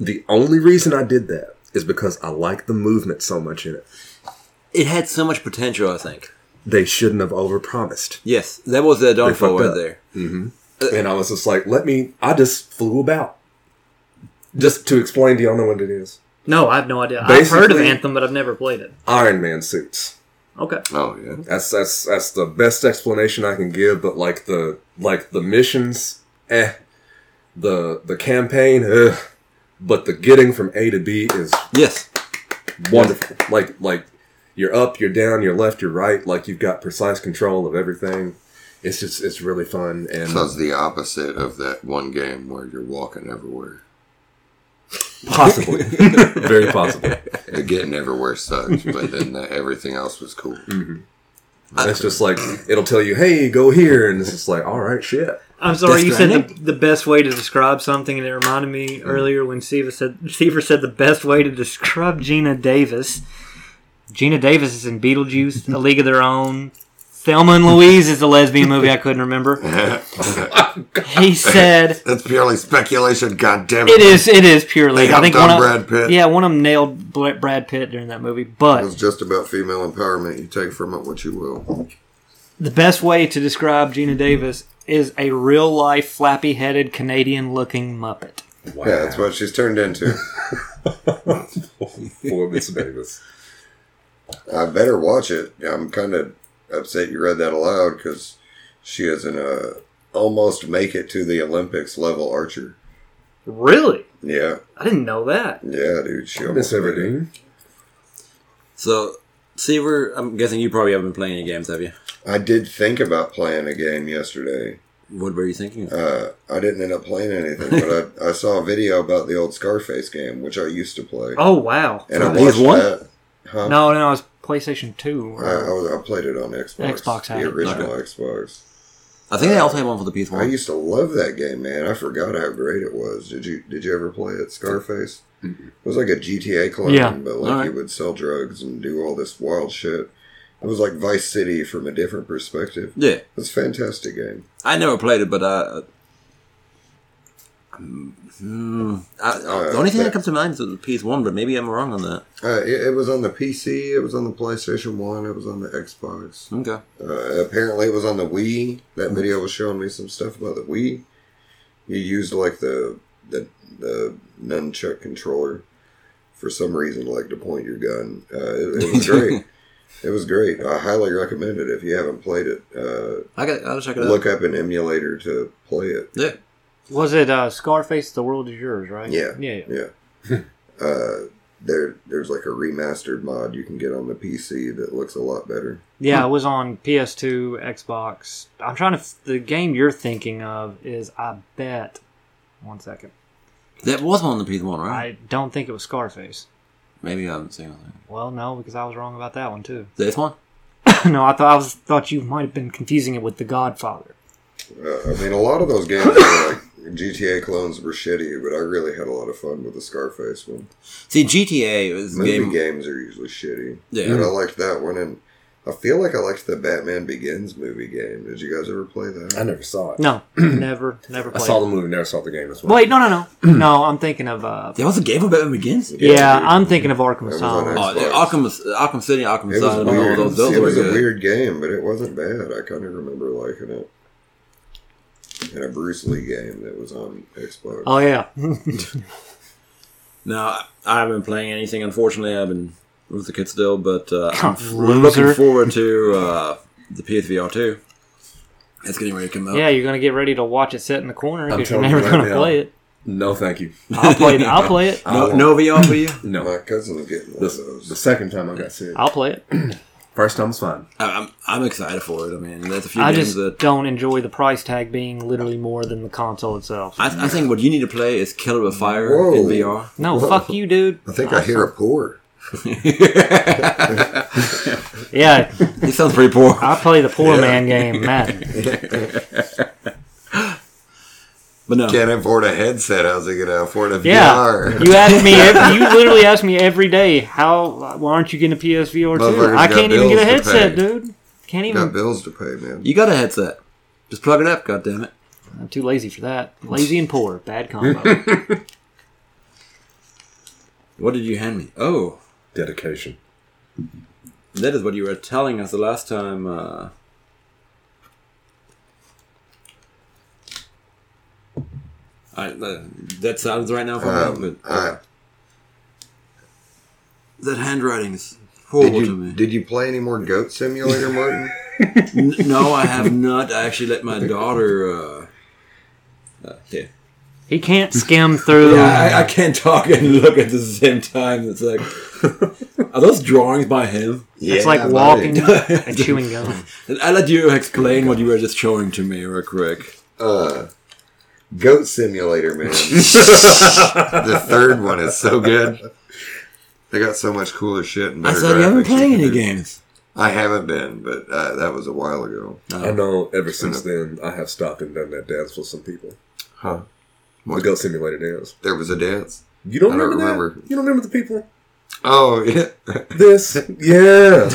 [SPEAKER 1] The only reason I did that is is because I like the movement so much in it.
[SPEAKER 4] It had so much potential, I think.
[SPEAKER 1] They shouldn't have overpromised.
[SPEAKER 4] Yes, that was their downfall
[SPEAKER 1] fucked
[SPEAKER 4] right
[SPEAKER 1] up.
[SPEAKER 4] there.
[SPEAKER 1] And I was just like, let me. I just flew about. Just to explain, do y'all know what it is?
[SPEAKER 2] No, I have no idea. I've heard of
[SPEAKER 1] Basically-
[SPEAKER 2] Anthem, but I've never played it.
[SPEAKER 1] Iron Man suits.
[SPEAKER 2] Okay.
[SPEAKER 3] Oh yeah.
[SPEAKER 1] That's that's that's the best explanation I can give. But like the like the missions, eh. The the campaign, eh. But the getting from A to B is
[SPEAKER 4] Yes,
[SPEAKER 1] wonderful. Like like you're up, you're down, you're left, you're right. Like you've got precise control of everything. It's just it's really fun and
[SPEAKER 3] Sounds the opposite of that one game where you're walking everywhere. (laughs)
[SPEAKER 1] possibly very possible.
[SPEAKER 3] The getting everywhere sucks, but then the, everything else was (laughs) cool.
[SPEAKER 1] It's just like it'll tell you, hey, go here, and it's just like, all right, shit.
[SPEAKER 2] I'm sorry,
[SPEAKER 4] Death
[SPEAKER 2] you said
[SPEAKER 4] Stranding?
[SPEAKER 2] the, the best way to describe something, and it reminded me earlier when Seaver said Seaver said the best way to describe Gina Davis. Gina Davis is in Beetlejuice, A League of Their Own. Thelma and Louise is the lesbian movie I couldn't remember.
[SPEAKER 3] (laughs)
[SPEAKER 2] He said
[SPEAKER 3] That's purely speculation. God damn
[SPEAKER 2] it is it is purely.
[SPEAKER 3] They
[SPEAKER 2] I think
[SPEAKER 3] helped
[SPEAKER 2] one
[SPEAKER 3] out
[SPEAKER 2] of,
[SPEAKER 3] Brad Pitt.
[SPEAKER 2] Yeah, one of them nailed Bla- Brad Pitt during that movie.
[SPEAKER 3] It's
[SPEAKER 2] But
[SPEAKER 3] just about female empowerment. You take from it what you will.
[SPEAKER 2] the best way to describe Gina Davis is a real life flappy headed Canadian looking Muppet.
[SPEAKER 1] Wow.
[SPEAKER 3] Yeah, that's what she's turned into.
[SPEAKER 1] (laughs) Poor Miss
[SPEAKER 3] (laughs)
[SPEAKER 1] Davis.
[SPEAKER 3] I better watch it. I'm kind of upset you read that aloud because she is an uh, almost make it to the Olympics level archer.
[SPEAKER 2] Really?
[SPEAKER 3] Yeah,
[SPEAKER 2] I didn't know that.
[SPEAKER 3] yeah, dude. She
[SPEAKER 1] Miss
[SPEAKER 3] almost made it.
[SPEAKER 1] Everdeen.
[SPEAKER 4] So, Seaver, I'm guessing you probably haven't been playing any games, have you?
[SPEAKER 3] I did think about playing a game yesterday.
[SPEAKER 4] What were you thinking? of?
[SPEAKER 3] Uh, I didn't end up playing anything, but
[SPEAKER 1] (laughs)
[SPEAKER 3] I, I saw a video about the old Scarface game, which I used to play.
[SPEAKER 2] Oh wow!
[SPEAKER 3] and I
[SPEAKER 4] He has
[SPEAKER 3] watched
[SPEAKER 4] one?
[SPEAKER 3] that. Huh?
[SPEAKER 2] No, no, it's PlayStation Two.
[SPEAKER 3] I, I, was- I played it on Xbox.
[SPEAKER 2] Xbox had it.
[SPEAKER 3] the original Xbox.
[SPEAKER 4] I think they also have one for the PS1.
[SPEAKER 3] I used to love that game, man. I forgot how great it was. Did you Did you ever play it, Scarface? It was like a GTA clone,
[SPEAKER 2] Yeah.
[SPEAKER 3] but like
[SPEAKER 4] Alright.
[SPEAKER 3] you would sell drugs and do all this wild shit. It was like Vice City from a different perspective. It
[SPEAKER 4] yeah,
[SPEAKER 3] was a fantastic game.
[SPEAKER 4] I never played it, but uh, mm, I,
[SPEAKER 3] Uh,
[SPEAKER 4] the only thing that
[SPEAKER 3] that-
[SPEAKER 4] comes to mind is the PS1, but maybe I'm wrong on that.
[SPEAKER 3] Uh, it, it was on the PC. It was on the PlayStation One. It was on the Xbox.
[SPEAKER 4] Okay.
[SPEAKER 3] Uh, apparently, it was on the Wii. That video was showing me some stuff about the Wii. You used like the the the nunchuck controller for some reason, like to point your gun. Uh, it, it was great. it was great. I highly recommend it if you haven't played it. Uh,
[SPEAKER 4] I got, I'll check it out.
[SPEAKER 3] look up an emulator to play it.
[SPEAKER 4] Yeah.
[SPEAKER 2] Was it uh, Scarface? The world is yours, right?
[SPEAKER 3] Yeah.
[SPEAKER 2] yeah.
[SPEAKER 3] Yeah. uh, there, there's like a remastered mod you can get on the PC that looks a lot better.
[SPEAKER 2] Yeah, it was on PS2, Xbox. I'm trying to. F- the game you're thinking of is, I bet. One second.
[SPEAKER 4] That was one on the PS1, right?
[SPEAKER 2] I don't think it was Scarface.
[SPEAKER 4] Maybe I haven't seen it.
[SPEAKER 2] Well, no, because I was wrong about that one too. (laughs)
[SPEAKER 4] This one?
[SPEAKER 2] no, I thought I was thought you might have been confusing it with The Godfather.
[SPEAKER 3] Uh, I mean, a lot of those games were like GTA clones were shitty, but I really had a lot of fun with the Scarface one.
[SPEAKER 4] See, GTA is a
[SPEAKER 3] Movie
[SPEAKER 4] game.
[SPEAKER 3] games are usually shitty,
[SPEAKER 4] Yeah.
[SPEAKER 3] and I liked that one. And I feel like I liked the Batman Begins movie game. Did you guys ever play that?
[SPEAKER 1] I never saw it.
[SPEAKER 3] (clears throat)
[SPEAKER 2] No, never, never
[SPEAKER 1] I
[SPEAKER 2] played.
[SPEAKER 1] saw
[SPEAKER 2] it.
[SPEAKER 1] the movie, never saw the game as well.
[SPEAKER 2] Wait, no, no, no, no. I'm thinking of. Uh,
[SPEAKER 4] There was a game for Batman Begins?
[SPEAKER 2] yeah,
[SPEAKER 3] dude.
[SPEAKER 2] I'm thinking of Arkham
[SPEAKER 3] was
[SPEAKER 2] Asylum.
[SPEAKER 3] on
[SPEAKER 4] Oh, the Arkham, Arkham City, Arkham
[SPEAKER 3] It was
[SPEAKER 4] Asylum, all
[SPEAKER 3] weird.
[SPEAKER 4] those, those
[SPEAKER 3] it
[SPEAKER 4] were
[SPEAKER 3] was a
[SPEAKER 4] good.
[SPEAKER 3] weird game, but it wasn't bad. I kind of remember liking it. And a Bruce Lee game that was on Xbox.
[SPEAKER 4] Um,
[SPEAKER 2] Oh yeah,
[SPEAKER 4] No, I- I haven't been playing anything. Unfortunately, I've been with the kids still,
[SPEAKER 2] (laughs)
[SPEAKER 4] but uh, I'm f-
[SPEAKER 2] Loser.
[SPEAKER 4] looking forward to uh, the PSVR two. It's getting ready to come out.
[SPEAKER 2] yeah. You're gonna get ready to watch it set in the corner
[SPEAKER 1] I'm
[SPEAKER 2] because you're
[SPEAKER 1] telling you
[SPEAKER 2] never
[SPEAKER 1] right
[SPEAKER 2] gonna
[SPEAKER 1] now.
[SPEAKER 2] play it.
[SPEAKER 1] No, thank you.
[SPEAKER 2] I'll play it. I'll play
[SPEAKER 4] (laughs)
[SPEAKER 2] it.
[SPEAKER 4] No, no VR for you. (clears throat)
[SPEAKER 1] No.
[SPEAKER 3] My cousin's getting one
[SPEAKER 1] The,
[SPEAKER 3] of those.
[SPEAKER 1] the second time I got sick.
[SPEAKER 2] I'll play it.
[SPEAKER 1] First time was fine.
[SPEAKER 4] I- I'm I'm excited for it. I mean, there's a few
[SPEAKER 2] I
[SPEAKER 4] games
[SPEAKER 2] just
[SPEAKER 4] that
[SPEAKER 2] don't enjoy the price tag being literally more than the console itself.
[SPEAKER 4] I, I think what you need to play is Killer with Fire in
[SPEAKER 3] Whoa.
[SPEAKER 4] VR.
[SPEAKER 2] No, fuck you, dude.
[SPEAKER 3] I think I hear a pour.
[SPEAKER 2] Yeah,
[SPEAKER 4] It sounds pretty poor. (laughs)
[SPEAKER 2] I play the poor man game, Madden.
[SPEAKER 4] But no,
[SPEAKER 3] Can't afford a headset. How's he gonna afford a
[SPEAKER 2] Yeah,
[SPEAKER 3] VR?
[SPEAKER 2] you ask me. ev you literally ask me every day how. Why aren't you getting a PSVR two?
[SPEAKER 3] Motherfucker's
[SPEAKER 2] I
[SPEAKER 3] got
[SPEAKER 2] can't even get a
[SPEAKER 3] bills to
[SPEAKER 2] headset,
[SPEAKER 3] pay.
[SPEAKER 2] dude. Can't
[SPEAKER 3] Got
[SPEAKER 2] even.
[SPEAKER 3] bills to pay, man.
[SPEAKER 4] you got a headset. Just plug it up. God damn it.
[SPEAKER 2] I'm too lazy for that. Lazy and poor, bad combo.
[SPEAKER 4] What did you hand me? Oh,
[SPEAKER 1] Dedication.
[SPEAKER 4] that is what you were telling us the last time. Uh, I, uh, that sounds right now for me,
[SPEAKER 3] Um,
[SPEAKER 4] but
[SPEAKER 3] I,
[SPEAKER 4] that handwriting is
[SPEAKER 3] did
[SPEAKER 4] horrible to
[SPEAKER 3] you
[SPEAKER 4] me.
[SPEAKER 3] did you play any more Goat Simulator,
[SPEAKER 4] (laughs)
[SPEAKER 3] Martin?
[SPEAKER 4] N- no, I have not. I actually let my daughter. Uh, uh, yeah.
[SPEAKER 2] He can't skim through.
[SPEAKER 4] Yeah, I, I can't talk and look at the same time. It's like, are those drawings by him?
[SPEAKER 2] it's like
[SPEAKER 3] buddy.
[SPEAKER 2] walking and chewing gum.
[SPEAKER 4] I let you explain what you were just showing to me, real quick.
[SPEAKER 3] Goat Simulator,
[SPEAKER 4] (laughs)
[SPEAKER 3] man. the third one is so good. They got so much cooler shit and
[SPEAKER 4] I
[SPEAKER 3] better.
[SPEAKER 4] said you haven't
[SPEAKER 3] graphics
[SPEAKER 4] played
[SPEAKER 3] than
[SPEAKER 4] any
[SPEAKER 3] they do."
[SPEAKER 4] games.
[SPEAKER 3] I haven't been, but uh, that was a while ago.
[SPEAKER 1] I know ever since then, I have stopped and done that dance with some people.
[SPEAKER 3] Huh?
[SPEAKER 1] The Goat Simulator dance.
[SPEAKER 3] There was a dance.
[SPEAKER 1] You don't,
[SPEAKER 3] I don't
[SPEAKER 1] remember, that?
[SPEAKER 3] remember.
[SPEAKER 1] You don't remember the people?
[SPEAKER 3] Oh (laughs) yeah,
[SPEAKER 1] This, yeah,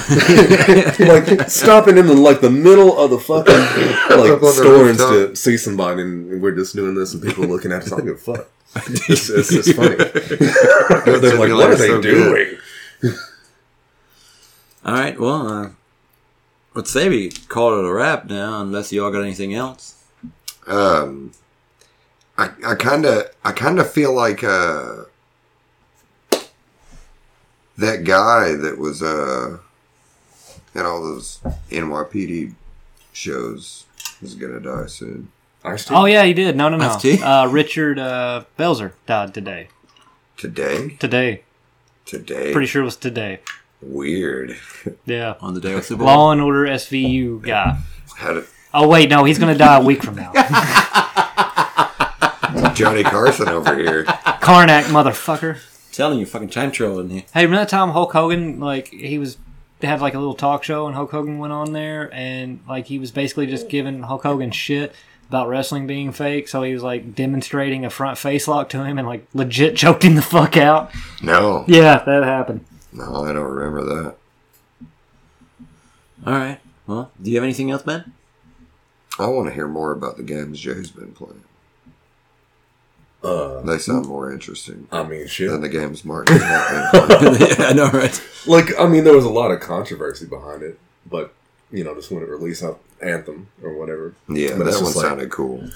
[SPEAKER 1] like stopping in the like the middle of the fucking
[SPEAKER 3] Up on
[SPEAKER 1] like
[SPEAKER 3] the
[SPEAKER 1] store and
[SPEAKER 3] rooftop.
[SPEAKER 1] to see somebody, and we're just doing this, and people looking at us. I don't give a fuck. It's, it's just funny. They're like, what are
[SPEAKER 3] Simulator's
[SPEAKER 1] they
[SPEAKER 3] so good."
[SPEAKER 1] doing?
[SPEAKER 4] All right, well, uh, let's say we call it a wrap now, unless you all got anything else.
[SPEAKER 3] um, I I kind of I kind of feel like uh, that guy that was uh, at all those NYPD shows is gonna die soon.
[SPEAKER 2] Oh yeah, he did. No, no, no.
[SPEAKER 4] FT?
[SPEAKER 2] Uh, Richard uh, Belzer died today.
[SPEAKER 3] Today,
[SPEAKER 2] Today,
[SPEAKER 3] today,
[SPEAKER 2] pretty sure it was today.
[SPEAKER 3] weird.
[SPEAKER 2] Yeah,
[SPEAKER 4] On the day of Super Bowl.
[SPEAKER 2] Law and Order SVU guy.
[SPEAKER 3] How did
[SPEAKER 2] Oh wait, no, he's gonna die a week from now.
[SPEAKER 3] Johnny Carson over here?
[SPEAKER 2] Karnak, motherfucker.
[SPEAKER 4] telling you, fucking time travel in here.
[SPEAKER 2] Hey, remember that time Hulk Hogan like he was they had like a little talk show and Hulk Hogan went on there and like he was basically just giving Hulk Hogan shit about wrestling being fake, so he was like demonstrating a front face lock to him and like legit (laughs) choked him the fuck out.
[SPEAKER 3] No,
[SPEAKER 2] Yeah, that happened.
[SPEAKER 3] no, I don't remember that.
[SPEAKER 4] All right, well, do you have anything else, man?
[SPEAKER 3] I want to hear more about the games Jay's been playing.
[SPEAKER 1] Uh,
[SPEAKER 3] They sound more interesting
[SPEAKER 1] I mean,
[SPEAKER 3] than
[SPEAKER 1] shit.
[SPEAKER 3] the games Martin.
[SPEAKER 1] (laughs)
[SPEAKER 3] has been playing.
[SPEAKER 4] yeah, (laughs) I know, right?
[SPEAKER 1] Like, I mean, there was a lot of controversy behind it, but you know, just when it released up Anthem or whatever,
[SPEAKER 3] Yeah,
[SPEAKER 1] But it's
[SPEAKER 3] that one
[SPEAKER 1] just like-
[SPEAKER 3] sounded cool.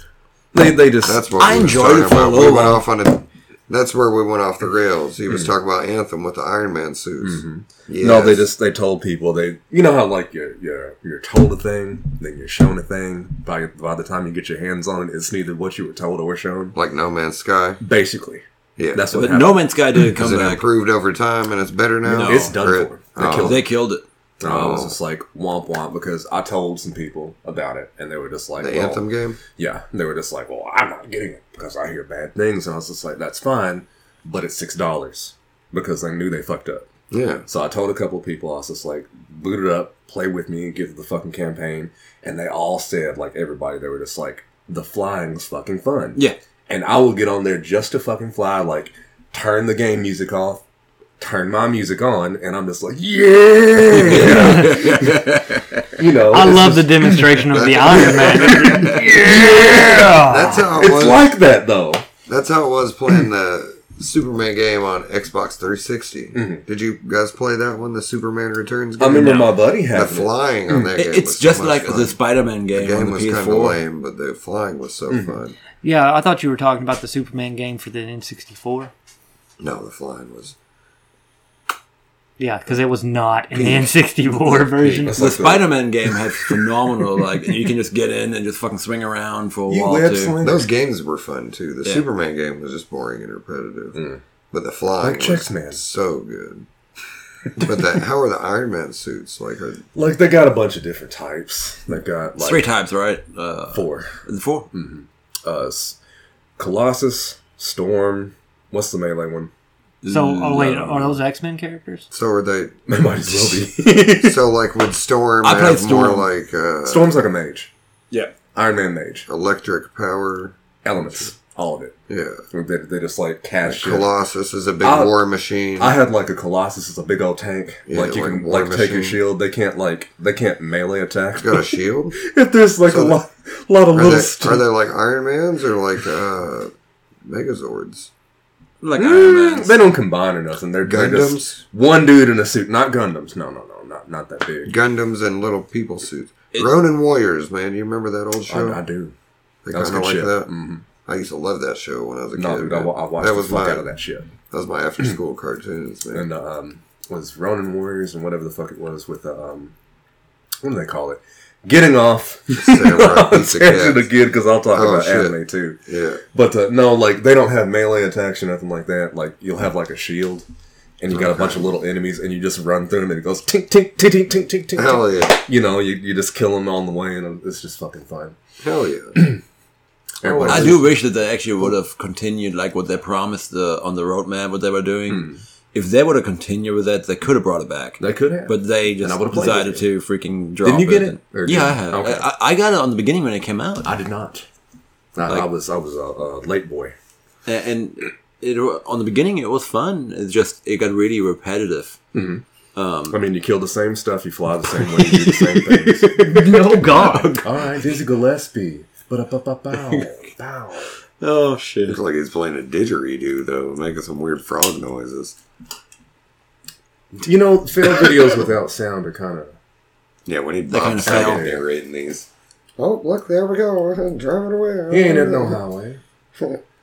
[SPEAKER 1] they they just
[SPEAKER 3] That's what
[SPEAKER 4] I
[SPEAKER 3] we
[SPEAKER 4] enjoyed
[SPEAKER 3] enjoyed
[SPEAKER 4] it for a
[SPEAKER 3] about. We
[SPEAKER 4] little
[SPEAKER 3] went
[SPEAKER 4] while.
[SPEAKER 3] off on a, That's where we went off the rails. He was talking about Anthem with the Iron Man suits. Yes.
[SPEAKER 1] Mm-hmm. No, they just they told people they you know how like you're you're, you're told a thing, then you're shown a thing. By by the time you get your hands on it, it's neither what you were told or shown.
[SPEAKER 3] like No Man's Sky.
[SPEAKER 1] Basically,
[SPEAKER 3] Yeah,
[SPEAKER 1] that's what
[SPEAKER 4] But
[SPEAKER 1] happened.
[SPEAKER 4] No Man's Sky did
[SPEAKER 3] Has
[SPEAKER 4] come
[SPEAKER 3] it
[SPEAKER 4] back.
[SPEAKER 3] improved over time and it's better now.
[SPEAKER 4] No.
[SPEAKER 1] It's done
[SPEAKER 3] Or it-
[SPEAKER 1] for. They
[SPEAKER 3] Oh,
[SPEAKER 1] killed
[SPEAKER 4] They killed it.
[SPEAKER 1] And I was just like womp womp because I told some people about it, and they were just like,
[SPEAKER 3] oh, the
[SPEAKER 1] well,
[SPEAKER 3] Anthem game.
[SPEAKER 1] Yeah, they were just like, well, I'm not getting it because I hear bad things, and I was just like, that's fine, but it's six dollars because they knew they fucked up.
[SPEAKER 3] Yeah,
[SPEAKER 1] So I told a couple of people, I was just like, boot it up, play with me, give it the fucking campaign. And they all said, like everybody, they were just like, the flying's fucking fun.
[SPEAKER 4] Yeah.
[SPEAKER 1] And I will get on there just to fucking fly, like, turn the game music off, turn my music on, and I'm just like,
[SPEAKER 4] (laughs)
[SPEAKER 1] yeah.
[SPEAKER 3] (laughs)
[SPEAKER 1] you know,
[SPEAKER 2] I
[SPEAKER 1] it's
[SPEAKER 2] love
[SPEAKER 1] just-
[SPEAKER 2] the demonstration of the Iron Man. yeah,
[SPEAKER 3] that's how it
[SPEAKER 1] It's
[SPEAKER 3] was.
[SPEAKER 1] like that though.
[SPEAKER 3] that's how it was playing the Superman game on Xbox 360. Did you guys play that one? The Superman Returns
[SPEAKER 1] I
[SPEAKER 3] game.
[SPEAKER 1] remember my buddy
[SPEAKER 3] the
[SPEAKER 1] having it.
[SPEAKER 3] flying on that.
[SPEAKER 4] It-
[SPEAKER 3] game was
[SPEAKER 4] it's
[SPEAKER 3] so
[SPEAKER 4] just
[SPEAKER 3] much
[SPEAKER 4] like
[SPEAKER 3] fun.
[SPEAKER 4] the Spider-Man game,
[SPEAKER 3] The game
[SPEAKER 4] on
[SPEAKER 3] was
[SPEAKER 4] the
[SPEAKER 3] kind of
[SPEAKER 4] PS4.
[SPEAKER 3] lame, but the flying was so fun.
[SPEAKER 2] yeah. I thought you were talking about the Superman game for the N64.
[SPEAKER 3] No, the flying was
[SPEAKER 2] Yeah, because it was not an N64 version.
[SPEAKER 1] It's
[SPEAKER 4] The
[SPEAKER 1] like
[SPEAKER 4] Spider-Man game had phenomenal, like you can just get in and just fucking swing around for a
[SPEAKER 1] You
[SPEAKER 4] while
[SPEAKER 1] web
[SPEAKER 4] too.
[SPEAKER 1] sling-
[SPEAKER 3] Those games were fun too. The
[SPEAKER 4] Yeah.
[SPEAKER 3] Superman game was just boring and repetitive, but the flying
[SPEAKER 1] Like chess
[SPEAKER 3] was
[SPEAKER 1] man.
[SPEAKER 3] so good. (laughs) but the, how are the Iron Man suits? Like, are,
[SPEAKER 1] Like they got a bunch of different types. They got like
[SPEAKER 4] Three types, right? Uh,
[SPEAKER 1] four.
[SPEAKER 4] four.
[SPEAKER 1] us Colossus, Storm. What's the melee one? (laughs)
[SPEAKER 2] So, oh wait,
[SPEAKER 4] No.
[SPEAKER 2] are those X Men characters?
[SPEAKER 3] so are they?
[SPEAKER 1] It might as
[SPEAKER 3] (laughs)
[SPEAKER 1] well be.
[SPEAKER 3] So like, would Storm
[SPEAKER 4] I played
[SPEAKER 3] have more
[SPEAKER 4] Storm.
[SPEAKER 3] like uh,
[SPEAKER 1] Storm's like a mage.
[SPEAKER 4] Yeah.
[SPEAKER 1] Iron Man mage.
[SPEAKER 3] electric power?
[SPEAKER 1] Elements. All of it.
[SPEAKER 3] Yeah,
[SPEAKER 1] They, they just like cash shit.
[SPEAKER 3] Colossus is a big
[SPEAKER 1] I'll-
[SPEAKER 3] war machine.
[SPEAKER 1] I had like a Colossus is a big old tank.
[SPEAKER 3] Yeah,
[SPEAKER 1] like you
[SPEAKER 3] like
[SPEAKER 1] can
[SPEAKER 3] war
[SPEAKER 1] like take your
[SPEAKER 3] machine.
[SPEAKER 1] shield. They can't like they can't melee attack.
[SPEAKER 3] it's got a shield.
[SPEAKER 1] (laughs) if there's like
[SPEAKER 3] So
[SPEAKER 1] a
[SPEAKER 3] the-
[SPEAKER 1] lot, lot of
[SPEAKER 3] Are
[SPEAKER 1] little
[SPEAKER 3] they, are
[SPEAKER 1] st-
[SPEAKER 3] they like Iron Man's or like uh, Megazords?
[SPEAKER 4] like Iron Man.
[SPEAKER 1] Mm, they don't combine or nothing. They're, they're just
[SPEAKER 3] Gundams,
[SPEAKER 1] one dude in a suit, not Gundams. No, no, no, not not that big.
[SPEAKER 3] Gundams, and little people suits.
[SPEAKER 4] It-
[SPEAKER 3] Ronin Warriors, man. You remember that old show?
[SPEAKER 1] I, I do.
[SPEAKER 3] They
[SPEAKER 1] That was
[SPEAKER 3] kinda
[SPEAKER 1] good shit.
[SPEAKER 3] that.
[SPEAKER 1] hmm
[SPEAKER 3] I used to love that show when I was a
[SPEAKER 1] No,
[SPEAKER 3] kid.
[SPEAKER 1] dude, I, wa- I watched
[SPEAKER 3] that
[SPEAKER 1] the
[SPEAKER 3] was
[SPEAKER 1] fuck
[SPEAKER 3] my
[SPEAKER 1] out of that shit.
[SPEAKER 3] that was my after school cartoons,
[SPEAKER 1] (laughs)
[SPEAKER 3] man.
[SPEAKER 1] And um, was Ronin Warriors and whatever the fuck it was with um, what do they call it? Getting off. (laughs)
[SPEAKER 3] Samurai
[SPEAKER 1] I'm
[SPEAKER 3] piece of cat.
[SPEAKER 1] tangent again because I'll talk
[SPEAKER 3] Oh,
[SPEAKER 1] about
[SPEAKER 3] shit.
[SPEAKER 1] anime too.
[SPEAKER 3] yeah,
[SPEAKER 1] But uh, no, like they don't have melee attacks or nothing like that. Like you'll have like a shield, and you got a bunch of little enemies, and you just run through them, and it goes tink tink tink tink tink tink tink.
[SPEAKER 3] hell yeah,
[SPEAKER 1] You know, you, you just kill them on the way, and it's just fucking fun.
[SPEAKER 3] hell
[SPEAKER 1] (clears throat)
[SPEAKER 3] yeah.
[SPEAKER 1] Everybody
[SPEAKER 4] I
[SPEAKER 1] just-
[SPEAKER 4] do wish that they actually would have continued like what they promised the, on the roadmap, what they were doing. If they would have continued with that, they could have brought it back.
[SPEAKER 1] Hmm. They could have, but
[SPEAKER 4] But they just
[SPEAKER 1] I would've played
[SPEAKER 4] decided
[SPEAKER 1] with
[SPEAKER 4] to freaking drop
[SPEAKER 1] you get it?
[SPEAKER 4] and-
[SPEAKER 1] Or
[SPEAKER 4] yeah,
[SPEAKER 1] did-
[SPEAKER 4] I had.
[SPEAKER 1] okay.
[SPEAKER 4] I, I got it on the beginning when it came out,
[SPEAKER 1] I did not. I, I
[SPEAKER 4] Like-
[SPEAKER 1] was I was a, a late boy.
[SPEAKER 4] A- and it wa- on the beginning it was fun. It just it got really repetitive.
[SPEAKER 1] I mean, you kill the same stuff, you fly the same way, you do the same things.
[SPEAKER 2] (laughs) oh God!
[SPEAKER 1] All right, Dizzy Gillespie. Ba-da-ba-ba-bow. Bow.
[SPEAKER 4] Oh shit!
[SPEAKER 3] Looks like he's playing a didgeridoo though, making some weird frog noises.
[SPEAKER 1] (laughs) You know, fail videos without sound are kind of.
[SPEAKER 3] Yeah, when he
[SPEAKER 4] That
[SPEAKER 3] kind
[SPEAKER 4] kind of
[SPEAKER 3] of
[SPEAKER 4] sound.
[SPEAKER 3] narrating these. Oh, look, there we go. (laughs) Driving away.
[SPEAKER 1] He ain't at no highway.
[SPEAKER 2] The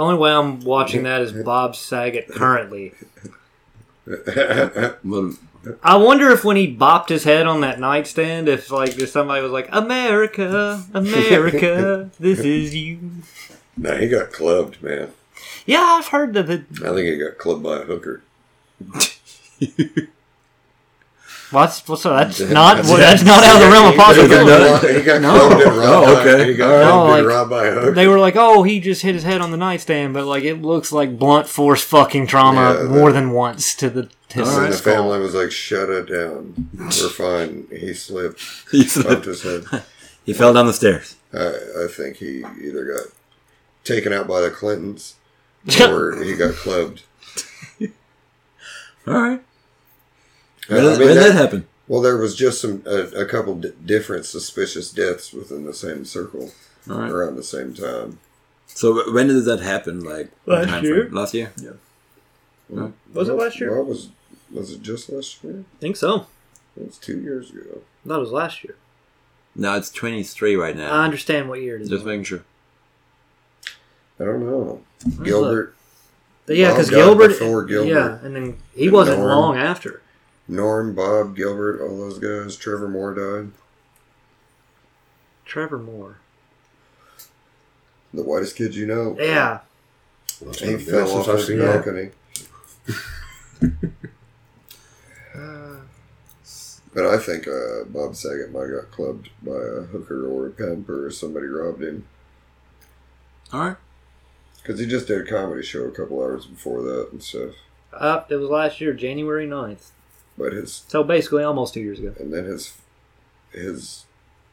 [SPEAKER 2] only way I'm watching that is Bob Saget currently.
[SPEAKER 3] (laughs)
[SPEAKER 1] (laughs)
[SPEAKER 4] Well,
[SPEAKER 2] I wonder if when he bopped his head on that nightstand, if like if somebody was like, "America, America, this is you."
[SPEAKER 3] No, he got clubbed, man.
[SPEAKER 2] Yeah, I've heard that. It,
[SPEAKER 3] I think he got clubbed by a hooker.
[SPEAKER 2] what's what's that's not well, that's not out of the realm of
[SPEAKER 3] He got,
[SPEAKER 2] possibility.
[SPEAKER 3] robbed- he got
[SPEAKER 2] No.
[SPEAKER 3] clubbed and robbed.
[SPEAKER 4] Oh,
[SPEAKER 3] by-
[SPEAKER 4] okay.
[SPEAKER 3] He got
[SPEAKER 2] Oh,
[SPEAKER 3] clubbed and
[SPEAKER 2] like-
[SPEAKER 3] robbed by a hooker.
[SPEAKER 2] They were like, "Oh, he just hit his head on the nightstand," but like it looks like blunt force fucking trauma
[SPEAKER 3] Yeah,
[SPEAKER 2] more
[SPEAKER 3] that-
[SPEAKER 2] than once to the to his
[SPEAKER 3] and the
[SPEAKER 2] skull.
[SPEAKER 3] (laughs) family was like, "Shut it down. We're fine." He slipped,
[SPEAKER 4] he,
[SPEAKER 3] bumped
[SPEAKER 4] slipped.
[SPEAKER 3] his head.
[SPEAKER 4] (laughs) he fell down the stairs.
[SPEAKER 3] I, I think he either got taken out by the Clintons
[SPEAKER 2] Yeah,
[SPEAKER 3] or he got clubbed.
[SPEAKER 4] All
[SPEAKER 3] I-
[SPEAKER 4] right. When,
[SPEAKER 3] I
[SPEAKER 4] did-
[SPEAKER 3] mean,
[SPEAKER 4] when did
[SPEAKER 3] that-
[SPEAKER 4] that happen?
[SPEAKER 3] well, there was just some a, a couple d- different suspicious deaths within the same circle
[SPEAKER 4] All right.
[SPEAKER 3] around the same time.
[SPEAKER 4] So wh- when did that happen? Like
[SPEAKER 2] Last
[SPEAKER 4] time
[SPEAKER 2] year.
[SPEAKER 4] frame? Last year. Yeah.
[SPEAKER 2] Was it last year?
[SPEAKER 3] Well, was was it just last year?
[SPEAKER 2] I think so.
[SPEAKER 3] It was two years ago.
[SPEAKER 2] That was last year.
[SPEAKER 4] No, it's twenty three right now.
[SPEAKER 2] I understand what year it is.
[SPEAKER 4] Just making sure.
[SPEAKER 3] I don't know. Gilbert
[SPEAKER 2] But yeah,
[SPEAKER 3] Bob
[SPEAKER 2] because
[SPEAKER 3] died
[SPEAKER 2] Gilbert,
[SPEAKER 3] before Gilbert.
[SPEAKER 2] Yeah, and then he
[SPEAKER 3] And
[SPEAKER 2] wasn't
[SPEAKER 3] Norm.
[SPEAKER 2] long after.
[SPEAKER 3] Norm, Bob, Gilbert, all those guys. Trevor Moore died.
[SPEAKER 2] Trevor Moore.
[SPEAKER 3] The whitest kid you know.
[SPEAKER 2] Yeah.
[SPEAKER 3] He fell off his
[SPEAKER 1] that.
[SPEAKER 3] balcony. But I think uh, Bob Saget might have got clubbed by a hooker or a pimper or somebody robbed him.
[SPEAKER 4] All (laughs) right.
[SPEAKER 3] Because he just did a comedy show a couple hours before that and stuff.
[SPEAKER 2] Up, it was last year, January 9th.
[SPEAKER 3] But his
[SPEAKER 2] So basically almost two years ago.
[SPEAKER 3] and then his his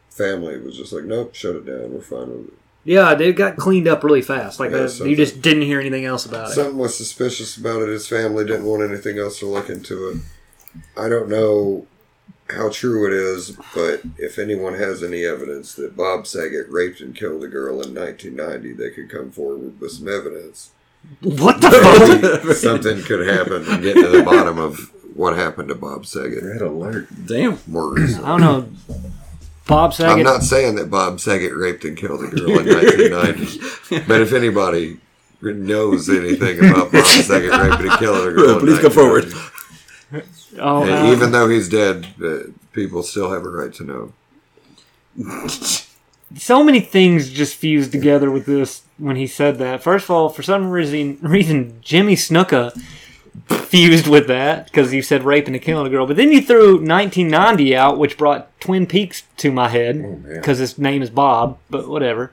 [SPEAKER 3] family was just like, nope, shut it down. We're fine with it.
[SPEAKER 2] Yeah, they got cleaned up really fast. Like
[SPEAKER 3] Yeah,
[SPEAKER 2] uh,
[SPEAKER 3] something.
[SPEAKER 2] you just didn't hear anything else about it.
[SPEAKER 3] Something was suspicious about it. His family didn't want anything else to look into it. I don't know how true it is, but if anyone has any evidence that Bob Saget raped and killed a girl in 1990, they could come forward with some evidence.
[SPEAKER 2] what
[SPEAKER 3] (laughs)
[SPEAKER 2] the fuck?
[SPEAKER 3] Something could happen from getting to the bottom of what happened to Bob Saget.
[SPEAKER 1] Red alert.
[SPEAKER 4] (laughs) Damn. (laughs)
[SPEAKER 3] More
[SPEAKER 2] I
[SPEAKER 3] recently.
[SPEAKER 2] don't know. Bob
[SPEAKER 3] I'm
[SPEAKER 2] Saget.
[SPEAKER 3] not saying that Bob Saget raped and killed a girl in 1990, but if anybody knows anything about Bob Saget raping and killing a girl, in
[SPEAKER 4] Please come forward.
[SPEAKER 3] 1990,
[SPEAKER 2] oh,
[SPEAKER 3] And
[SPEAKER 2] uh,
[SPEAKER 3] even though he's dead, uh, people still have a right to know.
[SPEAKER 2] so many things just fused together with this when he said that. First of all, for some reason, reason Jimmy Snuka fused with that because you said raping and killing a girl. But then you threw 1990 out, which brought Twin Peaks to my head
[SPEAKER 1] man.
[SPEAKER 2] because his name is Bob. But whatever.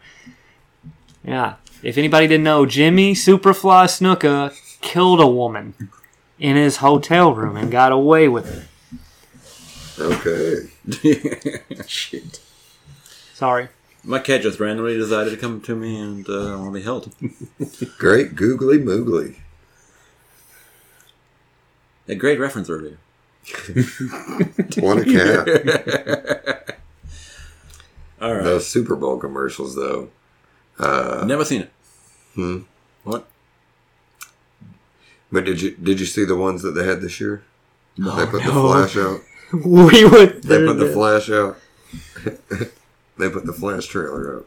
[SPEAKER 2] Yeah. If anybody didn't know, Jimmy Superfly Snuka killed a woman in his hotel room and got away with it.
[SPEAKER 3] Okay.
[SPEAKER 4] Shit.
[SPEAKER 2] Sorry. (laughs)
[SPEAKER 4] My cat just randomly decided to come to me and uh, I want to be held.
[SPEAKER 3] Great
[SPEAKER 2] (laughs)
[SPEAKER 3] googly moogly.
[SPEAKER 4] A great reference earlier.
[SPEAKER 3] Want a cat?
[SPEAKER 4] All right.
[SPEAKER 3] Those Super Bowl commercials, though.
[SPEAKER 4] Never seen it.
[SPEAKER 3] Hmm.
[SPEAKER 4] What?
[SPEAKER 3] But did you did you see the ones that they had this year? they put the
[SPEAKER 2] no. (laughs)
[SPEAKER 3] flash out.
[SPEAKER 2] we would.
[SPEAKER 3] They
[SPEAKER 2] The,
[SPEAKER 3] put the
[SPEAKER 2] the,
[SPEAKER 3] flash out. (laughs) they put the flash trailer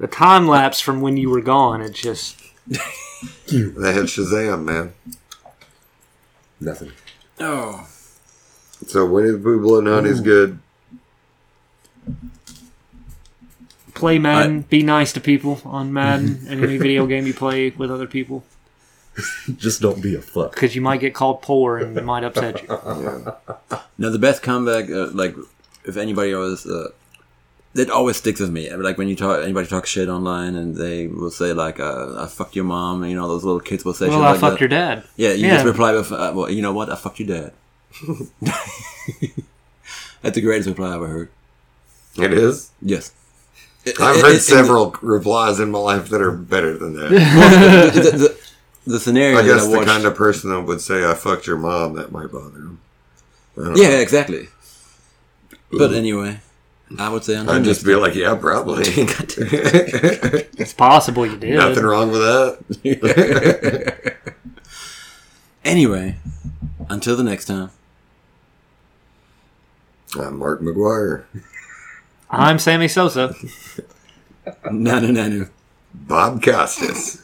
[SPEAKER 3] out.
[SPEAKER 2] time lapse from when you were gone. It's just
[SPEAKER 3] They had Shazam, man.
[SPEAKER 1] Nothing.
[SPEAKER 4] Oh,
[SPEAKER 3] So Winnie the Pooh Blood and Honey's good.
[SPEAKER 2] play Madden, be nice to people on
[SPEAKER 3] (laughs)
[SPEAKER 2] Madden, and any video game you play with other people,
[SPEAKER 1] Just don't be a fuck.
[SPEAKER 2] because you might get called poor and it might upset you.
[SPEAKER 3] Yeah.
[SPEAKER 4] now the best comeback, uh, like if anybody always, uh, that always sticks with me. I mean, Like when you talk, anybody talks shit online, and they will say like, uh, "I fucked your mom," and you know those little kids will say shit
[SPEAKER 2] well, I
[SPEAKER 4] like
[SPEAKER 2] fucked
[SPEAKER 4] that.
[SPEAKER 2] your
[SPEAKER 3] (laughs)
[SPEAKER 2] dad.
[SPEAKER 4] Yeah, you
[SPEAKER 2] Yeah.
[SPEAKER 4] just reply with, uh, well, you know what? I fucked your dad. (laughs) That's the greatest reply I ever heard.
[SPEAKER 3] It is.
[SPEAKER 4] Yes.
[SPEAKER 3] I've
[SPEAKER 4] It-
[SPEAKER 2] (laughs)
[SPEAKER 3] heard
[SPEAKER 4] it-
[SPEAKER 3] several replies in my life that are better than
[SPEAKER 2] (laughs)
[SPEAKER 3] that.
[SPEAKER 4] it- the, the- the scenario
[SPEAKER 3] I guess
[SPEAKER 4] that I
[SPEAKER 3] the
[SPEAKER 4] watched.
[SPEAKER 3] kind of person that would say "I fucked your mom" that might bother him.
[SPEAKER 4] yeah, exactly. But anyway, I would say on
[SPEAKER 3] I'd just be like, "Yeah, probably."
[SPEAKER 2] It's possible you did.
[SPEAKER 3] (laughs) Nothing wrong with that. (laughs)
[SPEAKER 4] anyway, until the next time.
[SPEAKER 3] I'm Uh, Mark McGuire.
[SPEAKER 2] I'm Sammy Sosa.
[SPEAKER 3] Uh,
[SPEAKER 4] Nanu nanu.
[SPEAKER 3] Bob Costas.